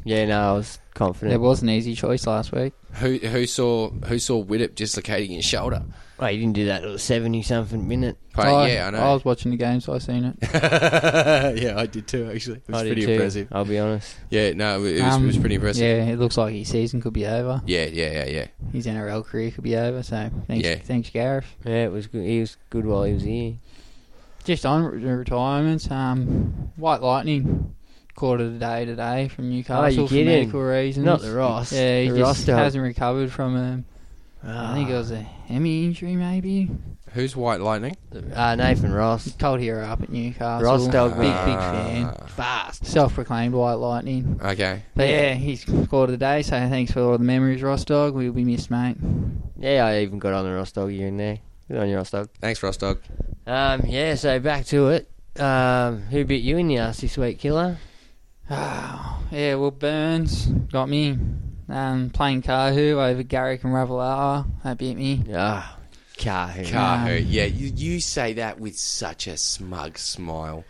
S6: yeah. No, I was
S7: There
S6: confident.
S7: was an easy choice last week.
S5: Who who saw who saw Widdop dislocating his shoulder?
S6: Wait, he didn't do that little seventy-something minute.
S5: But,
S7: I,
S5: yeah, I know.
S7: I was watching the game, so I seen it.
S5: yeah, I did too. Actually, it was
S6: I did too, I'll be honest.
S5: Yeah, no, it was, it was
S7: Um,
S5: pretty impressive.
S7: Yeah, it looks like his season could be over.
S5: Yeah, yeah, yeah, yeah.
S7: His NRL career could be over. So thanks,
S5: Yeah.
S7: thanks, Gareth.
S6: Yeah, it was good. He was good while he was here.
S7: Just on re- retirements, um, White Lightning quarter to day today from Newcastle for
S6: kidding.
S7: medical reasons.
S6: Not the Ross.
S7: Yeah, he
S6: The Ross
S7: just
S6: dog.
S7: hasn't recovered from um I think it was a hemi injury, maybe.
S5: Who's White Lightning?
S6: Uh, Nathan Ross.
S7: Cold hero up at Newcastle.
S6: Ross dog,
S7: big big fan,
S6: Fast.
S7: self-proclaimed White Lightning.
S5: Okay,
S7: But yeah, he's quarter to day. So thanks for all the memories, Ross dog. We'll be missed, mate.
S6: Yeah, I even got on the Ross dog here and there. Good on your Ross dog.
S5: thanks, Ross Dog.
S6: Um, yeah, so back to it. Um, who bit you in the ass this week, killer?
S7: Yeah, well, Burns got me. Um, playing Kahu over Garrick and Ravelara. That beat me.
S6: Ah, Kahu.
S5: Kahu.
S7: Um,
S5: Yeah, you, you say that with such a smug smile.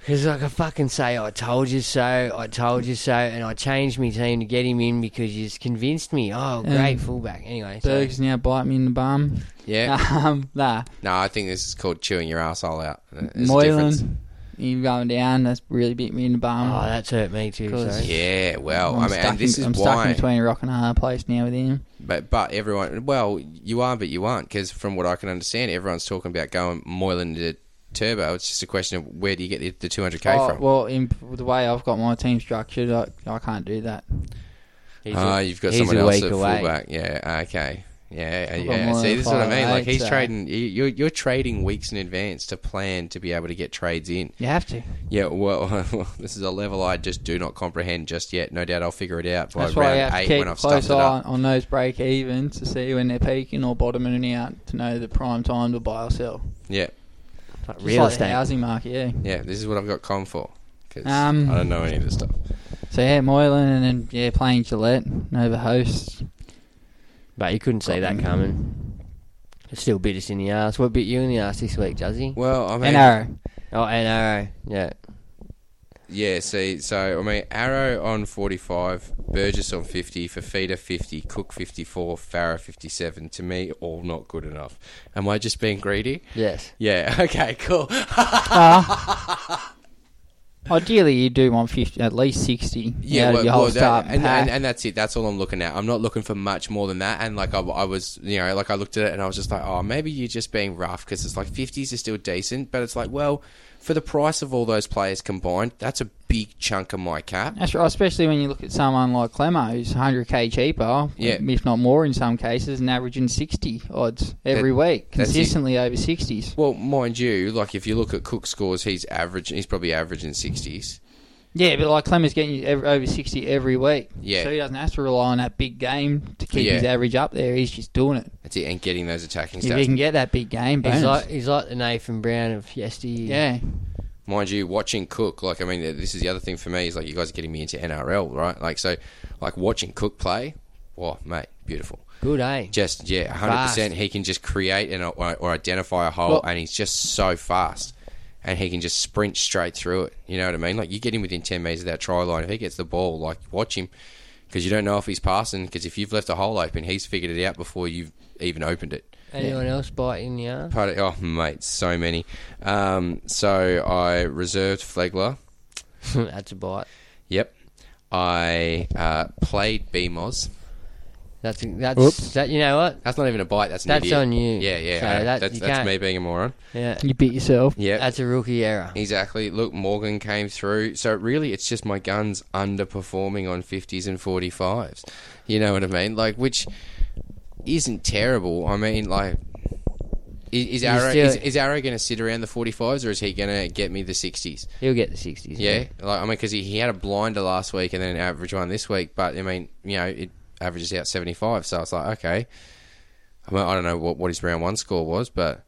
S6: Because I could fucking say, I told you so, I told you so, and I changed my team to get him in because you convinced me. Oh, great fullback. Anyway, so,
S7: Berg's now bite me in the bum.
S5: Yeah.
S7: Um, nah,
S5: No, I think this is called chewing your asshole out. There's a difference.
S7: Moylan, you going down. That's really beat me in the bum.
S6: oh, that's hurt me too.
S7: Cause-
S6: Sorry.
S5: Yeah, well, i mean,
S7: stuck
S5: and this
S7: in,
S5: is
S7: I'm stuck
S5: why.
S7: in between a rock and a hard place now with him.
S5: But but everyone, well, you are, but you aren't, because from what I can understand, everyone's talking about going Moylan to Turbo. It's just a question of where do you get the, the 200k
S7: Oh,
S5: from?
S7: well, in the way I've got my team structured, I, I can't do that.
S6: He's
S5: Ah,
S6: a-
S5: you've got
S6: he's
S5: someone
S6: a
S5: else
S6: week
S5: at
S6: away.
S5: fullback. Yeah, okay. Yeah,
S7: got
S5: yeah.
S7: Moylan
S5: See, this is what I
S7: five
S5: mean. Like
S7: eight,
S5: he's
S7: so-
S5: trading. you- You're you're trading weeks in advance to plan to be able to get trades in.
S7: You have to.
S5: Yeah, well, this is a level I just do not comprehend just yet. No doubt I'll figure it out by
S7: That's why
S5: round
S7: you have to
S5: eight
S7: keep
S5: when
S7: a
S5: I've
S7: close
S5: stuffed it
S7: eye on,
S5: up.
S7: on those break evens to see when they're peaking or bottoming out to know the prime time to buy or sell.
S5: Yeah,
S6: Like
S7: Just
S6: real
S7: like the
S6: estate.
S7: housing market, yeah.
S5: yeah, this is what I've got com for because
S7: Um,
S5: I don't know any of this stuff.
S7: So yeah, Moylan and then yeah, playing Gillette over hosts.
S6: But you couldn't see that coming. It still bit us in the ass. What bit you in the ass this week, does he?
S5: Well, I mean,
S7: And Arrow.
S6: Oh, and Arrow. Yeah.
S5: yeah. See, so I mean, Arrow on forty-five, Burgess on fifty, Fafita fifty, Cook fifty-four, Farah fifty-seven. To me, all not good enough. Am I just being greedy?
S6: Yes.
S5: Yeah. Okay. Cool.
S7: Ideally, you do want 50, at least 60
S5: Yeah,
S7: out
S5: well,
S7: of your whole
S5: well, that-
S7: start
S5: and,
S7: pack.
S5: and, and that's it. That's all I'm looking at. I'm not looking for much more than that. And like I, I was, you know, like I looked at it and I was just like, oh, maybe you're just being rough because it's like 50s is still decent, but it's like, well, for the price of all those players combined, that's a big chunk of my cap.
S7: That's right, especially when you look at someone like Clemmer, who's 100k cheaper,
S5: Yeah.
S7: if not more in some cases, and averaging 60 odds every
S5: That-
S7: week,
S5: that's it.
S7: consistently over 60s.
S5: Well, mind you, like if you look at Cook scores, he's average. He's probably averaging 60s.
S7: Yeah, but like Clemmer's getting you ev over 60 every week,
S5: Yeah.
S7: so he doesn't have to rely on that big game to keep
S5: Yeah.
S7: his average up there. He's just doing it.
S5: That's it. And getting those attacking
S7: If he
S5: stats.
S7: can get that big game, bonus.
S6: He's like he's like the Nathan Brown of yesteryear.
S7: yeah,
S5: mind you, watching Cook, like, I mean, this is the other thing for me is like, you guys are getting me into NRL, right? Like, so, like, watching Cook play, oh, mate, beautiful.
S6: Good, eh?
S5: Just, yeah, 100%.
S6: Fast.
S5: He can just create and, or, or identify a hole,
S7: Well-
S5: and he's just so fast. And he can just sprint straight through it. You know what I mean? Like, you get him within 10 metres of that try line. If he gets the ball, like, watch him because you don't know if he's passing. Because if you've left a hole open, he's figured it out before you've even opened it.
S6: Anyone else bite in the arse?
S5: Part oh mate, so many. Um, so I reserved Flegler.
S6: That's a bite.
S5: Yep. I uh, played BMOS.
S6: That's that's
S7: Whoops.
S6: that. You know what?
S5: That's not even a bite. That's an
S6: That's
S5: idiot.
S6: on you.
S5: Yeah, yeah.
S6: So
S5: I-
S6: that-
S5: that's
S6: you
S5: that's
S6: can't-
S5: me being a moron.
S6: Yeah,
S7: you beat yourself.
S5: Yeah,
S6: that's a rookie error.
S5: exactly. Look, Morgan came through. So really, it's just my guns underperforming on fifties and forty fives. You know what I mean? Like, which isn't terrible. I mean, like. Is, is
S6: You
S5: Arrow
S6: still-
S5: is, is Arrow going to sit around the forty fives, or is he going to get me the sixties?
S6: He'll get the sixties. eh?
S5: Yeah, like I mean, because he, he had a blinder last week and then an average one this week, but I mean, you know, it averages out seventy five. So it's like, okay, I, mean, I don't know what, what his round one score was, but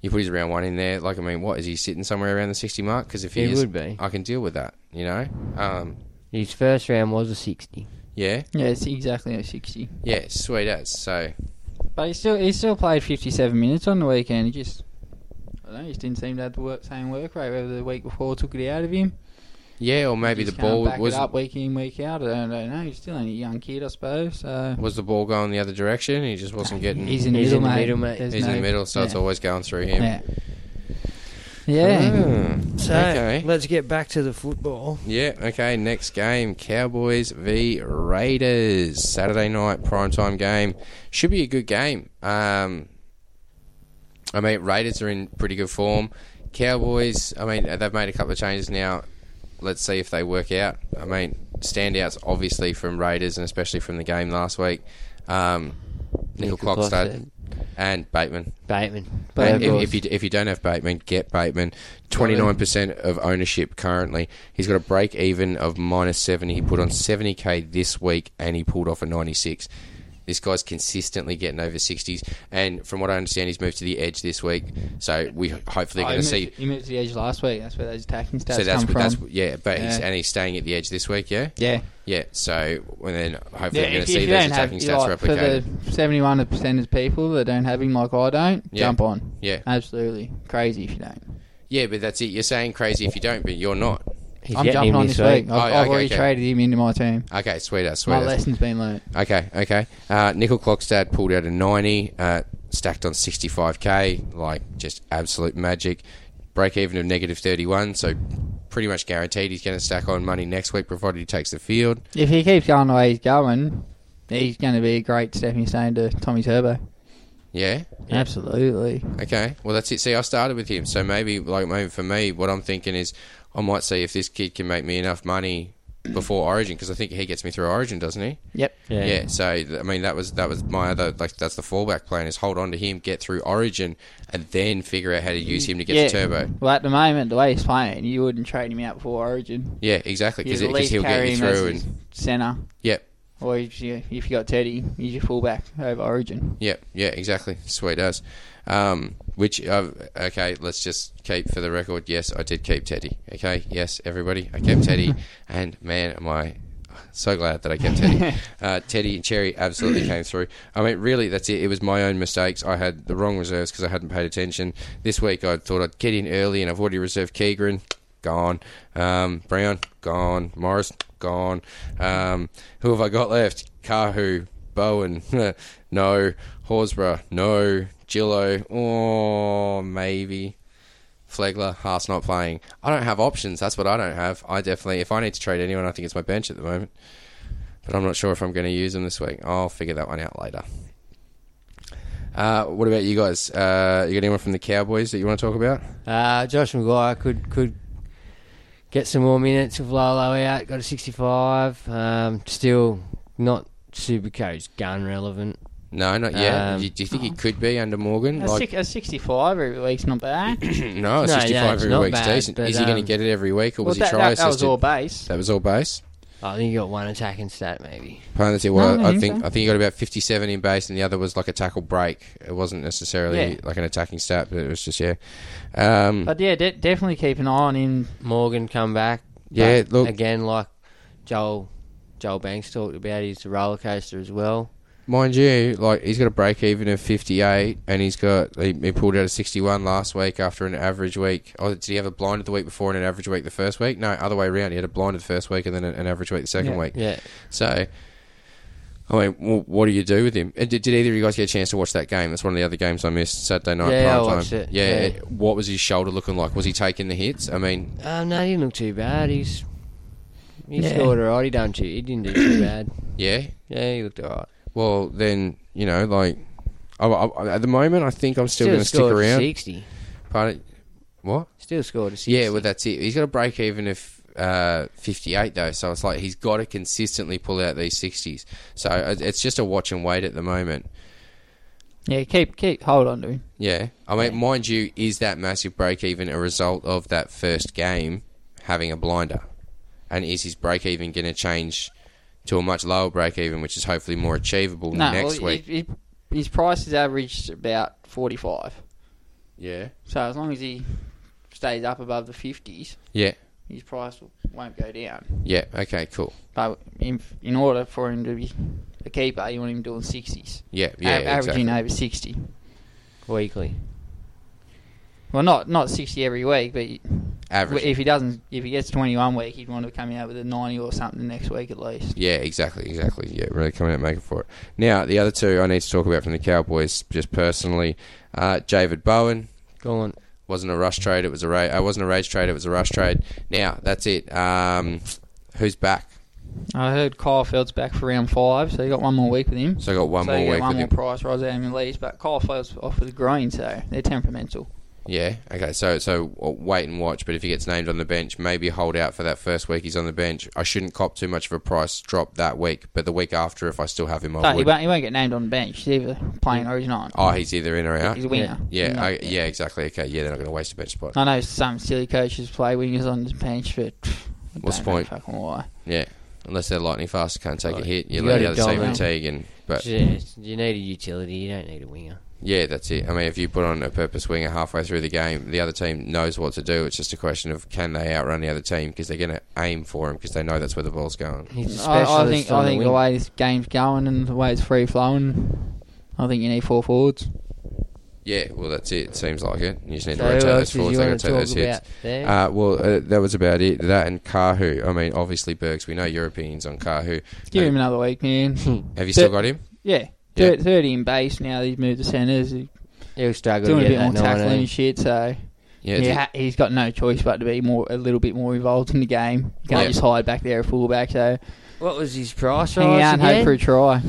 S5: you put his round one in there. Like, I mean, what is he sitting somewhere around the sixty mark? Because if he,
S6: He
S5: is,
S6: would be.
S5: I can deal with that. You know, um,
S6: His first round was a sixty.
S5: yeah,
S7: Yeah, it's exactly a 60.
S5: yeah, sweet as. So
S7: But he still he still played 57 minutes on the weekend. He just I don't know, he just didn't seem to have the work, same work rate. Whether the week before took it out of him,
S5: yeah, or maybe the
S7: Just
S5: ball
S7: can't back
S5: was
S7: it up week in week out. I don't, I don't know. He's still only a young kid, I suppose. So
S5: was the ball going the other direction. He just wasn't getting.
S7: he's in the
S6: He's
S7: middle,
S6: in the
S7: mate.
S6: middle, mate.
S7: There's
S5: he's in
S7: no-
S5: the middle, so
S7: yeah.
S5: it's always going through him.
S7: yeah. Yeah. Oh,
S5: Hmm.
S6: So
S5: okay.
S6: let's get back to the football.
S5: Yeah, okay, next game Cowboys v Raiders. Saturday night primetime game. Should be a good game. Um, I mean, Raiders are in pretty good form. Cowboys, I mean, they've made a couple of changes now. Let's see if they work out. I mean, standouts obviously from Raiders and especially from the game last week. Um, Nickel
S6: Nickel
S5: Clockstad and Bateman.
S6: Bateman.
S5: And
S6: Bateman.
S5: if, if you if you don't have Bateman, get Bateman. Twenty nine percent of ownership currently. He's got a break even of minus seventy. He put on seventy k this week, and he pulled off a ninety six. This guy's consistently getting over sixties, and from what I understand, he's moved to the edge this week. So we hopefully
S7: Oh, he
S5: going to
S7: moved-
S5: see.
S7: He moved to the edge last week. That's where those attacking stats
S5: So that's
S7: come
S5: what- that's
S7: from.
S5: yeah, but he's
S7: Yeah.
S5: and he's staying at the edge this week, yeah,
S7: yeah.
S5: yeah. So and then hopefully we're
S7: if
S5: going to
S7: you-
S5: see
S7: if you
S5: those
S7: don't have-
S5: attacking
S7: you
S5: stats
S7: like,
S5: replicated.
S7: For the seventy-one percent of people that don't have him, like I don't,
S5: Yeah.
S7: jump on.
S5: Yeah.
S7: absolutely crazy if you don't.
S5: Yeah, but that's it. You're saying crazy if you don't, but you're not.
S6: He's
S7: I'm
S6: getting
S7: jumping
S6: him
S7: on this week. I've,
S5: Oh,
S7: I've
S5: okay,
S7: already
S5: okay.
S7: traded him into my team.
S5: Okay, sweet as sweet
S7: My
S5: as.
S7: lesson's been learned.
S5: Okay, okay. Uh, Nickel Clockstad pulled out a 90, uh, stacked on 65k, like just absolute magic. Break even of negative 31, so pretty much guaranteed he's going to stack on money next week, provided he takes the field.
S7: If he keeps going the way he's going, he's going to be a great stepping stone to Tommy Turbo.
S5: Yeah.
S7: Absolutely.
S5: Okay. Well, that's it. See, I started with him, so maybe like maybe for me, what I'm thinking is I might see if this kid can make me enough money before Origin because I think he gets me through Origin, doesn't he?
S7: Yep.
S6: Yeah.
S5: Yeah. So th- I mean, that was that was my other like that's the fallback plan is hold on to him, get through Origin, and then figure out how to use him to get
S7: yeah.
S5: to Turbo.
S7: Well, at the moment, the way he's playing, you wouldn't trade him out before Origin.
S5: Yeah, exactly.
S7: You'd
S5: Because
S7: at least
S5: he'll get
S7: carry
S5: you
S7: him as
S5: through,
S7: his
S5: and
S7: centre.
S5: yep,
S7: Or if you, if you got Teddy, use your fullback over Origin.
S5: yep, yeah, exactly. Sweet as. Um, which uh, okay, let's just keep for the record. Yes, I did keep Teddy. Okay, yes, everybody, I kept Teddy, and man, am I so glad that I kept Teddy. uh, Teddy and Cherry absolutely came through. I mean, really, that's it. It was my own mistakes. I had the wrong reserves because I hadn't paid attention. This week, I thought I'd get in early, and I've already reserved Keegren. Gone. Um, Brown, gone. Morris, gone. Um, who have I got left? Kahu, Bowen, no. Horsburgh, no. Gillo, oh, maybe. Flegler, Haas not playing. I don't have options. That's what I don't have. I definitely, if I need to trade anyone, I think it's my bench at the moment. But I'm not sure if I'm going to use them this week. I'll figure that one out later. Uh, what about you guys? Uh, you got anyone from the Cowboys that you want to talk about?
S6: Uh, Josh McGuire could could get some more minutes with Lolo out. Got a 65. Um, still not Supercoach gun relevant.
S5: No, not yet. do, you, do you think he could be under Morgan?
S7: A,
S5: Like,
S7: six, a 65 every week's not bad.
S5: no, a 65
S6: it's
S5: every
S6: not
S5: week's
S6: bad,
S5: decent.
S6: but,
S5: Is he going
S6: um,
S5: to get it every week, or
S7: well,
S5: was
S7: that-
S5: he
S7: that-
S5: try
S7: that was
S5: assisted?
S7: all base.
S5: That was all base.
S6: I think you got one attacking stat maybe.
S5: Penalty. Well,
S6: No, I
S5: I
S6: think
S5: think
S6: so.
S5: I think you got about fifty-seven in base, and the other was like a tackle break. It wasn't necessarily
S7: Yeah.
S5: like an attacking stat, but it was just yeah. Um,
S7: But yeah, de- definitely keep an eye on him.
S6: Morgan come back.
S5: Yeah,
S6: But
S5: look-
S6: again like Joel Joel Banks talked about. He's a roller coaster as well.
S5: mind you, like he's got a break even of fifty-eight, and he's got he, he pulled out a sixty-one last week after an average week. Oh, did he have a blind of the week before and an average week the first week? No, other way around. He had a blind of the first week and then an, an average week the second
S6: Yeah.
S5: week.
S6: Yeah.
S5: So. I mean, wh- what do you do with him? And Did, did either of you guys get a chance to watch that game? That's one of the other games I missed Saturday night.
S6: Yeah, I
S5: primetime.
S6: watched it.
S5: Yeah,
S6: Yeah.
S5: it- what was his shoulder looking like? Was he taking the hits? I mean,
S6: Um, no, he didn't look too bad. He's he
S7: Yeah.
S6: scored alright. He done too. He didn't do too bad.
S5: yeah.
S6: Yeah, he looked alright.
S5: Well, then you know, like, I, I- at the moment, I think I'm still, going to stick
S6: scored
S5: around.
S6: Sixty.
S5: Pardon? What?
S6: Still scored a sixty.
S5: Yeah, well, that's it. He's got a break even of uh, 58, though. So it's like he's got to consistently pull out these 60s. So it- it's just a watch and wait at the moment.
S7: Yeah, keep keep hold on to him.
S5: Yeah. I mean, mind you, is that massive break even a result of that first game having a blinder? And is his break even going to change to a much lower break even, which is hopefully more achievable
S7: No,
S5: next
S7: well,
S5: week?
S7: he- he- his price is averaged about 45.
S5: yeah.
S7: So as long as he stays up above the 50s,
S5: Yeah.
S7: his price will- won't go down.
S5: Yeah. Okay, cool.
S7: But in, in order for him to be a keeper, you want him doing 60s.
S5: Yeah. Yeah.
S7: A- averaging
S5: exactly.
S7: over 60.
S6: weekly.
S7: Well, not not 60 every week, but you-
S5: Average.
S7: if he doesn't, if he gets 21 week, he'd want to come out with a 90 or something next week at least.
S5: Yeah, exactly, exactly. Yeah, really coming out and making for it. Now, the other two I need to talk about from the Cowboys, just personally. Uh, David Bowen
S6: Go on.
S5: wasn't a rush trade; it was a ra- I wasn't a rage trade; it was a rush trade. Now that's it. Um, who's back?
S7: I heard Kyle Fields back for round five, so you got one more week with him.
S5: So I got one
S7: so
S5: more
S7: you get
S5: week
S7: one
S5: with
S7: more
S5: him.
S7: price rise out of him leaves, but Kyle Fields offers green, so they're temperamental.
S5: yeah. Okay. So so uh, wait and watch. But if he gets named on the bench, maybe hold out for that first week he's on the bench. I shouldn't cop too much of a price drop that week, but the week after, if I still have him, I
S7: But he
S5: would.
S7: won't, he won't get named on the bench. He's either playing or he's not.
S5: Oh, he's either in or out.
S7: He's a winner.
S5: Yeah.
S7: He's
S5: Yeah,
S7: not-
S5: I, yeah. Exactly. Okay. Yeah. They're not going to waste a bench spot.
S7: I know some silly coaches play wingers on the bench, but I
S5: What's
S7: don't
S5: the
S7: know
S5: point?
S7: Fucking why?
S5: Yeah, unless they're lightning fast, can't take a hit. You,
S6: you
S5: let the
S6: gotta
S5: other team
S7: dominate.
S5: fatigue, and but
S6: Yeah, uh, you need a utility. You don't need a winger.
S5: yeah, that's it. I mean, if you put on a purpose winger halfway through the game, the other team knows what to do. It's just a question of can they outrun the other team because they're going to aim for him because they know that's where the ball's going.
S6: He's a specialist
S7: I, I think
S6: on
S7: I think
S6: the
S7: the
S6: wing.
S7: way this game's going and the way it's free flowing, I think you need four forwards.
S5: Yeah, well, that's it. Seems like it. You just need
S6: So
S5: to
S6: who
S5: rotate
S6: else
S5: those
S6: did you
S5: forwards. They
S6: want
S5: got to
S6: to
S5: take
S6: talk
S5: those hits.
S6: about there?
S5: Uh, well, uh, that was about it. That and Kahu. I mean, obviously, Bergs. We know your opinions on Kahu.
S7: Give
S5: Have,
S7: him another week, man.
S5: have you still
S7: But-
S5: got him?
S7: yeah,
S5: Yeah.
S7: thir- thirty in base now. that He's moved to centres. He's
S6: He'll struggle
S7: doing
S6: to
S7: a
S6: get
S7: bit more
S6: that nine,
S7: tackling
S6: eh?
S7: and shit. So
S5: Yeah.
S7: yeah,
S5: did-
S7: ha- he's got no choice but to be more a little bit more involved in the game. You can't
S5: Yeah.
S7: just hide back there at fullback. So
S6: What was his price
S7: hang
S6: rise
S7: out and hope
S6: again?
S7: for a try.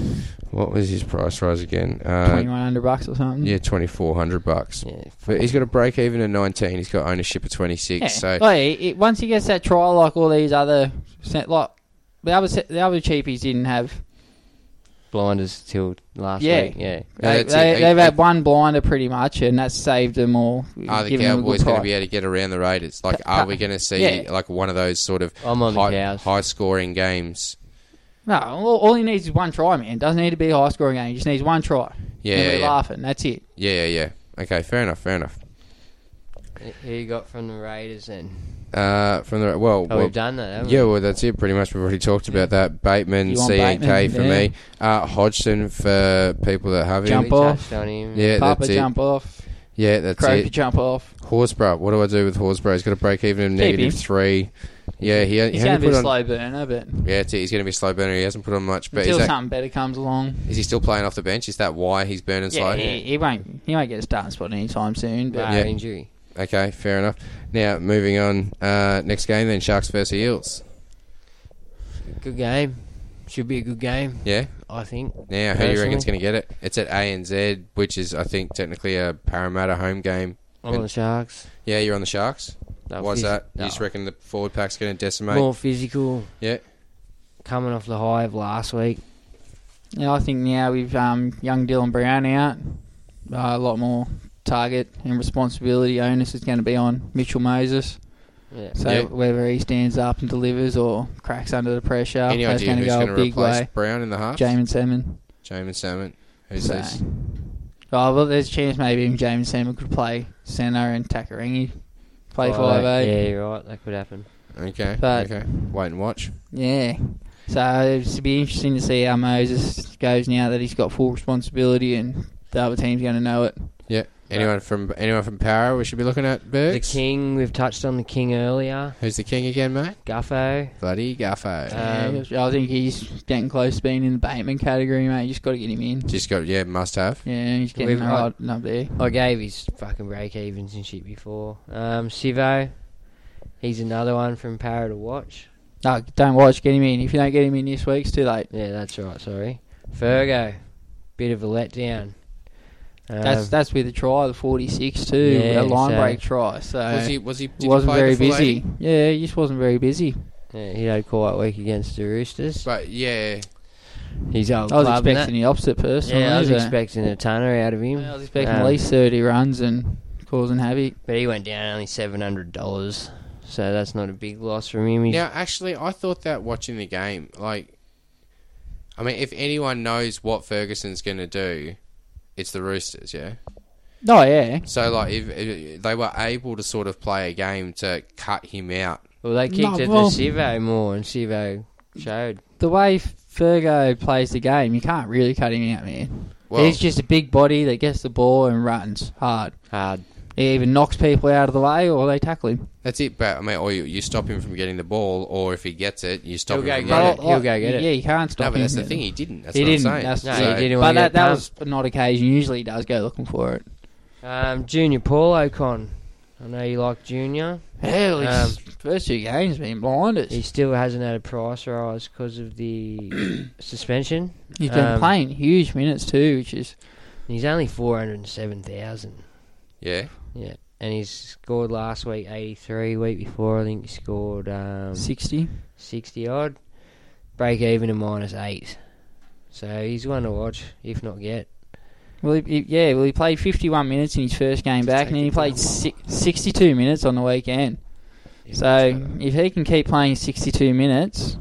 S5: What was his price rise again? Uh,
S7: Twenty one hundred bucks or something.
S5: Yeah, twenty four hundred bucks.
S6: Yeah.
S5: But he's got a break even at nineteen. He's got ownership at twenty six.
S7: Yeah.
S5: So
S7: Like, it, it- once he gets that trial, like all these other, se- like the other se- the other cheapies didn't have.
S6: Blinders till last
S7: Yeah.
S6: week. Yeah.
S5: No,
S7: They,
S5: that's it.
S7: they, have
S5: Are-
S7: had one blinder pretty much, and that's saved them all.
S5: are Oh, the
S7: given them a good
S5: Cowboys going to
S7: price.
S5: be able to get around the Raiders? Like, are we going to see
S7: Yeah.
S5: like one of those sort of
S6: I'm on the
S5: high,
S6: Cows.
S5: high scoring games?
S7: No, all, all he needs is one try, man. It doesn't need to be a high scoring game. He just needs one try.
S5: Yeah,
S7: and
S5: yeah,
S7: we're
S5: yeah.
S7: laughing. That's it.
S5: Yeah, yeah, yeah. Okay, fair enough, fair enough.
S6: Who you got from the Raiders then?
S5: Uh, from the well,
S6: Oh,
S5: well
S6: we've done that, haven't
S5: Yeah, well, that's it. Pretty much, we've already talked about that. Bateman,
S7: You want
S5: CNK
S7: Bateman,
S5: for
S7: yeah.
S5: me. Uh, Hodgson for people that have him.
S7: Jump
S6: we?
S7: off.
S6: touched on him.
S5: Yeah,
S7: Papa
S5: that's it.
S7: jump off.
S5: Yeah, that's
S7: Croker
S5: it.
S7: jump off.
S5: Horsbrough. What do I do with Horsbrough? He's got a break even of negative
S7: him.
S5: three. Yeah, he, he
S7: He's going
S5: only
S7: to
S5: put
S7: be a
S5: on
S7: slow burner, but
S5: Yeah, it's, he's going to be a slow burner. He hasn't put on much. But is,
S7: until
S5: that,
S7: something better comes along,
S5: is he still playing off the bench? Is that why he's burning
S7: yeah,
S5: slow?
S7: he, he won't. He won't get a starting spot anytime soon. But
S6: Bar
S5: Yeah.
S6: injury.
S5: Okay, fair enough. Now moving on. Uh, next game then Sharks versus Eels.
S6: Good game. Should be a good game.
S5: Yeah.
S6: I think.
S5: Now, who do you reckon's going to
S6: personally.
S5: get it? It's at ANZ, which is I think technically a Parramatta home game.
S6: I'm on
S5: And-
S6: the Sharks.
S5: Yeah, you're on the Sharks.
S6: No,
S5: Why's
S6: phys-
S5: that?
S6: no.
S5: You just reckon the forward pack's going to decimate?
S6: More physical.
S5: Yeah.
S6: Coming off the high of last week.
S7: Yeah, I think now we've um, young Dylan Brown out, uh, a lot more target and responsibility onus is going to be on Mitchell Moses.
S6: Yeah.
S7: So
S5: Yeah.
S7: whether he stands up and delivers or cracks under the pressure,
S5: Any
S7: that's
S5: idea
S7: going to
S5: who's
S7: go
S5: going
S7: a
S5: to
S7: big
S5: replace
S7: way.
S5: Brown in the half?
S7: Jamin Salmon.
S5: Jamin Salmon. Who's
S7: So-
S5: this?
S7: Oh well, there's a chance maybe even Jamin Salmon could play centre and Takarangi play
S6: Five-eight.
S7: five eh? eight.
S6: Yeah, you're right. That could happen.
S5: Okay.
S7: But-
S5: okay. Wait and watch.
S7: Yeah. So it's be interesting to see how Moses goes now that he's got full responsibility and the other team's going to know it.
S5: Yeah. Anyone from anyone from Para we should be looking at Bergs?
S6: The King. We've touched on the King earlier.
S5: Who's the king again, mate?
S6: Guffo.
S5: Bloody Gaffo.
S7: Uh,
S6: Um,
S7: Yeah, I think he's getting close to being in the Bateman category, mate. You just got to get him in.
S5: Just got yeah, must have.
S7: Yeah, he's getting
S6: We've-
S7: right up there.
S6: I gave his fucking break evens and shit before. Um, Sivo. He's another one from Para to watch.
S7: No, don't watch. Get him in. If you don't get him in this week, it's too late.
S6: Yeah, that's right. Sorry, Fergo, bit of a letdown. Um,
S7: That's that's with a try, the 46 too,
S6: Yeah,
S7: a line
S6: so-
S7: break try. So
S5: Was he was he did he
S7: Uh, wasn't
S5: play
S7: very
S5: the full
S7: busy.
S5: 80?
S7: Yeah, he just wasn't very busy.
S6: yeah, he had quite weak against the Roosters.
S5: But yeah.
S6: He's old
S7: I was
S6: club and
S7: expecting the opposite
S6: that.
S7: personally.
S6: Yeah, I was
S7: but-
S6: expecting a tonner out of him.
S7: Yeah, I was expecting
S6: Um,
S7: at least 30 runs and causing havoc.
S6: but he went down only seven hundred dollars, so that's not a big loss from him. He's,
S5: Now, actually, I thought that watching the game, like, I mean, if anyone knows what Ferguson's going to do, it's the Roosters, yeah.
S7: No, Oh, yeah.
S5: So, like, if, if they were able to sort of play a game to cut him out,
S6: well, they kicked
S7: No,
S6: at
S7: well-
S6: the Sivo more, and Sivo showed.
S7: The way Fergo plays the game, you can't really cut him out, man.
S5: Well-
S7: He's just a big body that gets the ball and runs hard.
S6: Hard.
S7: He either knocks people out of the way or they tackle him.
S5: that's it. But I mean, or you, you stop him from getting the ball, or if he gets it, you stop
S6: He'll
S5: him
S6: go
S5: from
S6: get
S5: running.
S6: it. He'll go get it.
S7: oh, Yeah, you can't stop
S5: No,
S7: him.
S5: but that's the thing. He didn't. That's
S7: He
S5: what
S7: didn't.
S5: I'm saying.
S7: That's
S6: No,
S5: So-
S6: he didn't
S7: But
S6: want to
S7: that,
S6: get
S7: that
S6: pumped.
S7: was not occasion. Usually he does go looking for it.
S6: Um, Junior Paul O'Con. I know you like Junior.
S7: Hell,
S6: Um,
S7: his first two games been blinders.
S6: He
S7: He's,
S6: still hasn't had a price rise because of the suspension.
S7: he's been
S6: um,
S7: playing huge minutes too, which is
S6: He's only four hundred and seven thousand.
S5: Yeah.
S6: Yeah, and he's scored last week eighty three. Week before, I think he scored um,
S7: sixty.
S6: sixty odd. Break even and minus eight. So he's one to watch, if not get.
S7: Well, he, he, yeah, well he played fifty-one minutes in his first game back, and then he played si- sixty-two minutes on the weekend. So if he can keep playing sixty-two minutes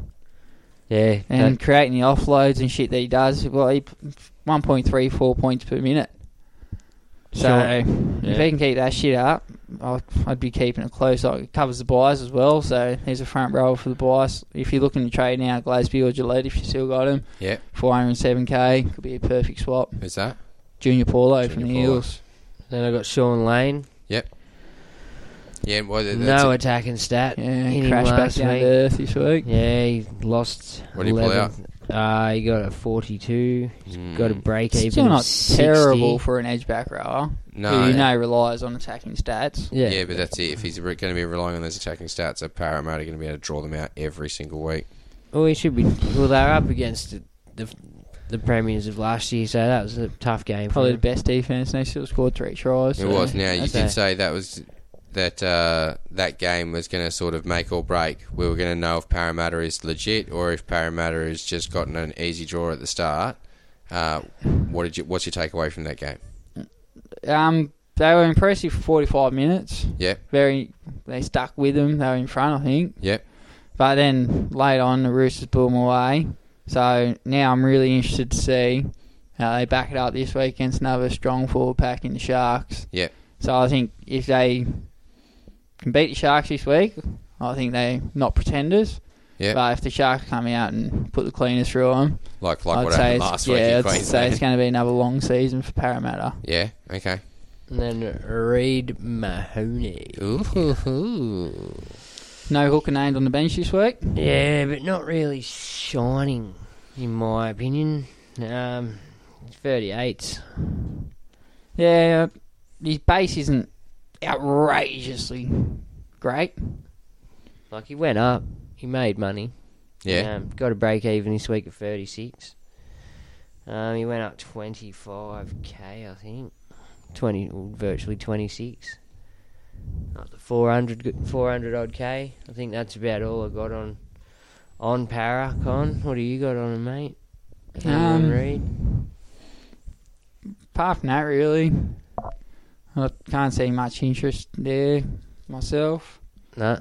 S6: Yeah,
S7: and creating the offloads and shit that he does, well, he one point three four points per minute. So
S6: Sure.
S7: if
S6: Yeah.
S7: he can keep that shit up, I'd, I'd be keeping it close. Like, it covers the buys as well, so he's a front rower for the buys. If you're looking to trade now, Glasby or Gillette, if you still got him,
S5: Yeah.
S7: 407k could be a perfect swap.
S5: Who's that?
S7: Junior Paulo
S5: Junior
S7: from the
S5: Paulo.
S7: Eels.
S6: then I got Sean Lane.
S5: Yeah. Well, that's
S6: no
S5: it.
S6: attacking stat.
S7: Yeah,
S6: Hit him
S7: crashed back
S6: last
S7: down
S6: week.
S7: to earth this week.
S6: Yeah, he lost.
S5: What did he pull
S6: 11th. Uh, he got a 42. He's
S5: Hmm.
S6: Got a break even.
S7: Still
S6: of
S7: not
S6: 60.
S7: terrible for an edge back rower.
S5: No.
S7: who you know relies on attacking stats.
S6: Yeah.
S5: Yeah, but that's it. If he's going to be relying on those attacking stats, are Parramatta going to be able to draw them out every single week?
S6: Well, he should be. Well, they're up against the, the the premiers of last year, so that was a tough game.
S7: Probably
S6: for
S7: the
S6: them.
S7: best defense. and They still scored three tries.
S5: It was.
S7: so
S5: Now you
S7: that's
S5: did
S6: a-
S5: say that was that uh, that game was going to sort of make or break. We were going to know if Parramatta is legit or if Parramatta has just gotten an easy draw at the start. Uh, what did you? What's your takeaway from that game?
S7: Um, they were impressive for 45 minutes.
S5: Yep,
S7: Very, they stuck with them. They were in front, I think.
S5: yep.
S7: But then late on, the Roosters blew them away. So now I'm really interested to see how they back it up this week against another strong forward pack in the Sharks.
S5: Yep.
S7: So I think if they can beat the Sharks this week, I think they're not pretenders.
S5: Yep.
S7: But if the Sharks come out and put the cleaners through them,
S5: Like like
S7: I'd
S5: what
S7: say
S5: happened
S7: it's,
S5: last
S7: yeah,
S5: week in
S7: I'd say
S5: Queensland.
S7: it's going to be another long season for Parramatta.
S5: yeah. Okay.
S6: And then Reid Mahoney.
S5: Ooh.
S7: No hooker named on the bench this week.
S6: Yeah, but not really shining, in my opinion. Um, 38.
S7: Yeah, his uh, base isn't outrageously great.
S6: Like he went up, he made money.
S7: Yeah.
S6: Um, got a break even this week at 36. Um, he went up 25k, I think. 20, well, virtually 26. Up to 400, g- 400 odd k. I think that's about all I got on on Paracon. What do you got on him, mate? Cameron
S7: Um,
S6: Reed.
S7: Apart from that, really, I can't see much interest there myself.
S6: No.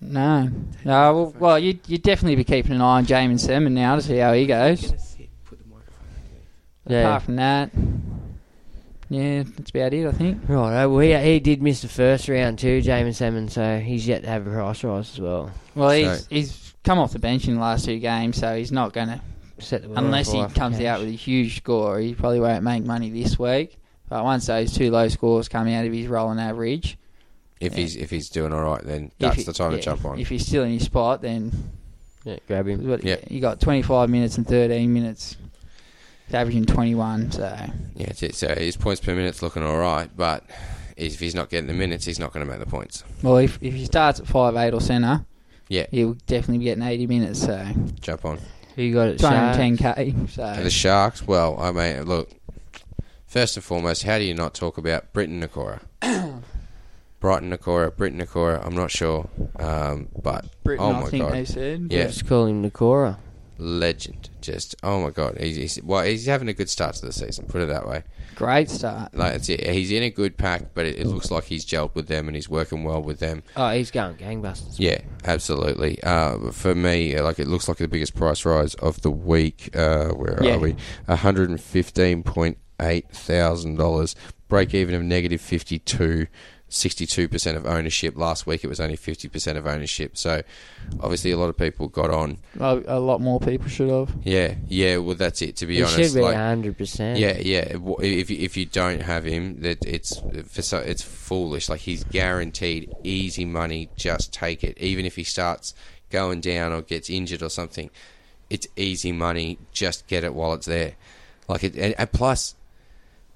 S7: No. No, well, well you, you'd definitely be keeping an eye on Jamin Semin now to see how he goes.
S6: Yeah.
S7: Apart from that, yeah, that's about it, I think.
S6: Right, oh, well, he, he did miss the first round too, James Salmon, so he's yet to have a price rise as well.
S7: Well, he's, he's come off the bench in the last two games, so he's not going to.
S6: Set the world
S7: Unless he
S6: on fire for
S7: comes
S6: cash.
S7: out with a huge score, he probably won't make money this week. But once those two low scores come out of his rolling average,
S5: If
S7: Yeah.
S5: he's if he's doing all right, then
S7: if
S5: that's
S7: he-
S5: the time
S7: yeah,
S5: to jump on.
S7: If he's still in his spot, then
S6: yeah, grab him.
S7: What,
S5: Yeah.
S7: You got 25 minutes and 13 minutes. He's averaging 21, so
S5: yeah, that's it. so his points per minute's looking all right, but if he's not getting the minutes, he's not going to make the points.
S7: well, if if he starts at five eight or centre,
S5: Yeah.
S7: he'll definitely be getting 80 minutes. So
S5: Jump on.
S6: Who you got it?
S7: 210k.
S5: And
S7: So
S5: the Sharks, well, I mean, look, first and foremost, how do you not talk about Britton Nakora? Brighton Nakora, Britton Nakora, I'm not sure, um, but
S7: Britton,
S5: oh
S7: I
S5: my
S7: think
S5: god,
S7: they said.
S5: yeah,
S6: Just call him Nakora.
S5: legend, just oh my god, he's, he's well, he's having a good start to the season, put it that way.
S7: great start.
S5: Like it's it. he's in a good pack, but it, it looks like he's gelled with them and he's working well with them.
S6: Oh, he's going gangbusters.
S5: Yeah, absolutely. Uh, for me, uh, like it looks like the biggest price rise of the week. Uh, where
S7: Yeah.
S5: are we? One hundred and fifteen point eight thousand dollars. Break even of negative fifty two. 62% of ownership. Last week it was only 50% of ownership. So obviously a lot of people got on.
S7: A, a lot more people should have.
S5: Yeah, yeah, well that's it to be
S6: He
S5: honest.
S6: should be eh?
S5: like-
S6: 100%.
S5: yeah, yeah. W- If you- if you don't have him, that it's for so it's foolish. Like he's guaranteed easy money. Just take it, even if he starts going down or gets injured or something. It's easy money. Just get it while it's there. Like it, and, and plus,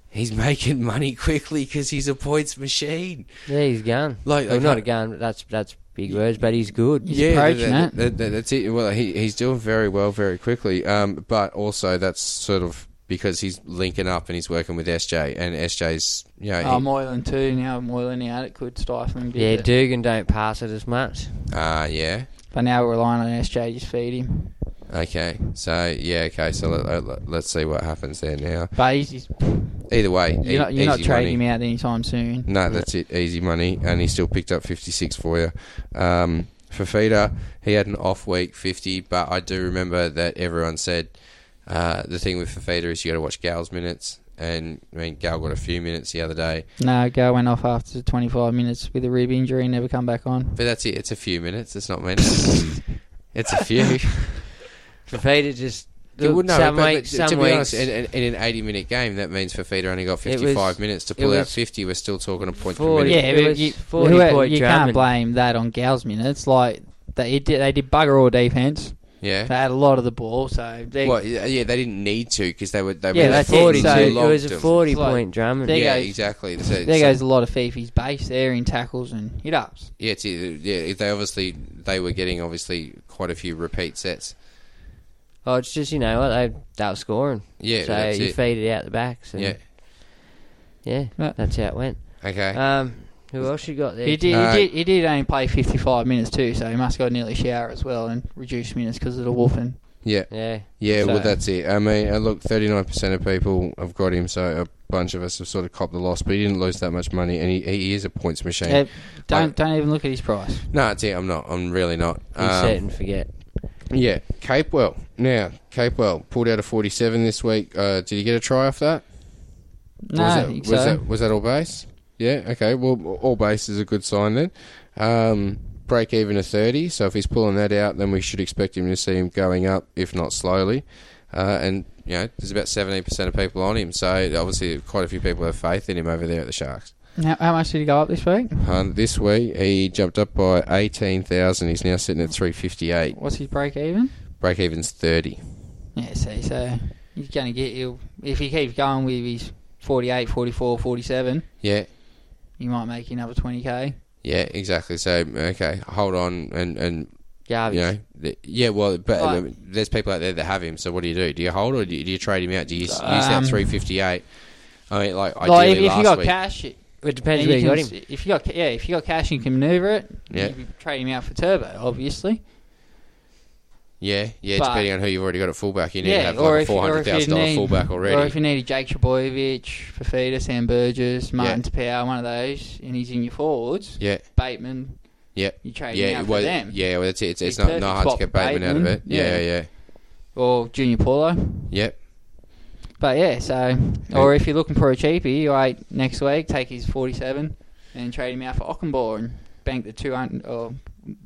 S5: he's making money quickly because he's a points machine.
S6: Yeah, he's gone.
S5: Like-
S6: Like, well,
S5: like
S6: not
S5: how-
S6: a gun, but that's that's big words, but he's good.
S7: He's approaching
S5: that-
S7: it.
S5: that- that- that's it. Well, he, he's doing very well, very quickly. Um, but also that's sort of because he's linking up and he's working with SJ, and SJ's you know.
S7: Oh,
S5: he-
S7: Moylan too. Now Moylan out, it could stifle him. a
S6: Yeah,
S7: bit,
S6: Dugan don't pass it as much.
S5: Ah, yeah.
S7: But now we're relying on SJ just feed him.
S5: Okay. So yeah. Okay. So let, let, let's see what happens there now.
S7: But he's, he's,
S5: Either way,
S7: you're
S5: e-
S7: not, you're not
S5: easy
S7: trading
S5: money.
S7: him out anytime soon.
S5: No, that's it. Easy money, and he still picked up fifty six for you. Um, Fafita, he had an off week fifty, but I do remember that everyone said uh, the thing with Fafita is you got to watch Gal's minutes, and I mean Gal got a few minutes the other day,
S7: No, Go went off after 25 minutes with a rib injury and never come back on.
S5: but that's it. It's a few minutes. It's not minutes. it's a few.
S6: Fafita just.
S5: You would know,
S6: some
S5: but,
S6: weeks,
S5: but
S6: some
S5: to be
S6: weeks,
S5: honest, in, in, in an 80 minute game, that means Fafita only got
S6: It
S5: 55
S6: was-
S5: minutes to
S6: it
S5: pull out
S6: was
S5: 50. We're still talking a point per
S6: 40.
S5: minute.
S6: Yeah,
S7: Yeah,
S6: it
S7: but
S6: was
S7: you,
S6: 40
S7: whoever-
S6: point
S7: you
S6: Drummond.
S7: can't blame that on Gal's minutes. Like they did, they did bugger all defense. They
S5: Yeah.
S7: had a lot of the ball, so they,
S5: Well, yeah, yeah, they didn't need to because they were they
S7: Yeah,
S5: were
S7: that's it.
S5: 40
S6: 42,
S7: So
S5: too
S6: it
S5: long
S6: was
S5: to-
S6: a 40
S7: Like,
S6: point Drummond.
S7: there
S5: yeah,
S7: goes-
S5: exactly. So,
S7: there
S5: so-
S7: goes a lot of Fifi's base there in tackles and hit ups.
S5: Yeah, it's, uh, yeah. They obviously they were getting obviously quite a few repeat sets.
S6: Oh, it's just, you know what? They, they were scoring.
S5: Yeah,
S6: So
S5: that's
S6: you
S5: it.
S6: feed it out the backs. And
S5: Yeah.
S6: Yeah,
S7: Yeah.
S6: that's how it went.
S5: Okay.
S6: Um, who else you got there?
S7: He did,
S5: Uh,
S7: he did, he did only play 55 minutes too, so he must have got nearly shower as well and reduced minutes because of the wolfing.
S5: yeah.
S6: Yeah.
S5: Yeah, well,
S7: So-
S5: that's it. I mean, uh, look, 39% of people have got him, so a bunch of us have sort of copped the loss, but he didn't lose that much money, and he, he is a points machine.
S7: Yeah, don't
S5: I-
S7: don't even look at his price.
S5: No, it's it. I'm not. I'm really not.
S6: You
S5: Um,
S6: set and forget.
S5: Yeah, Capewell. Now, Capewell pulled out a 47 this week. Uh, did he get a try off that?
S7: No,
S5: was
S7: I
S5: that,
S7: think
S5: was,
S7: so.
S5: that was that all base? Yeah. Okay. Well, all base is a good sign then. Um, break even a 30. So if he's pulling that out, then we should expect him to see him going up, if not slowly. Uh, and you know, there's about 17% of people on him. So obviously, quite a few people have faith in him over there at the Sharks.
S7: how, how much did he go up this week?
S5: Um, this week he jumped up by 18,000. He's now sitting at 358.
S7: What's his break even?
S5: Break even's 30.
S7: Yeah, see, so he's going to get you. If he keeps going with his 48, 44, 47,
S5: Yeah.
S7: you might make another 20k.
S5: Yeah, exactly. So okay, hold on and and
S7: Garbage.
S5: You know, th- yeah, well, but
S7: Like-
S5: um, there's people out there that have him. So what do you do? Do you hold or do you, do you trade him out? Do you s use that
S7: Um,
S5: 358? I mean, like ideally
S7: Like if, if
S5: last
S7: you got
S5: week.
S7: cash, it,
S6: It depends
S7: and
S6: where you
S7: can
S6: got
S7: s-
S6: him.
S7: If you got ca- yeah, if you got cash, you can maneuver it.
S5: Yeah.
S7: you can trade him out for turbo, obviously.
S5: Yeah, yeah,
S7: But-
S5: depending on who you've already got at fullback, you need to
S7: yeah,
S5: have
S7: or
S5: like a
S7: if-
S5: four
S7: or
S5: hundred
S7: if you
S5: thousand dollar
S7: need-
S5: fullback
S7: Or if
S5: already.
S7: you need a Jake Trebojevic, Fafita, Sam Burgess, Martin Tapau, one of those, and he's in your forwards.
S5: Yeah.
S7: Bateman,
S5: Yeah,
S7: you trade him
S5: yeah,
S7: out for
S5: well,
S7: them.
S5: yeah. Well, that's it. It's, it's
S7: He's
S5: not,
S7: perfect
S5: not hard to
S7: spot
S5: get
S7: for
S5: Bateman, out of
S7: Bateman,
S5: it. Yeah,
S7: yeah.
S5: yeah,
S7: or Junior Paulo.
S5: yeah.
S7: But yeah, so or if you're looking for a cheapie, all right, next week take his 47 and trade him out for Ockenbaugh and bank the 200 or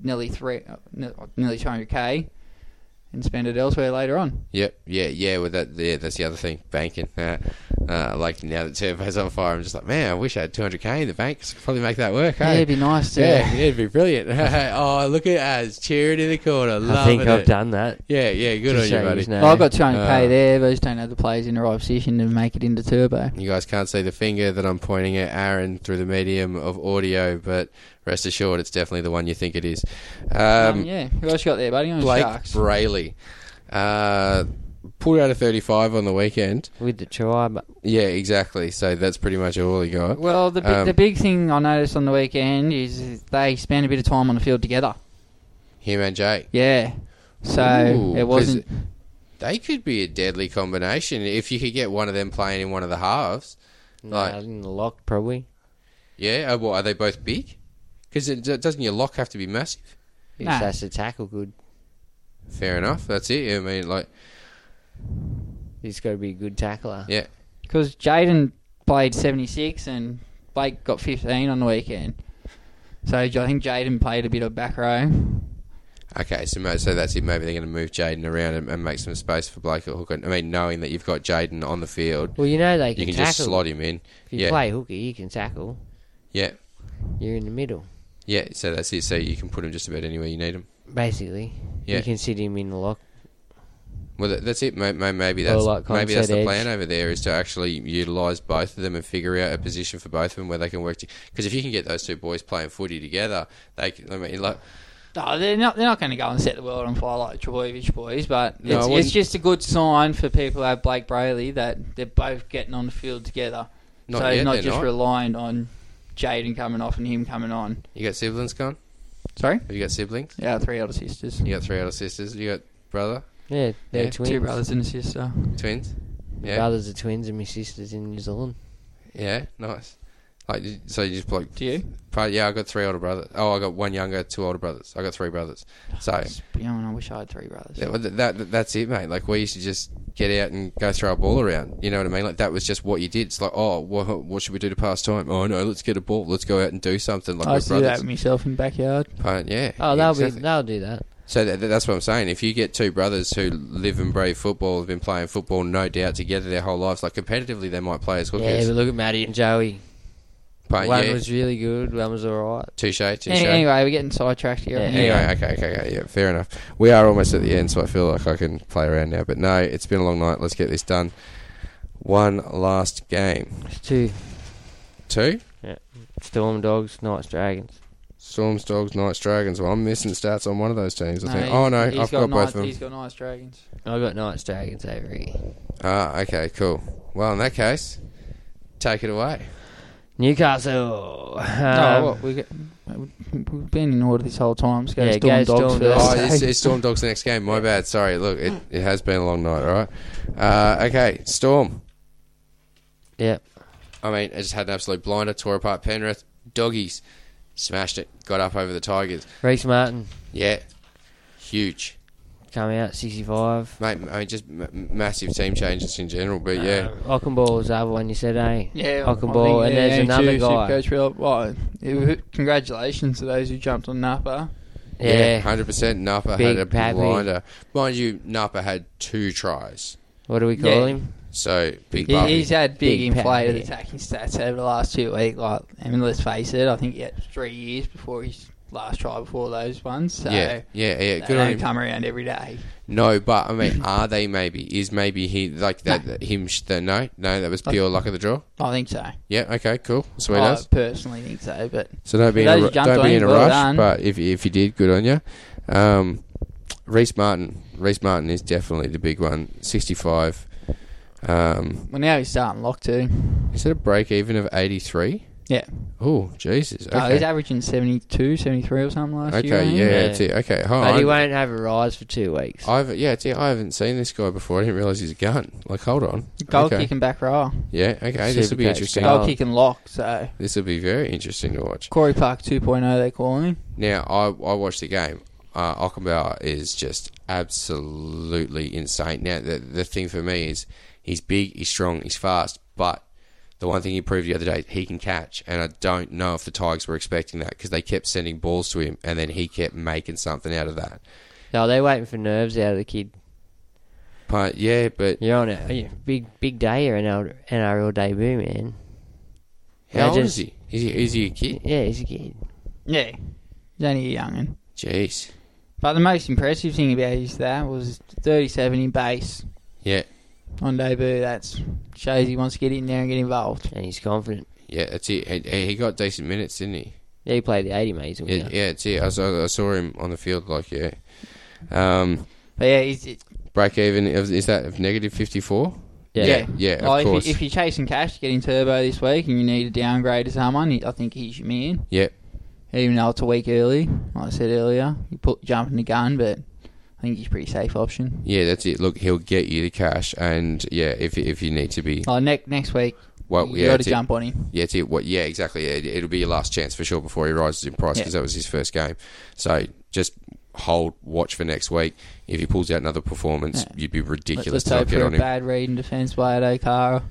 S7: nearly three, uh, ne- nearly 200k, and spend it elsewhere later on.
S5: Yep, yeah, yeah. With that, yeah, that's the other thing. Banking. Uh, uh, like now that Turbo's on fire, I'm just like, man, I wish I had 200k in the bank. 'cause I could probably make that work.
S7: Yeah,
S5: hey?
S7: it'd be nice to.
S5: Yeah, it'd be brilliant. oh, look at us cheering in the corner. Loving
S6: I think I've
S5: it.
S6: done that.
S5: Yeah, yeah. Good
S6: Just
S5: on you,
S6: saying
S5: buddy.
S6: his name.
S7: Well, I've got 200k
S5: Uh,
S7: there, but I just don't have the players in the right position to make it into um, turbo.
S5: You guys can't see the finger that I'm pointing at Aaron through the medium of audio, but rest assured, it's definitely the one you think it is.
S7: Um,
S5: Um,
S7: yeah, who else you got there, buddy? On
S5: Blake
S7: Sharks.
S5: Brayley uh, pulled out a 35 on the weekend.
S6: With the tribe.
S5: Yeah, exactly. So that's pretty much all he got.
S7: Well, the bi-
S5: Um,
S7: the big thing I noticed on the weekend is they spent a bit of time on the field together.
S5: Him and Jake.
S7: Yeah, so
S5: Ooh,
S7: it
S5: 'cause
S7: wasn't.
S5: They could be a deadly combination if you could get one of them playing in one of the halves. Like,
S6: Nah, in the lock, probably.
S5: yeah, uh, well, are they both big? Because doesn't your lock have to be massive?
S6: He
S7: Nah.
S6: just has to tackle good.
S5: Fair enough. That's it. I mean, like,
S6: He's got to be a good tackler.
S5: yeah.
S7: because Jaden played 76 and Blake got 15 on the weekend. So I think Jaden played a bit of back row.
S5: Okay, so ma- so that's it. Maybe they're going to move Jaden around and, and make some space for Blake at hooker. I mean, knowing that you've got Jaden on the field,
S6: Well, you know they can,
S5: you can
S6: tackle.
S5: just slot him in.
S6: If you
S5: Yeah,
S6: play hooker, you can tackle.
S5: yeah,
S6: You're in the middle,
S5: yeah. So that's it. So you can put him just about anywhere you need him.
S6: basically.
S5: Yeah.
S6: You can sit him in the lock.
S5: Well, that, that's it. May- may- Maybe that's
S6: like Colin
S5: maybe that's
S6: said,
S5: the
S6: edge.
S5: plan over there is to actually utilise both of them and figure out a position for both of them where they can work. Because if you can get those two boys playing footy together, they can. I mean, like,
S7: No, they're not. They're not going to go and set the world on fire like Trebojevic boys, but
S5: No, I
S7: it's, it's
S5: wouldn't-
S7: just a good sign for people like Blake Brayley that they're both getting on the field together.
S5: Not
S7: so
S5: yet,
S7: not
S5: they're
S7: just
S5: not.
S7: reliant on Jaden coming off and him coming on.
S5: you got siblings, gone?
S7: Sorry,
S5: Have you got siblings?
S7: yeah, three elder sisters,
S5: You got three older sisters. You got brother,
S6: Yeah, they're
S5: Yeah. Two
S6: twins.
S7: two brothers and a sister.
S5: twins.
S6: My brothers are twins, and my sister's in New Zealand.
S5: Yeah, nice. Like so, you just like
S7: Do you?
S5: Part, yeah, I got three older brothers. Oh, I got one younger, two older brothers. I got three brothers. So
S7: You know, and I wish I had three brothers.
S5: that, that, that- that's it, mate. Like we used to just get out and go throw a ball around. You know what I mean? Like that was just what you did. It's like, oh, what, what should we do to pass time? Oh no, let's get a ball. Let's go out and do something. Like
S7: I
S5: we're
S7: used to do that
S5: brothers.
S7: with myself in the backyard.
S5: Part- yeah.
S6: Oh, they'll
S5: exactly.
S6: be they'll do that.
S5: So that, that's what I'm saying. If you get two brothers who live and breathe football, have been playing football, no doubt, together their whole lives, like competitively, they might play as
S6: Yeah,
S5: hookers.
S6: but look at Maddie and Joey.
S5: but
S6: one
S5: yeah,
S6: was really good. One was all right.
S5: touche, touche.
S7: Any- Anyway, we're getting sidetracked here.
S6: Yeah,
S5: Anyway, okay, okay, okay, yeah, fair enough. We are almost at the end, so I feel like I can play around now. But no, it's been a long night. Let's get this done. One last game.
S6: It's two
S5: Two?
S6: Storm Dogs, Knights, Dragons.
S5: Storms, Dogs, Knights, Dragons. Well, I'm missing stats on one of those teams, I
S7: No,
S5: think.
S7: he's-
S5: Oh, no,
S7: he's
S5: I've got,
S7: nice,
S5: both of them.
S7: He's got nice dragons.
S6: I got Knights, Dragons over here.
S5: Ah, okay, cool. Well, in that case, take it away.
S7: Oh,
S6: Newcastle. Um,
S7: no, what, we get, we've been in order this whole time. Let's go Storm
S6: Yeah, go
S7: Dogs
S6: Storm
S7: first.
S5: Oh,
S6: Dogs.
S5: it's, it's Storm Dogs' next game. My bad. Sorry. Look, it, it has been a long night, all right? Uh, okay, Storm.
S6: yeah.
S5: I mean, I just had an absolute blinder. Tore apart Penrith. Doggies. Smashed it. Got up over the Tigers.
S6: Reece Martin
S5: Yeah, huge,
S6: come out sixty five.
S5: mate. I mean, just m- m- massive team changes in general. But yeah,
S6: Um, Ockenball was the other one you said, eh?
S7: Yeah, I
S6: Ockenball,
S7: think,
S6: and
S7: yeah,
S6: there's another
S7: Super
S6: guy.
S7: Coach Phil. Well, it- congratulations to those who jumped on Napa.
S5: yeah,
S6: yeah.
S5: hundred percent. Napa
S6: Big
S5: had a
S6: Pappy.
S5: blinder, mind you. Napa had two tries,
S6: What do we call
S7: Yeah.
S6: him?
S5: so big.
S7: He,
S5: Bobby.
S7: he's had big,
S6: Big pat,
S7: inflated
S6: yeah.
S7: attacking stats over the last two weeks. Like, I mean, let's face it. I think he had three years before he's last try before those ones. So
S5: Yeah, yeah, yeah,
S7: They
S5: good on
S7: don't
S5: him.
S7: come around every day.
S5: No, but I mean, are they maybe? Is maybe he like that? that Him? sh- The no, no, that was
S7: I-
S5: pure luck of the draw.
S7: I think so.
S5: Yeah. Okay. Cool. Sweet
S7: I
S5: as.
S7: personally think so, but
S5: So don't be in
S7: Oh, for
S5: a,
S7: those
S5: ru-
S7: who jumped
S5: don't
S7: on
S5: be in
S7: him,
S5: a
S7: well
S5: rush.
S7: done.
S5: But if if you did, good on you. Um, Reese Martin. Reese Martin is definitely the big one. Sixty-five. Um,
S7: well, now he's starting lock too.
S5: is it a break even of eighty-three?
S7: Yeah.
S5: Oh Jesus. Okay.
S7: Oh, he's averaging 72, 73 or something last
S5: Okay,
S7: year. I think.
S5: yeah, it's it. Okay, hold
S6: But he
S5: on.
S6: won't have a rise for two weeks.
S5: I've yeah, it's, Oh, I haven't seen this guy before. I didn't realize he's a gun. Like, hold on.
S7: Goal
S5: okay.
S7: kick and back row.
S5: Yeah. Okay. This will be
S6: Supercoach
S5: interesting.
S7: Goal kick and lock. So
S5: This will be very interesting to watch.
S7: Corey Park 2.0, oh, they call him.
S5: Now, I, I watched the game. Uh, Ockenbauer is just absolutely insane. Now, the, the thing for me is he's big, he's strong, he's fast, but the one thing he proved the other day, he can catch. And I don't know if the Tigers were expecting that because they kept sending balls to him and then he kept making something out of that.
S6: No, they're waiting for nerves out of the kid.
S5: But yeah, but
S6: You're on a yeah, big, big day your NRL, NRL debut, man.
S5: how old
S6: Imagine-
S5: is he? Is he, is he a kid?
S6: Yeah, he's a kid.
S7: Yeah. He's only a young'un.
S5: Jeez.
S7: But the most impressive thing about his that was 37 in base
S5: Yeah,
S7: on debut. That's shows he wants to get in there and get involved.
S6: And he's confident.
S5: yeah, that's it. And- and He got decent minutes, didn't he?
S6: Yeah, he played the 80 mate. He's a
S5: Yeah,
S6: winner.
S5: yeah, it's it. I saw, I saw him on the field, like, yeah. Um,
S7: But yeah, he's, it-
S5: break even of- is that of negative 54
S6: Yeah.
S5: yeah, yeah, of
S7: like,
S5: course
S7: If, you, if you're chasing cash to get in turbo this week and you need a downgrade to someone, I think he's your man.
S5: yeah
S7: Even though it's a week early, like I said earlier, you put jumping the gun, but I think he's a pretty safe option.
S5: yeah that's it look he'll get you the cash and yeah if if you need to be
S7: Oh, next next week,
S5: Well,
S7: you
S5: yeah,
S7: got
S5: it's
S7: to
S5: it.
S7: jump on him.
S5: yeah, it's it. What? Yeah, exactly. It, it'll be your last chance for sure before he rises in price
S7: Yeah.
S5: because that was his first game. So just hold, watch for next week. If he pulls out another performance,
S7: Yeah.
S5: you'd be
S7: Let,
S5: ridiculous
S7: let's
S5: to not
S7: hope
S5: get
S7: for a
S5: on him.
S7: bad read and defence by at O'Carroll,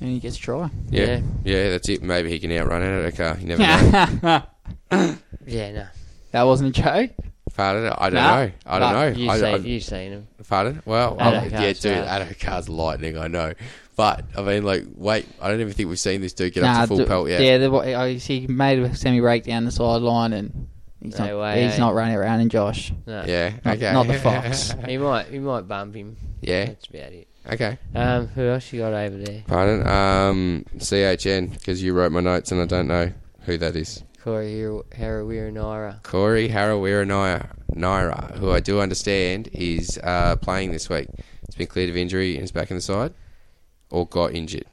S7: and he gets a try.
S5: yeah.
S6: Yeah.
S5: yeah, that's it. Maybe he can outrun it. Okay, you never know.
S7: that
S6: Yeah, no.
S7: wasn't a joke.
S5: Pardon? I don't
S7: Nah.
S5: know. I don't
S7: Nah,
S5: know.
S6: You've
S5: I,
S6: seen,
S5: I,
S6: you've seen him.
S5: Pardon? Well,
S6: Addo
S5: I- yeah,
S6: Carr's
S5: dude,
S6: out.
S5: Addo Carr's lightning, I know. But, I mean, like, wait, I don't even think we've seen this dude get up to full
S7: d-
S5: pelt yet.
S7: Yeah, the, I- he made a semi rake down the sideline, and he's
S6: No
S7: not
S6: way,
S7: he's
S6: eh?
S7: not running around. And Josh,
S6: No.
S5: Yeah,
S7: not,
S5: okay.
S7: not the fox.
S6: He might, he might bump him.
S5: Yeah.
S6: That's about it.
S5: Okay.
S6: Um, who else you got over there?
S5: Pardon? Um, CHN, because you wrote my notes and I don't know who that is.
S6: Corey Harawira Naira.
S5: Corey Harawira Naira, Naira who I do understand is uh, playing this week. He's been cleared of injury and is back in the side, or got injured.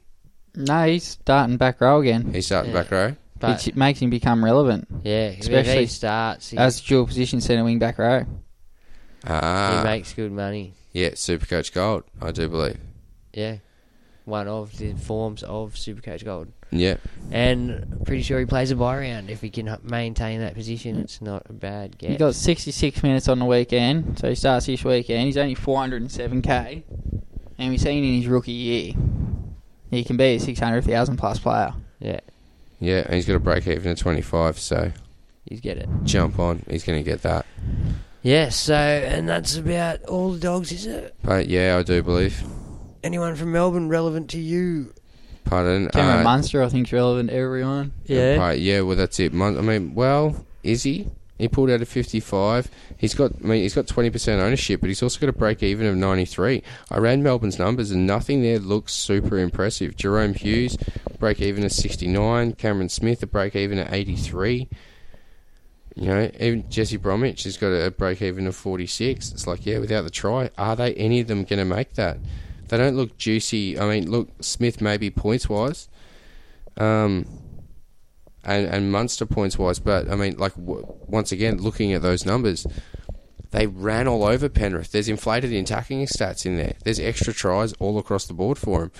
S7: No, he's starting back row again.
S5: He's starting
S6: Yeah.
S5: back row.
S6: But
S7: it makes him become relevant.
S6: yeah, if
S7: especially-
S6: he starts, he,
S7: That's dual position centre wing back row.
S5: Ah,
S7: Uh,
S6: he makes good money.
S5: yeah, Supercoach Gold, I do believe.
S6: Yeah, one of the forms of Supercoach Gold.
S5: Yeah.
S6: And pretty sure he plays a buy round. If he can h- maintain that position, it's not a bad
S7: Mm. He
S6: get.
S7: got 66 minutes on the weekend, so he starts this weekend. He's only 407k, and we've seen in his rookie year he can be a 600,000 plus player.
S6: yeah,
S5: Yeah, and he's got a break even at 25, so
S6: he's get it.
S5: jump on. He's going to get that.
S6: Yeah, so, and that's about all the dogs, is it?
S5: But yeah, I do believe.
S6: Anyone from Melbourne relevant to you?
S5: Pardon.
S7: Cameron
S5: uh,
S7: Munster, I think, is relevant to everyone.
S6: Yeah.
S5: Right, yeah, well, that's it. Mon- I mean, well, is he? He pulled out of 55. He's got, I mean, he's got 20% ownership, but he's also got a break even of 93. I ran Melbourne's numbers, and nothing there looks super impressive. Jerome Hughes, break even of 69. Cameron Smith, a break even of 83. You know, even Jesse Bromwich has got a break even of 46. It's like, yeah, without the try, are they any of them going to make that? They don't look juicy. I mean, look, Smith maybe points wise. Um, and and Munster points wise. But I mean, like w- once again, looking at those numbers, they ran all over Penrith. There's inflated in attacking stats in there. There's extra tries all across the board for him.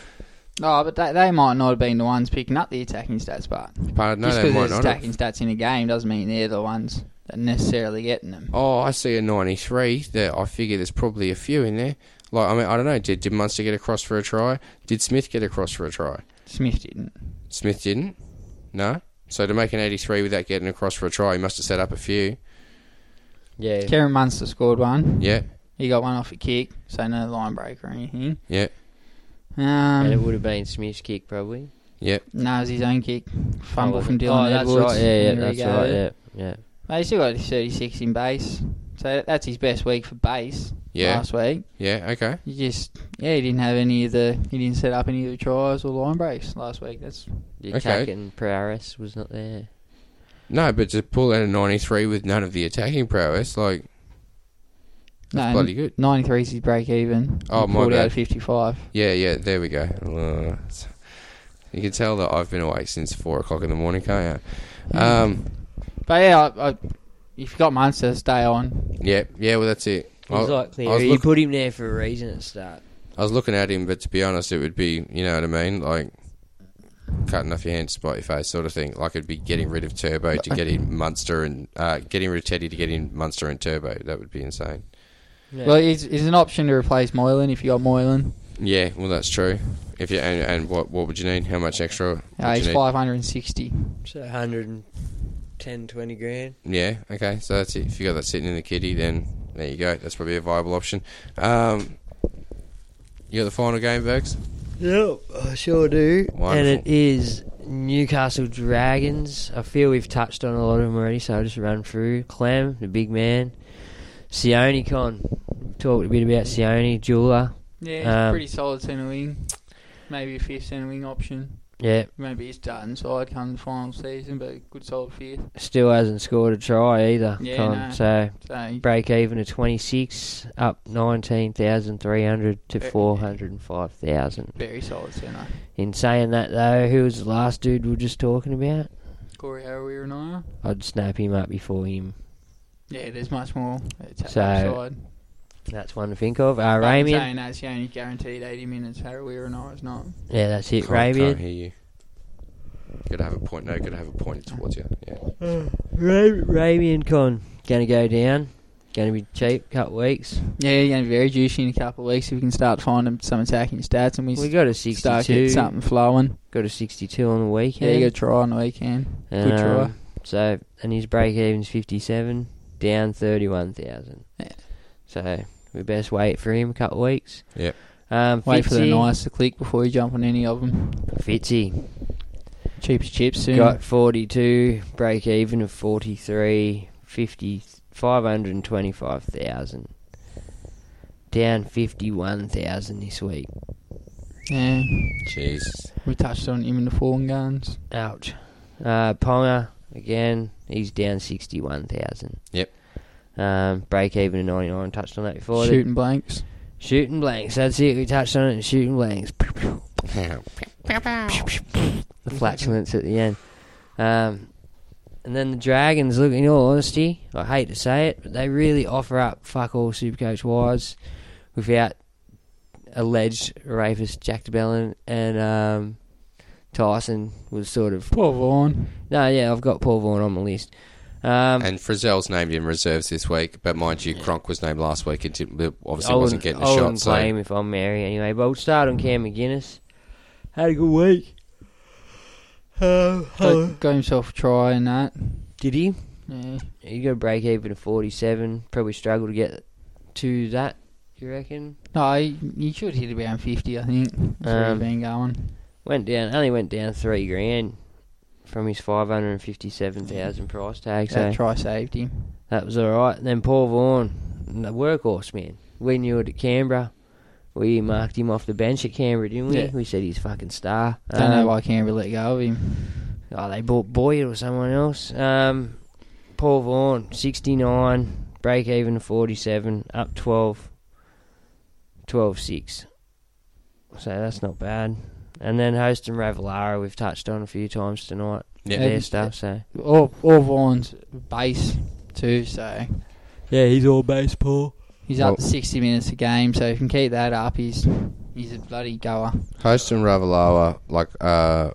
S7: Oh, but they, they might not have been the ones picking up the attacking stats, but
S5: But no,
S7: just
S5: they
S7: because
S5: might
S7: there's
S5: not.
S7: attacking
S5: Have.
S7: stats in a game doesn't mean they're the ones that are necessarily getting them.
S5: Oh, I see a 93. There, I figure there's probably a few in there. Like I mean, I don't know. Did did Munster get across for a try? Did Smith get across for a try?
S7: Smith didn't.
S5: Smith didn't. No. So to make an 83 without getting across for a try, he must have set up a few.
S6: Yeah. Yeah.
S7: Cameron Munster scored one.
S5: Yeah.
S7: He got one off a kick, so no line break or anything.
S5: Yeah.
S7: Um,
S6: And it would have been Smith's kick, probably.
S5: Yep.
S7: No, it was his own kick. Fumble
S8: Oh,
S7: from
S8: was it?
S7: Dylan
S8: Oh, that's
S7: Edwards.
S8: right, yeah, yeah,
S7: There
S8: that's
S7: you
S8: right, yeah, yeah.
S7: Mate, he's still got 36 in base. So that's his best week for base
S5: Yeah.
S7: last week.
S5: Yeah, okay.
S7: He just, yeah, he didn't have any of the, he didn't set up any of the tries or line breaks last week. That's
S8: The attack and Prioris was not there.
S5: No, but to pull out a 93 with none of the attacking prowess, like, that's bloody good.
S7: 93 is his break even.
S5: Oh,
S7: He
S5: my
S7: pulled
S5: bad.
S7: out 55.
S5: Yeah, yeah, there we go. Uh, it's- You can tell that I've been awake since 4 o'clock in the morning, can't you? Um,
S7: But yeah, I, I, if you've got Munster, stay on.
S5: yeah, yeah, well, that's it. I-
S6: Exactly.
S5: I was
S6: You
S5: look-
S6: put him there for a reason at the start.
S5: I was looking at him, but to be honest, it would be, you know what I mean? Like, cutting off your hand to spite your face sort of thing. Like, it'd be getting rid of Turbo to get in Munster and, uh, getting rid of Teddy to get in Munster and Turbo. That would be insane.
S7: Well, it's, it's an option to replace Moylan if you got Moylan.
S5: Yeah, well, that's true. If you and, and what what would you need? How much extra? would
S7: Uh,
S5: you
S7: he's
S5: need?
S7: 560.
S6: So 110, 20 grand.
S5: Yeah. Okay. So that's it. If you got that sitting in the kitty, then there you go. That's probably a viable option. Um, you got the final game, Bergs?
S6: Yep, I sure do. And
S5: Wonderful.
S6: it is Newcastle Dragons. I feel we've touched on a lot of them already, so I'll just run through. Clem, the big man. Sione Con. Talked a bit about Sione, Jula.
S7: Yeah, he's a pretty solid centre wing. Maybe a fifth centre wing option.
S6: Yeah.
S7: Maybe his starting side come the final season, but a good solid fifth.
S6: Still hasn't scored a try either.
S7: Yeah,
S6: Con.
S7: no.
S6: So,
S7: So-
S6: break even at 26, up 19,300 to
S7: Very-
S6: 405,000.
S7: Very solid centre.
S6: In saying that, though, who was the last dude we were just talking about?
S7: Corey Harrow and I.
S6: I'd snap him up before him.
S7: Yeah, there's much more. uh, It's
S6: So,
S7: side.
S6: That's one to think of. Uh,
S7: But I'm saying
S6: Ramian.
S7: that's the only guaranteed 80 minutes. Harrow and I is not.
S6: Yeah, that's it.
S5: Can't-
S6: Ramian.
S5: Can't hear you. Gotta have a point. No, gotta have a point towards you. Yeah.
S6: Ramian Con. Gonna go down. Gonna be cheap, couple weeks.
S7: Yeah, you're going to be very juicy in a couple of weeks if we can start finding some attacking stats and we,
S6: We got a
S7: start getting
S6: 62.
S7: something flowing.
S6: Got a 62 on the
S7: Yeah,
S6: weekend.
S7: you got a try on the weekend. Good try.
S6: Um, So, and his break even's 57, down 31,000.
S7: Yeah.
S6: So, we best wait for him a couple weeks.
S5: Yep.
S6: Um,
S7: Wait for the
S6: Fitzy-
S7: nice to click before you jump on any of them.
S6: Fitzy.
S7: Cheap as chips soon.
S6: Got 42, break even of 43, 50, 525,000. Down 51,000 this week.
S7: Yeah.
S5: Jeez.
S7: We touched on him in the fallen guns.
S6: Ouch. Uh, Ponga, again, he's down 61,000.
S5: Yep.
S6: Um, break even of 99, touched on that before.
S7: Shooting blanks.
S6: Shooting blanks, that's it, we touched on it, shooting blanks. the flatulence at the end. Um, and then the Dragons, look, in all honesty, I hate to say it, but they really offer up fuck all Supercoach wise without alleged rapist Jack DeBellin and um, Tyson was sort of.
S7: Paul Vaughan.
S6: No, yeah, I've got Paul Vaughan on my list. Um,
S5: And Frizzell's named in reserves this week, but mind you, Cronk was named last week and didn't, obviously wasn't getting a
S6: I
S5: shot.
S6: wouldn't
S5: So
S6: blame if I'm Mary anyway, but we'll start on Cam McGuinness. Had a good week. Uh,
S7: Got, got himself a try in that.
S6: Did he?
S7: Yeah.
S6: You got a break even of 47. Probably struggle to get to that, you reckon?
S7: No, he, he should hit around 50, I think. That's where
S6: Um,
S7: he's been going.
S6: Went down, only went down three grand from his 557,000 price tag. So
S7: That try saved him.
S6: That was all right. And then Paul Vaughan, the workhorse man. We knew it at Canberra. We marked him off the bench at Canberra, didn't we?
S7: Yeah.
S6: We said he's fucking star.
S7: Don't know
S6: Um,
S7: why Canberra let go of him.
S6: Oh, they bought Boyd or someone else. Um, Paul Vaughan, 69, break even to 47, up 12, 12 6. So that's not bad. And then Host and Ravelara, we've touched on a few times tonight.
S5: Yeah.
S6: Their stuff, so.
S7: All, all Vaughan's base, too, so.
S6: Yeah, he's all base, Paul.
S7: He's
S5: Well-
S7: up to 60 minutes a game, so if he can keep that up, he's he's a bloody goer.
S5: Host and Ravalawa, like uh,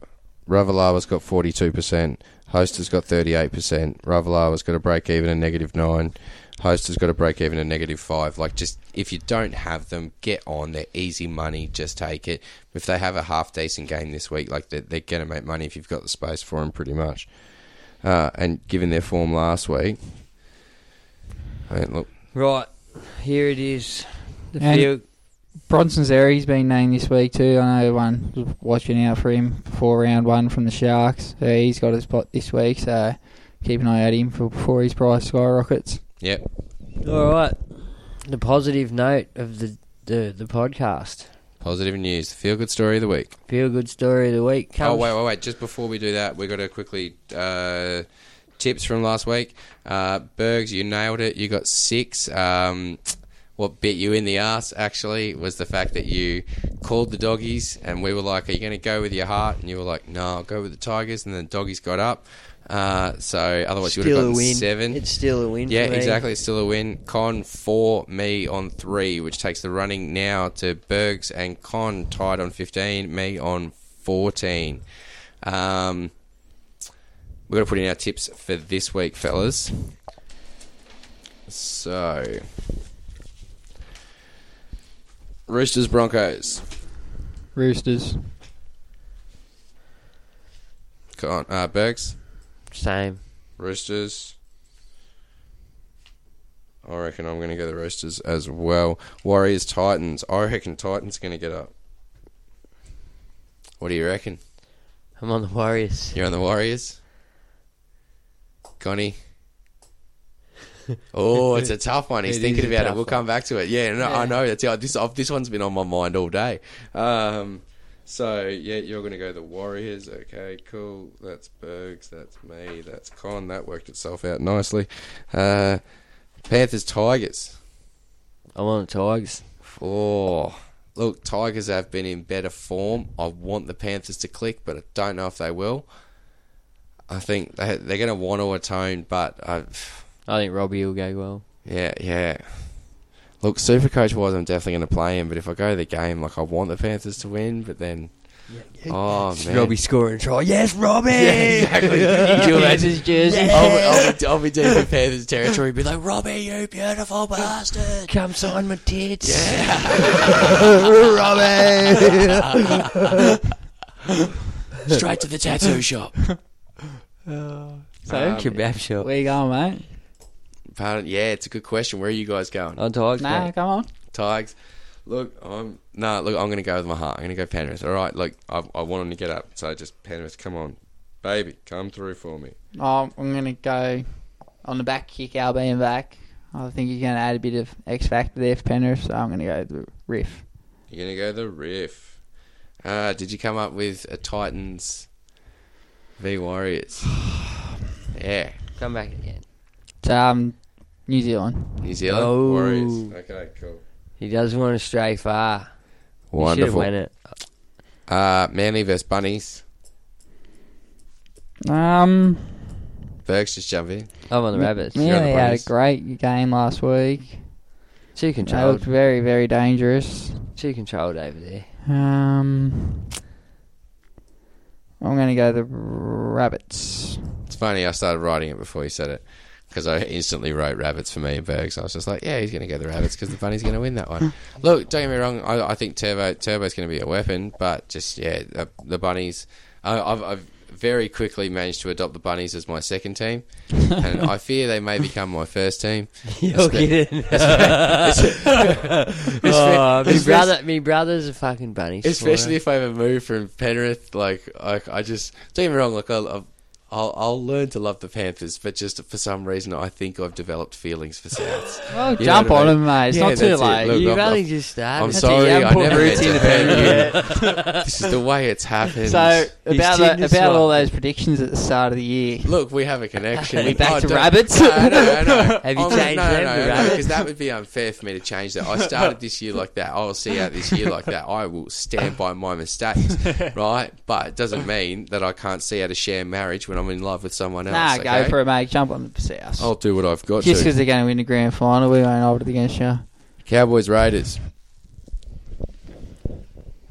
S5: Ravalawa's got forty two percent. Host has got thirty eight percent. Ravalawa's got a break even a negative nine. Host has got a break even a negative five. Like just if you don't have them, get on. They're easy money. Just take it. If they have a half decent game this week, like they're, they're gonna make money if you've got the space for them, pretty much. Uh, and given their form last week, I mean, look,
S6: Right, here it is. The
S7: And-
S6: field.
S7: Bronson's there. He's been named this week too. I know everyone was watching out for him before round one from the Sharks. So he's got a spot this week. So keep an eye out him for before his price skyrockets.
S5: Yep.
S7: All right.
S8: The positive note of the the, the podcast.
S5: Positive news. Feel good story of the week.
S8: Feel good story of the week.
S5: Oh
S8: comes-
S5: wait, wait, wait! Just before we do that, we got to quickly uh, tips from last week. Uh, Bergs, you nailed it. You got six. Um, what bit you in the ass actually was the fact that you called the doggies, and we were like, "Are you going to go with your heart?" And you were like, "No, I'll go with the Tigers." And then the doggies got up. Uh, so otherwise, you would
S8: Still
S5: have
S8: a
S5: gotten
S8: win.
S5: seven.
S8: It's still a win
S5: Yeah,
S8: for me.
S5: exactly. It's still a win. Con four, me on three, which takes the running now to Bergs and Con tied on fifteen, me on fourteen. Um, we've got to put in our tips for this week, fellas. So, Roosters Broncos.
S7: Roosters.
S5: Con uh, Bergs.
S8: Same.
S5: Roosters. I reckon I'm going to go the Roosters as well. Warriors Titans. I reckon Titans going to get up. What do you reckon?
S8: I'm on the Warriors.
S5: You're on the Warriors. Connie. Oh, it's a tough one. He's
S8: It
S5: thinking
S8: is a
S5: about it.
S8: tough
S5: We'll come back to it. Yeah, no, I
S8: Yeah.
S5: know. That's this. oh, This one's been on my mind all day. Um, so yeah, you're going to go the Warriors. Okay, cool. That's Bergs. That's me. That's Con. That worked itself out nicely. Uh, Panthers, Tigers.
S8: I'm on the Tigers.
S5: Oh, look, Tigers have been in better form. I want the Panthers to click, but I don't know if they will. I think they, they're going to want to atone, but I,
S8: I think Robbie will go well.
S5: yeah, yeah. Look, super coach wise, I'm definitely going to play him. But if I go to the game, like I want the Panthers to win, but then, oh man,
S8: Robbie scoring a try. Yes, Robbie.
S5: Yeah, exactly. Could you imagine?
S8: Panthers jersey.
S5: I'll, be- I'll, be, I'll be deep in Panthers territory. Be like, Robbie, you
S8: beautiful bastard. Come sign my tits.
S5: Robbie.
S8: Straight to the tattoo shop. So,
S5: Um,
S7: Uh,
S8: kebab shop.
S7: Where you going, mate?
S5: Pardon? Yeah, it's a good question. Where are you guys
S6: Uh,
S5: going?
S8: On Tigers.
S7: Nah,
S8: mate.
S7: come on.
S5: Tigers. Look, I'm no. Look, I'm going to go with my heart. I'm going to go Penrith. All right. Look, I, I want them to get up. So just Penrith, come on, baby, come through for me.
S7: Oh, I'm going to go on the back kick, Albie and back. I think he's going to add a bit of X factor there for Penrith, so I'm going to go the riff.
S5: You're going to go the riff. Uh, did you come up with a Titans v Warriors? Yeah,
S8: Come back again.
S7: So, um, New Zealand.
S5: New Zealand
S8: Oh.
S5: Warriors. Okay, cool.
S8: He doesn't want to stray far. He should have
S5: Wonderful.
S8: won it.
S5: Uh, Manly versus Bunnies.
S7: Um,
S5: Bergs, just jump in.
S8: I'm on the Rabbits.
S5: You're on
S7: Yeah,
S5: the
S7: they had a
S5: Bunnies.
S7: great game last week.
S8: Too
S7: They looked
S8: controlled.
S7: very, very dangerous.
S8: Too controlled over there.
S7: Um, I'm going to go the Rabbits.
S5: It's funny. I started writing it before you said it because I instantly wrote rabbits for me and Bergs. I was just like, yeah, he's going to go the rabbits because the bunny's going to win that one. Look, don't get me wrong. I, I think Turbo Turbo's going to be a weapon, but just yeah, the, the bunnies. I, I've, I've very quickly managed to adopt the bunnies as my second team, and I fear they may become my first team.
S8: You're kidding. oh, me brother, me brother's a fucking bunny.
S5: Especially if I ever move from Penrith, like I, I just don't get me wrong. Like I, I'll, I'll, I'll learn to love the Panthers, but just for some reason, I think I've developed feelings for Souths.
S7: Well,
S5: You know
S7: Oh, jump
S5: what I
S7: on
S5: mean?
S7: them, mate. It's
S5: Yeah,
S7: not too
S5: that's it.
S7: late.
S5: Look,
S8: you
S5: I'm-
S8: really
S5: I'm-
S8: just started.
S5: I'm sorry, I never meant to hurt
S7: Yeah.
S5: you. This is the way it's happened.
S7: So
S8: He's
S7: about the,
S8: Tinder
S7: about
S8: swiping.
S7: all those predictions at the start of the year.
S5: Look, we have a connection. We
S7: Back to
S5: don't-
S7: rabbits?
S5: No, no, no.
S8: Have you
S5: I'm-
S8: changed
S5: No,
S8: them to
S5: no, no,
S8: rabbits?
S5: because that would be unfair for me to change that. I started this year like that. I'll see out this year like that. I will stand by my mistakes, right? But it doesn't mean that I can't see how to share marriage when I'm in love with someone else.
S7: Nah, go
S5: okay?
S7: for it, mate. Jump on the South.
S5: I'll do what I've got
S7: Just
S5: to.
S7: because they're going to win the grand final, we won't hold it against you.
S5: Cowboys Raiders.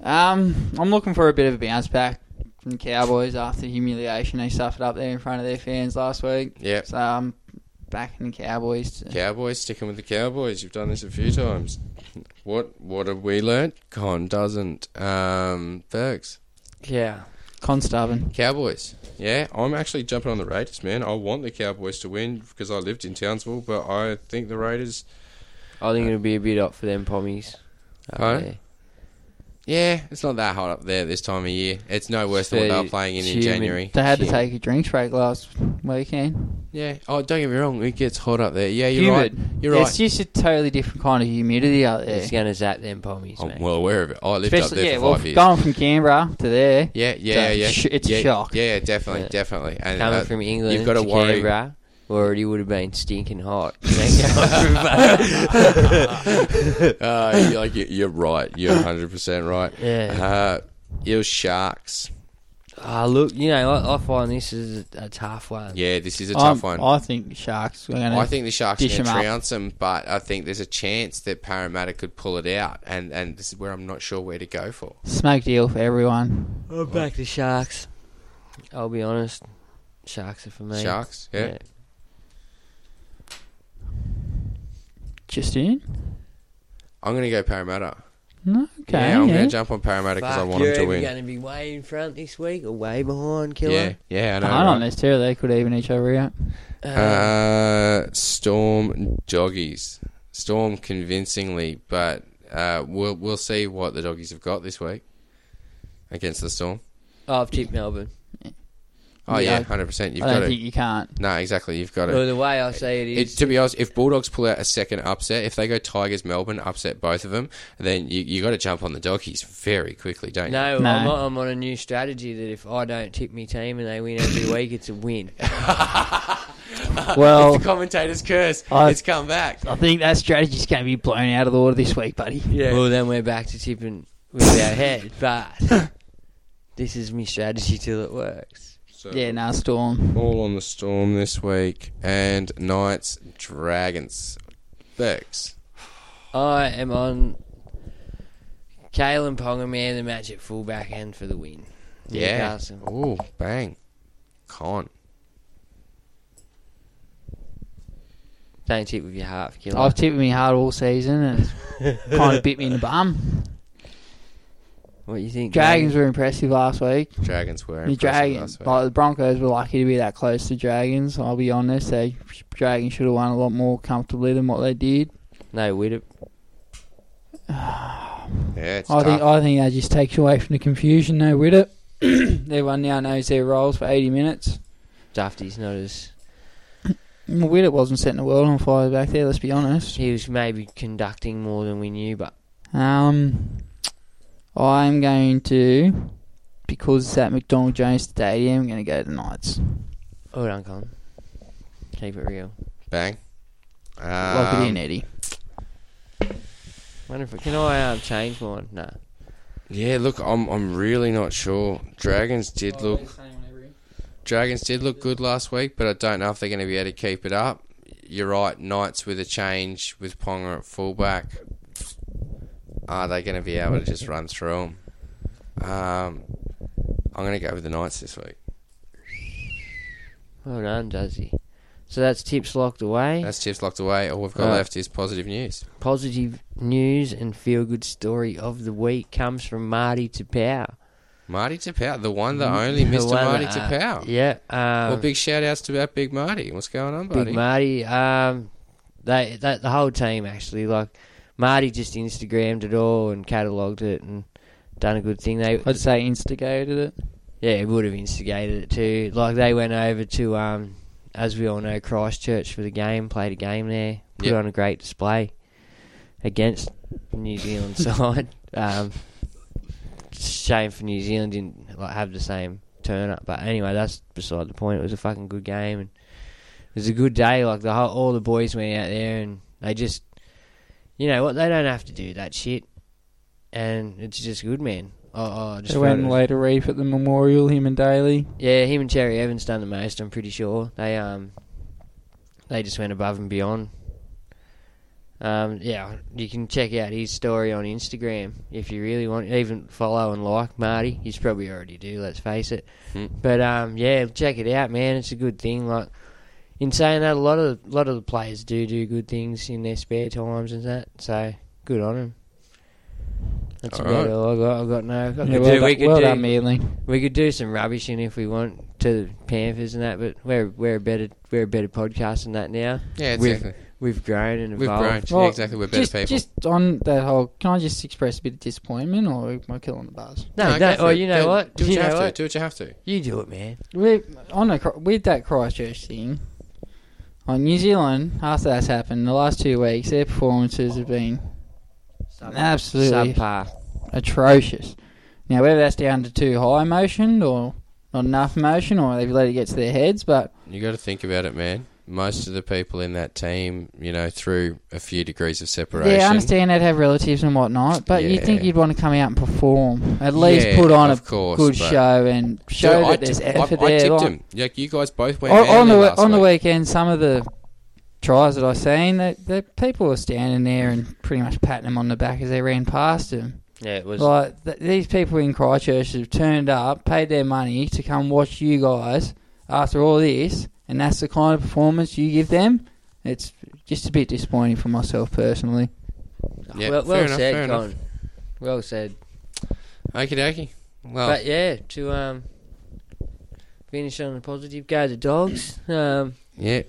S7: Um, I'm looking for a bit of a bounce back from the Cowboys after the humiliation they suffered up there in front of their fans last week.
S5: Yep.
S7: So I'm backing the Cowboys. uh, To,
S5: Cowboys sticking with the Cowboys. You've done this a few times. What what have we learnt? Con doesn't. Um, Bergs.
S8: Yeah.
S7: Con stubborn.
S5: Cowboys. Yeah, I'm actually jumping on the Raiders, man. I want the Cowboys to win because I lived in Townsville, but I think the Raiders.
S8: I think it'll be a bit up for them pommies.
S5: Pardon? Yeah, it's not that hot up there this time of year. It's no worse than what they were playing in, in January.
S7: They had to take a drinks break last weekend.
S5: Yeah. Oh, don't get me wrong. It gets hot up there. Yeah, you're
S7: Humid.
S5: right. You're
S7: It's just a totally different kind of humidity out there.
S5: It's
S7: to zap them pommies,
S5: right. I'm Oh, well aware of it. I lived up there
S7: yeah,
S5: for
S7: well,
S5: five years.
S7: going from Canberra to there.
S5: Yeah, yeah,
S7: it's a
S5: yeah.
S7: sh- it's
S5: yeah,
S7: a shock.
S5: Yeah, definitely, definitely. And
S6: Coming
S5: uh,
S6: from England
S5: you've got to
S6: to
S5: worry.
S6: Canberra, already would have been stinking hot.
S5: uh, you're, like, you- you're right. You're 100 percent right.
S6: Yeah.
S5: Uh, it was sharks.
S6: Ah, look, you know, I, I find this is a, a tough one.
S5: Yeah, this is a tough
S7: I'm-
S5: one.
S7: I think sharks. Are gonna
S5: I think the Sharks are
S7: dish
S5: going to
S7: them up.
S5: trounce them, but I think there's a chance that Parramatta could pull it out, and, and this is where I'm not sure where to go for.
S7: Smoke deal for everyone.
S6: Oh, back to sharks. I'll be honest, sharks are for me.
S5: Sharks, yeah.
S7: Just in.
S5: I'm going to go Parramatta.
S7: No, okay,
S5: Yeah, I'm
S7: yeah.
S5: going to jump on Parramatta because I
S6: Fuck,
S5: want them to
S6: You're
S5: win.
S6: going to be way in front this week or way behind, killer.
S5: Yeah, yeah, I know.
S7: I
S5: right?
S7: don't necessarily. They could even each other out.
S5: Uh, Storm doggies. Storm convincingly, but uh, we'll we'll see what the doggies have got this week against the Storm. Uh,
S6: Oh, I've tipped Melbourne.
S5: Oh yeah,
S6: Yeah,
S5: hundred percent. You've
S7: I
S5: got
S7: don't
S5: it.
S7: think you can't.
S5: No, exactly. You've got it.
S6: Well, the way I see it is-
S5: to be honest, if Bulldogs pull out a second upset, if they go Tigers Melbourne upset both of them, then you you got to jump on the doggies very quickly, don't you?
S6: No, I'm, on, I'm on a new strategy that if I don't tip my team and they win every week, it's a win.
S7: Well-
S5: it's the commentator's curse.
S7: I-
S5: it's come back.
S7: I think that strategy's going to be blown out of the water this week, buddy.
S6: Yeah. Well, then we're back to tipping with our head, but this is my strategy till it works.
S7: yeah, nah, storm.
S5: All on the Storm this week and Knights Dragons. Burks.
S6: I am on Kalen Ponga, man, the match at fullback end for the win.
S5: Yeah.
S6: Newcastle.
S5: Ooh, bang. Con.
S6: Don't tip with your half, killer.
S7: I've tipped me hard all season and it's kind of bit me in the bum.
S6: What do you think?
S7: Dragons were impressive last week.
S5: Dragons were
S7: The
S5: impressive
S7: Dragons,
S5: last week.
S7: like the Broncos, were lucky to be that close to Dragons. I'll be honest, they Dragons should have won a lot more comfortably than what they did.
S6: No, Widdop.
S5: Yeah, it's
S7: I think
S5: tough.
S7: I think that just takes you away from the confusion. No, with it, everyone now knows their roles for eighty minutes.
S6: Dufty's not as.
S7: Well, Widdop wasn't setting the world on fire back there. Let's be honest.
S6: He was maybe conducting more than we knew, but
S7: Um, I'm going to because it's at McDonald Jones Stadium. I'm going to go to the Knights.
S6: hold on, Colin. Keep it real.
S5: Bang.
S7: Lock it in,
S5: Um,
S7: Eddie.
S6: Wonder if can I um, change mine? No.
S5: yeah, look, I'm I'm really not sure. Dragons did look Dragons did look good last week, but I don't know if they're going to be able to keep it up. You're right, Knights with a change with Ponga at fullback. Are they going to be able to just run through them? Um, I'm going to go with the Knights this week.
S6: Well done, Duzzy. So that's tips locked away.
S5: That's tips locked away. All we've got
S6: Right.
S5: left is positive news.
S6: Positive news and feel good story of the week comes from Marty Tapau.
S5: Marty Tapau, the one,
S6: Mm-hmm.
S5: the only Mr. Marty Tapau.
S6: uh, Yeah. Um,
S5: well, big shout outs to that Big Marty. What's going on, buddy?
S6: Big Marty. Um, they, they the whole team actually like Marty just Instagrammed it all and catalogued it and done a good thing. They
S7: I'd say instigated it.
S6: yeah, it would have instigated it too. Like they went over to um, as we all know, Christchurch for the game, played a game there, put
S5: Yep.
S6: on a great display against the New Zealand side. Um, shame for New Zealand didn't like have the same turn up, but anyway, that's beside the point. It was a fucking good game and it was a good day. Like the whole, all the boys went out there and they just, you know what, they don't have to do that shit, and it's just good, man. Oh, oh, just
S7: They went
S6: felt it
S7: and
S6: was-
S7: laid a reef at the memorial. Him and Daly.
S6: yeah, him and Cherry Evans done the most. I'm pretty sure they um they just went above and beyond. Um, yeah, you can check out his story on Instagram if you really want. Even follow and like Marty. He's probably already do. Let's face it.
S5: Hmm.
S6: But um, yeah, check it out, man. It's a good thing. Like in saying that, a lot of lot of the players do do good things in their spare times and that. So good on them. That's about
S7: Alright.
S6: all I got. I got no. I could
S7: Yeah, well
S6: do- we
S7: done-
S6: could
S7: well
S6: do-
S7: done, Manly.
S6: we could do some rubbishing if we want to the Panthers and that, but we're we're a better we're a better podcast than that now.
S5: Yeah,
S6: with
S5: exactly.
S8: We've grown and evolved.
S7: Well, just, Just on that whole, can I just express a bit of disappointment, or am I killing the buzz?
S6: No, no, oh, you know what?
S5: do what you
S6: know
S5: have to, do what you have to.
S6: You do it, man.
S7: We're on a, Chr- with that Christchurch thing. On New Zealand, after that's happened, the last two weeks, their performances have been absolutely
S6: subpar,
S7: atrocious. Now, whether that's down to too high emotion or not enough emotion, or they've let it get to their heads, but
S5: You got to think about it, man. Most of the people in that team, you know, through a few degrees of separation.
S7: yeah, I understand they'd have relatives and whatnot, but you'd think
S5: Yeah.
S7: you'd want to come out and perform, at least
S5: Yeah,
S7: put on a
S5: of course,
S7: good
S5: but-
S7: show and show
S5: Dude,
S7: that
S5: I
S7: there's
S5: ti- I-
S7: effort
S5: I
S7: there.
S5: tipped
S7: like-
S5: him. Like, you guys both went
S7: on, on
S5: Manly
S7: the
S5: last
S7: on the
S5: week.
S7: weekend. Some of the tries that I seen, that the people were standing there and pretty much patting them on the back as they ran past them.
S8: Yeah, it was-
S7: like th- these people in Christchurch have turned up, paid their money to come watch you guys after all this, and that's the kind of performance you give them. It's just a bit disappointing for myself personally.
S5: Yeah,
S8: well, well
S5: fair enough,
S8: said,
S5: fair enough.
S8: Colin. Well said.
S5: Okie dokie. Well,
S8: but yeah, to um, finish on a positive, go the dogs. Um,
S5: yeah.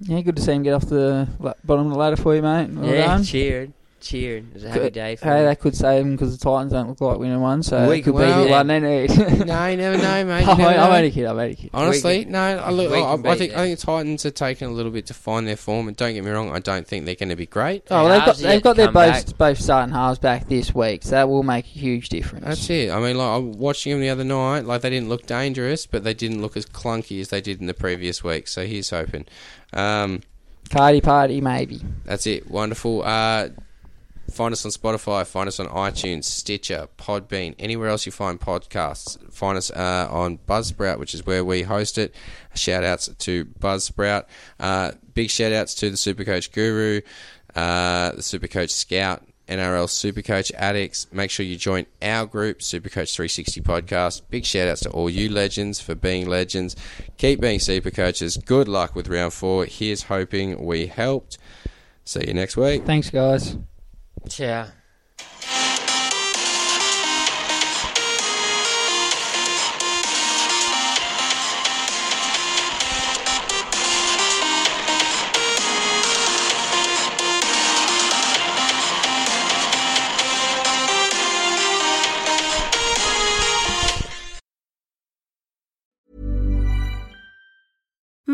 S7: Yeah, good to see him get off the la- bottom of the ladder for you, mate. Well
S8: yeah,
S7: done.
S8: cheering, cheering. It was a happy
S7: Good.
S8: day for
S7: hey,
S8: me.
S7: that could save them because the Titans don't look like winning one, so
S8: We
S7: it could
S8: can
S7: be
S8: beat
S7: the one they need.
S5: No, you never know, mate. You
S7: I'm,
S5: never
S7: I'm
S5: Oh, know.
S7: only kidding. I'm only kidding.
S5: Honestly,
S7: We can-
S5: no. I look,
S7: we
S5: I,
S7: can
S5: I
S7: beat
S5: think
S7: them.
S5: I think the Titans are taking a little bit to find their form, and don't get me wrong, I don't think they're going to be great.
S7: Oh, well, they've got
S5: Halves yet
S7: they've got
S5: to
S7: their
S5: come
S7: both both starting halves back this week, so that will make a huge difference.
S5: That's it. I mean, like I was watching them the other night, like they didn't look dangerous, but they didn't look as clunky as they did in the previous week. So here's hoping. Um,
S7: Cardi party, maybe.
S5: That's it. Wonderful. Uh, find us on Spotify. Find us on iTunes, Stitcher, Podbean, anywhere else you find podcasts. Find us uh, on Buzzsprout, which is where we host it. Shout outs to Buzzsprout. Uh, big shout outs to the Supercoach Guru, uh, the Supercoach Scout. NRL Supercoach addicts, make sure you join our group, Supercoach 360 Podcast. Big shout outs to all you legends for being legends. Keep being Supercoaches. Good luck with round four. Here's hoping we helped. See you next week.
S7: Thanks, guys.
S8: Ciao.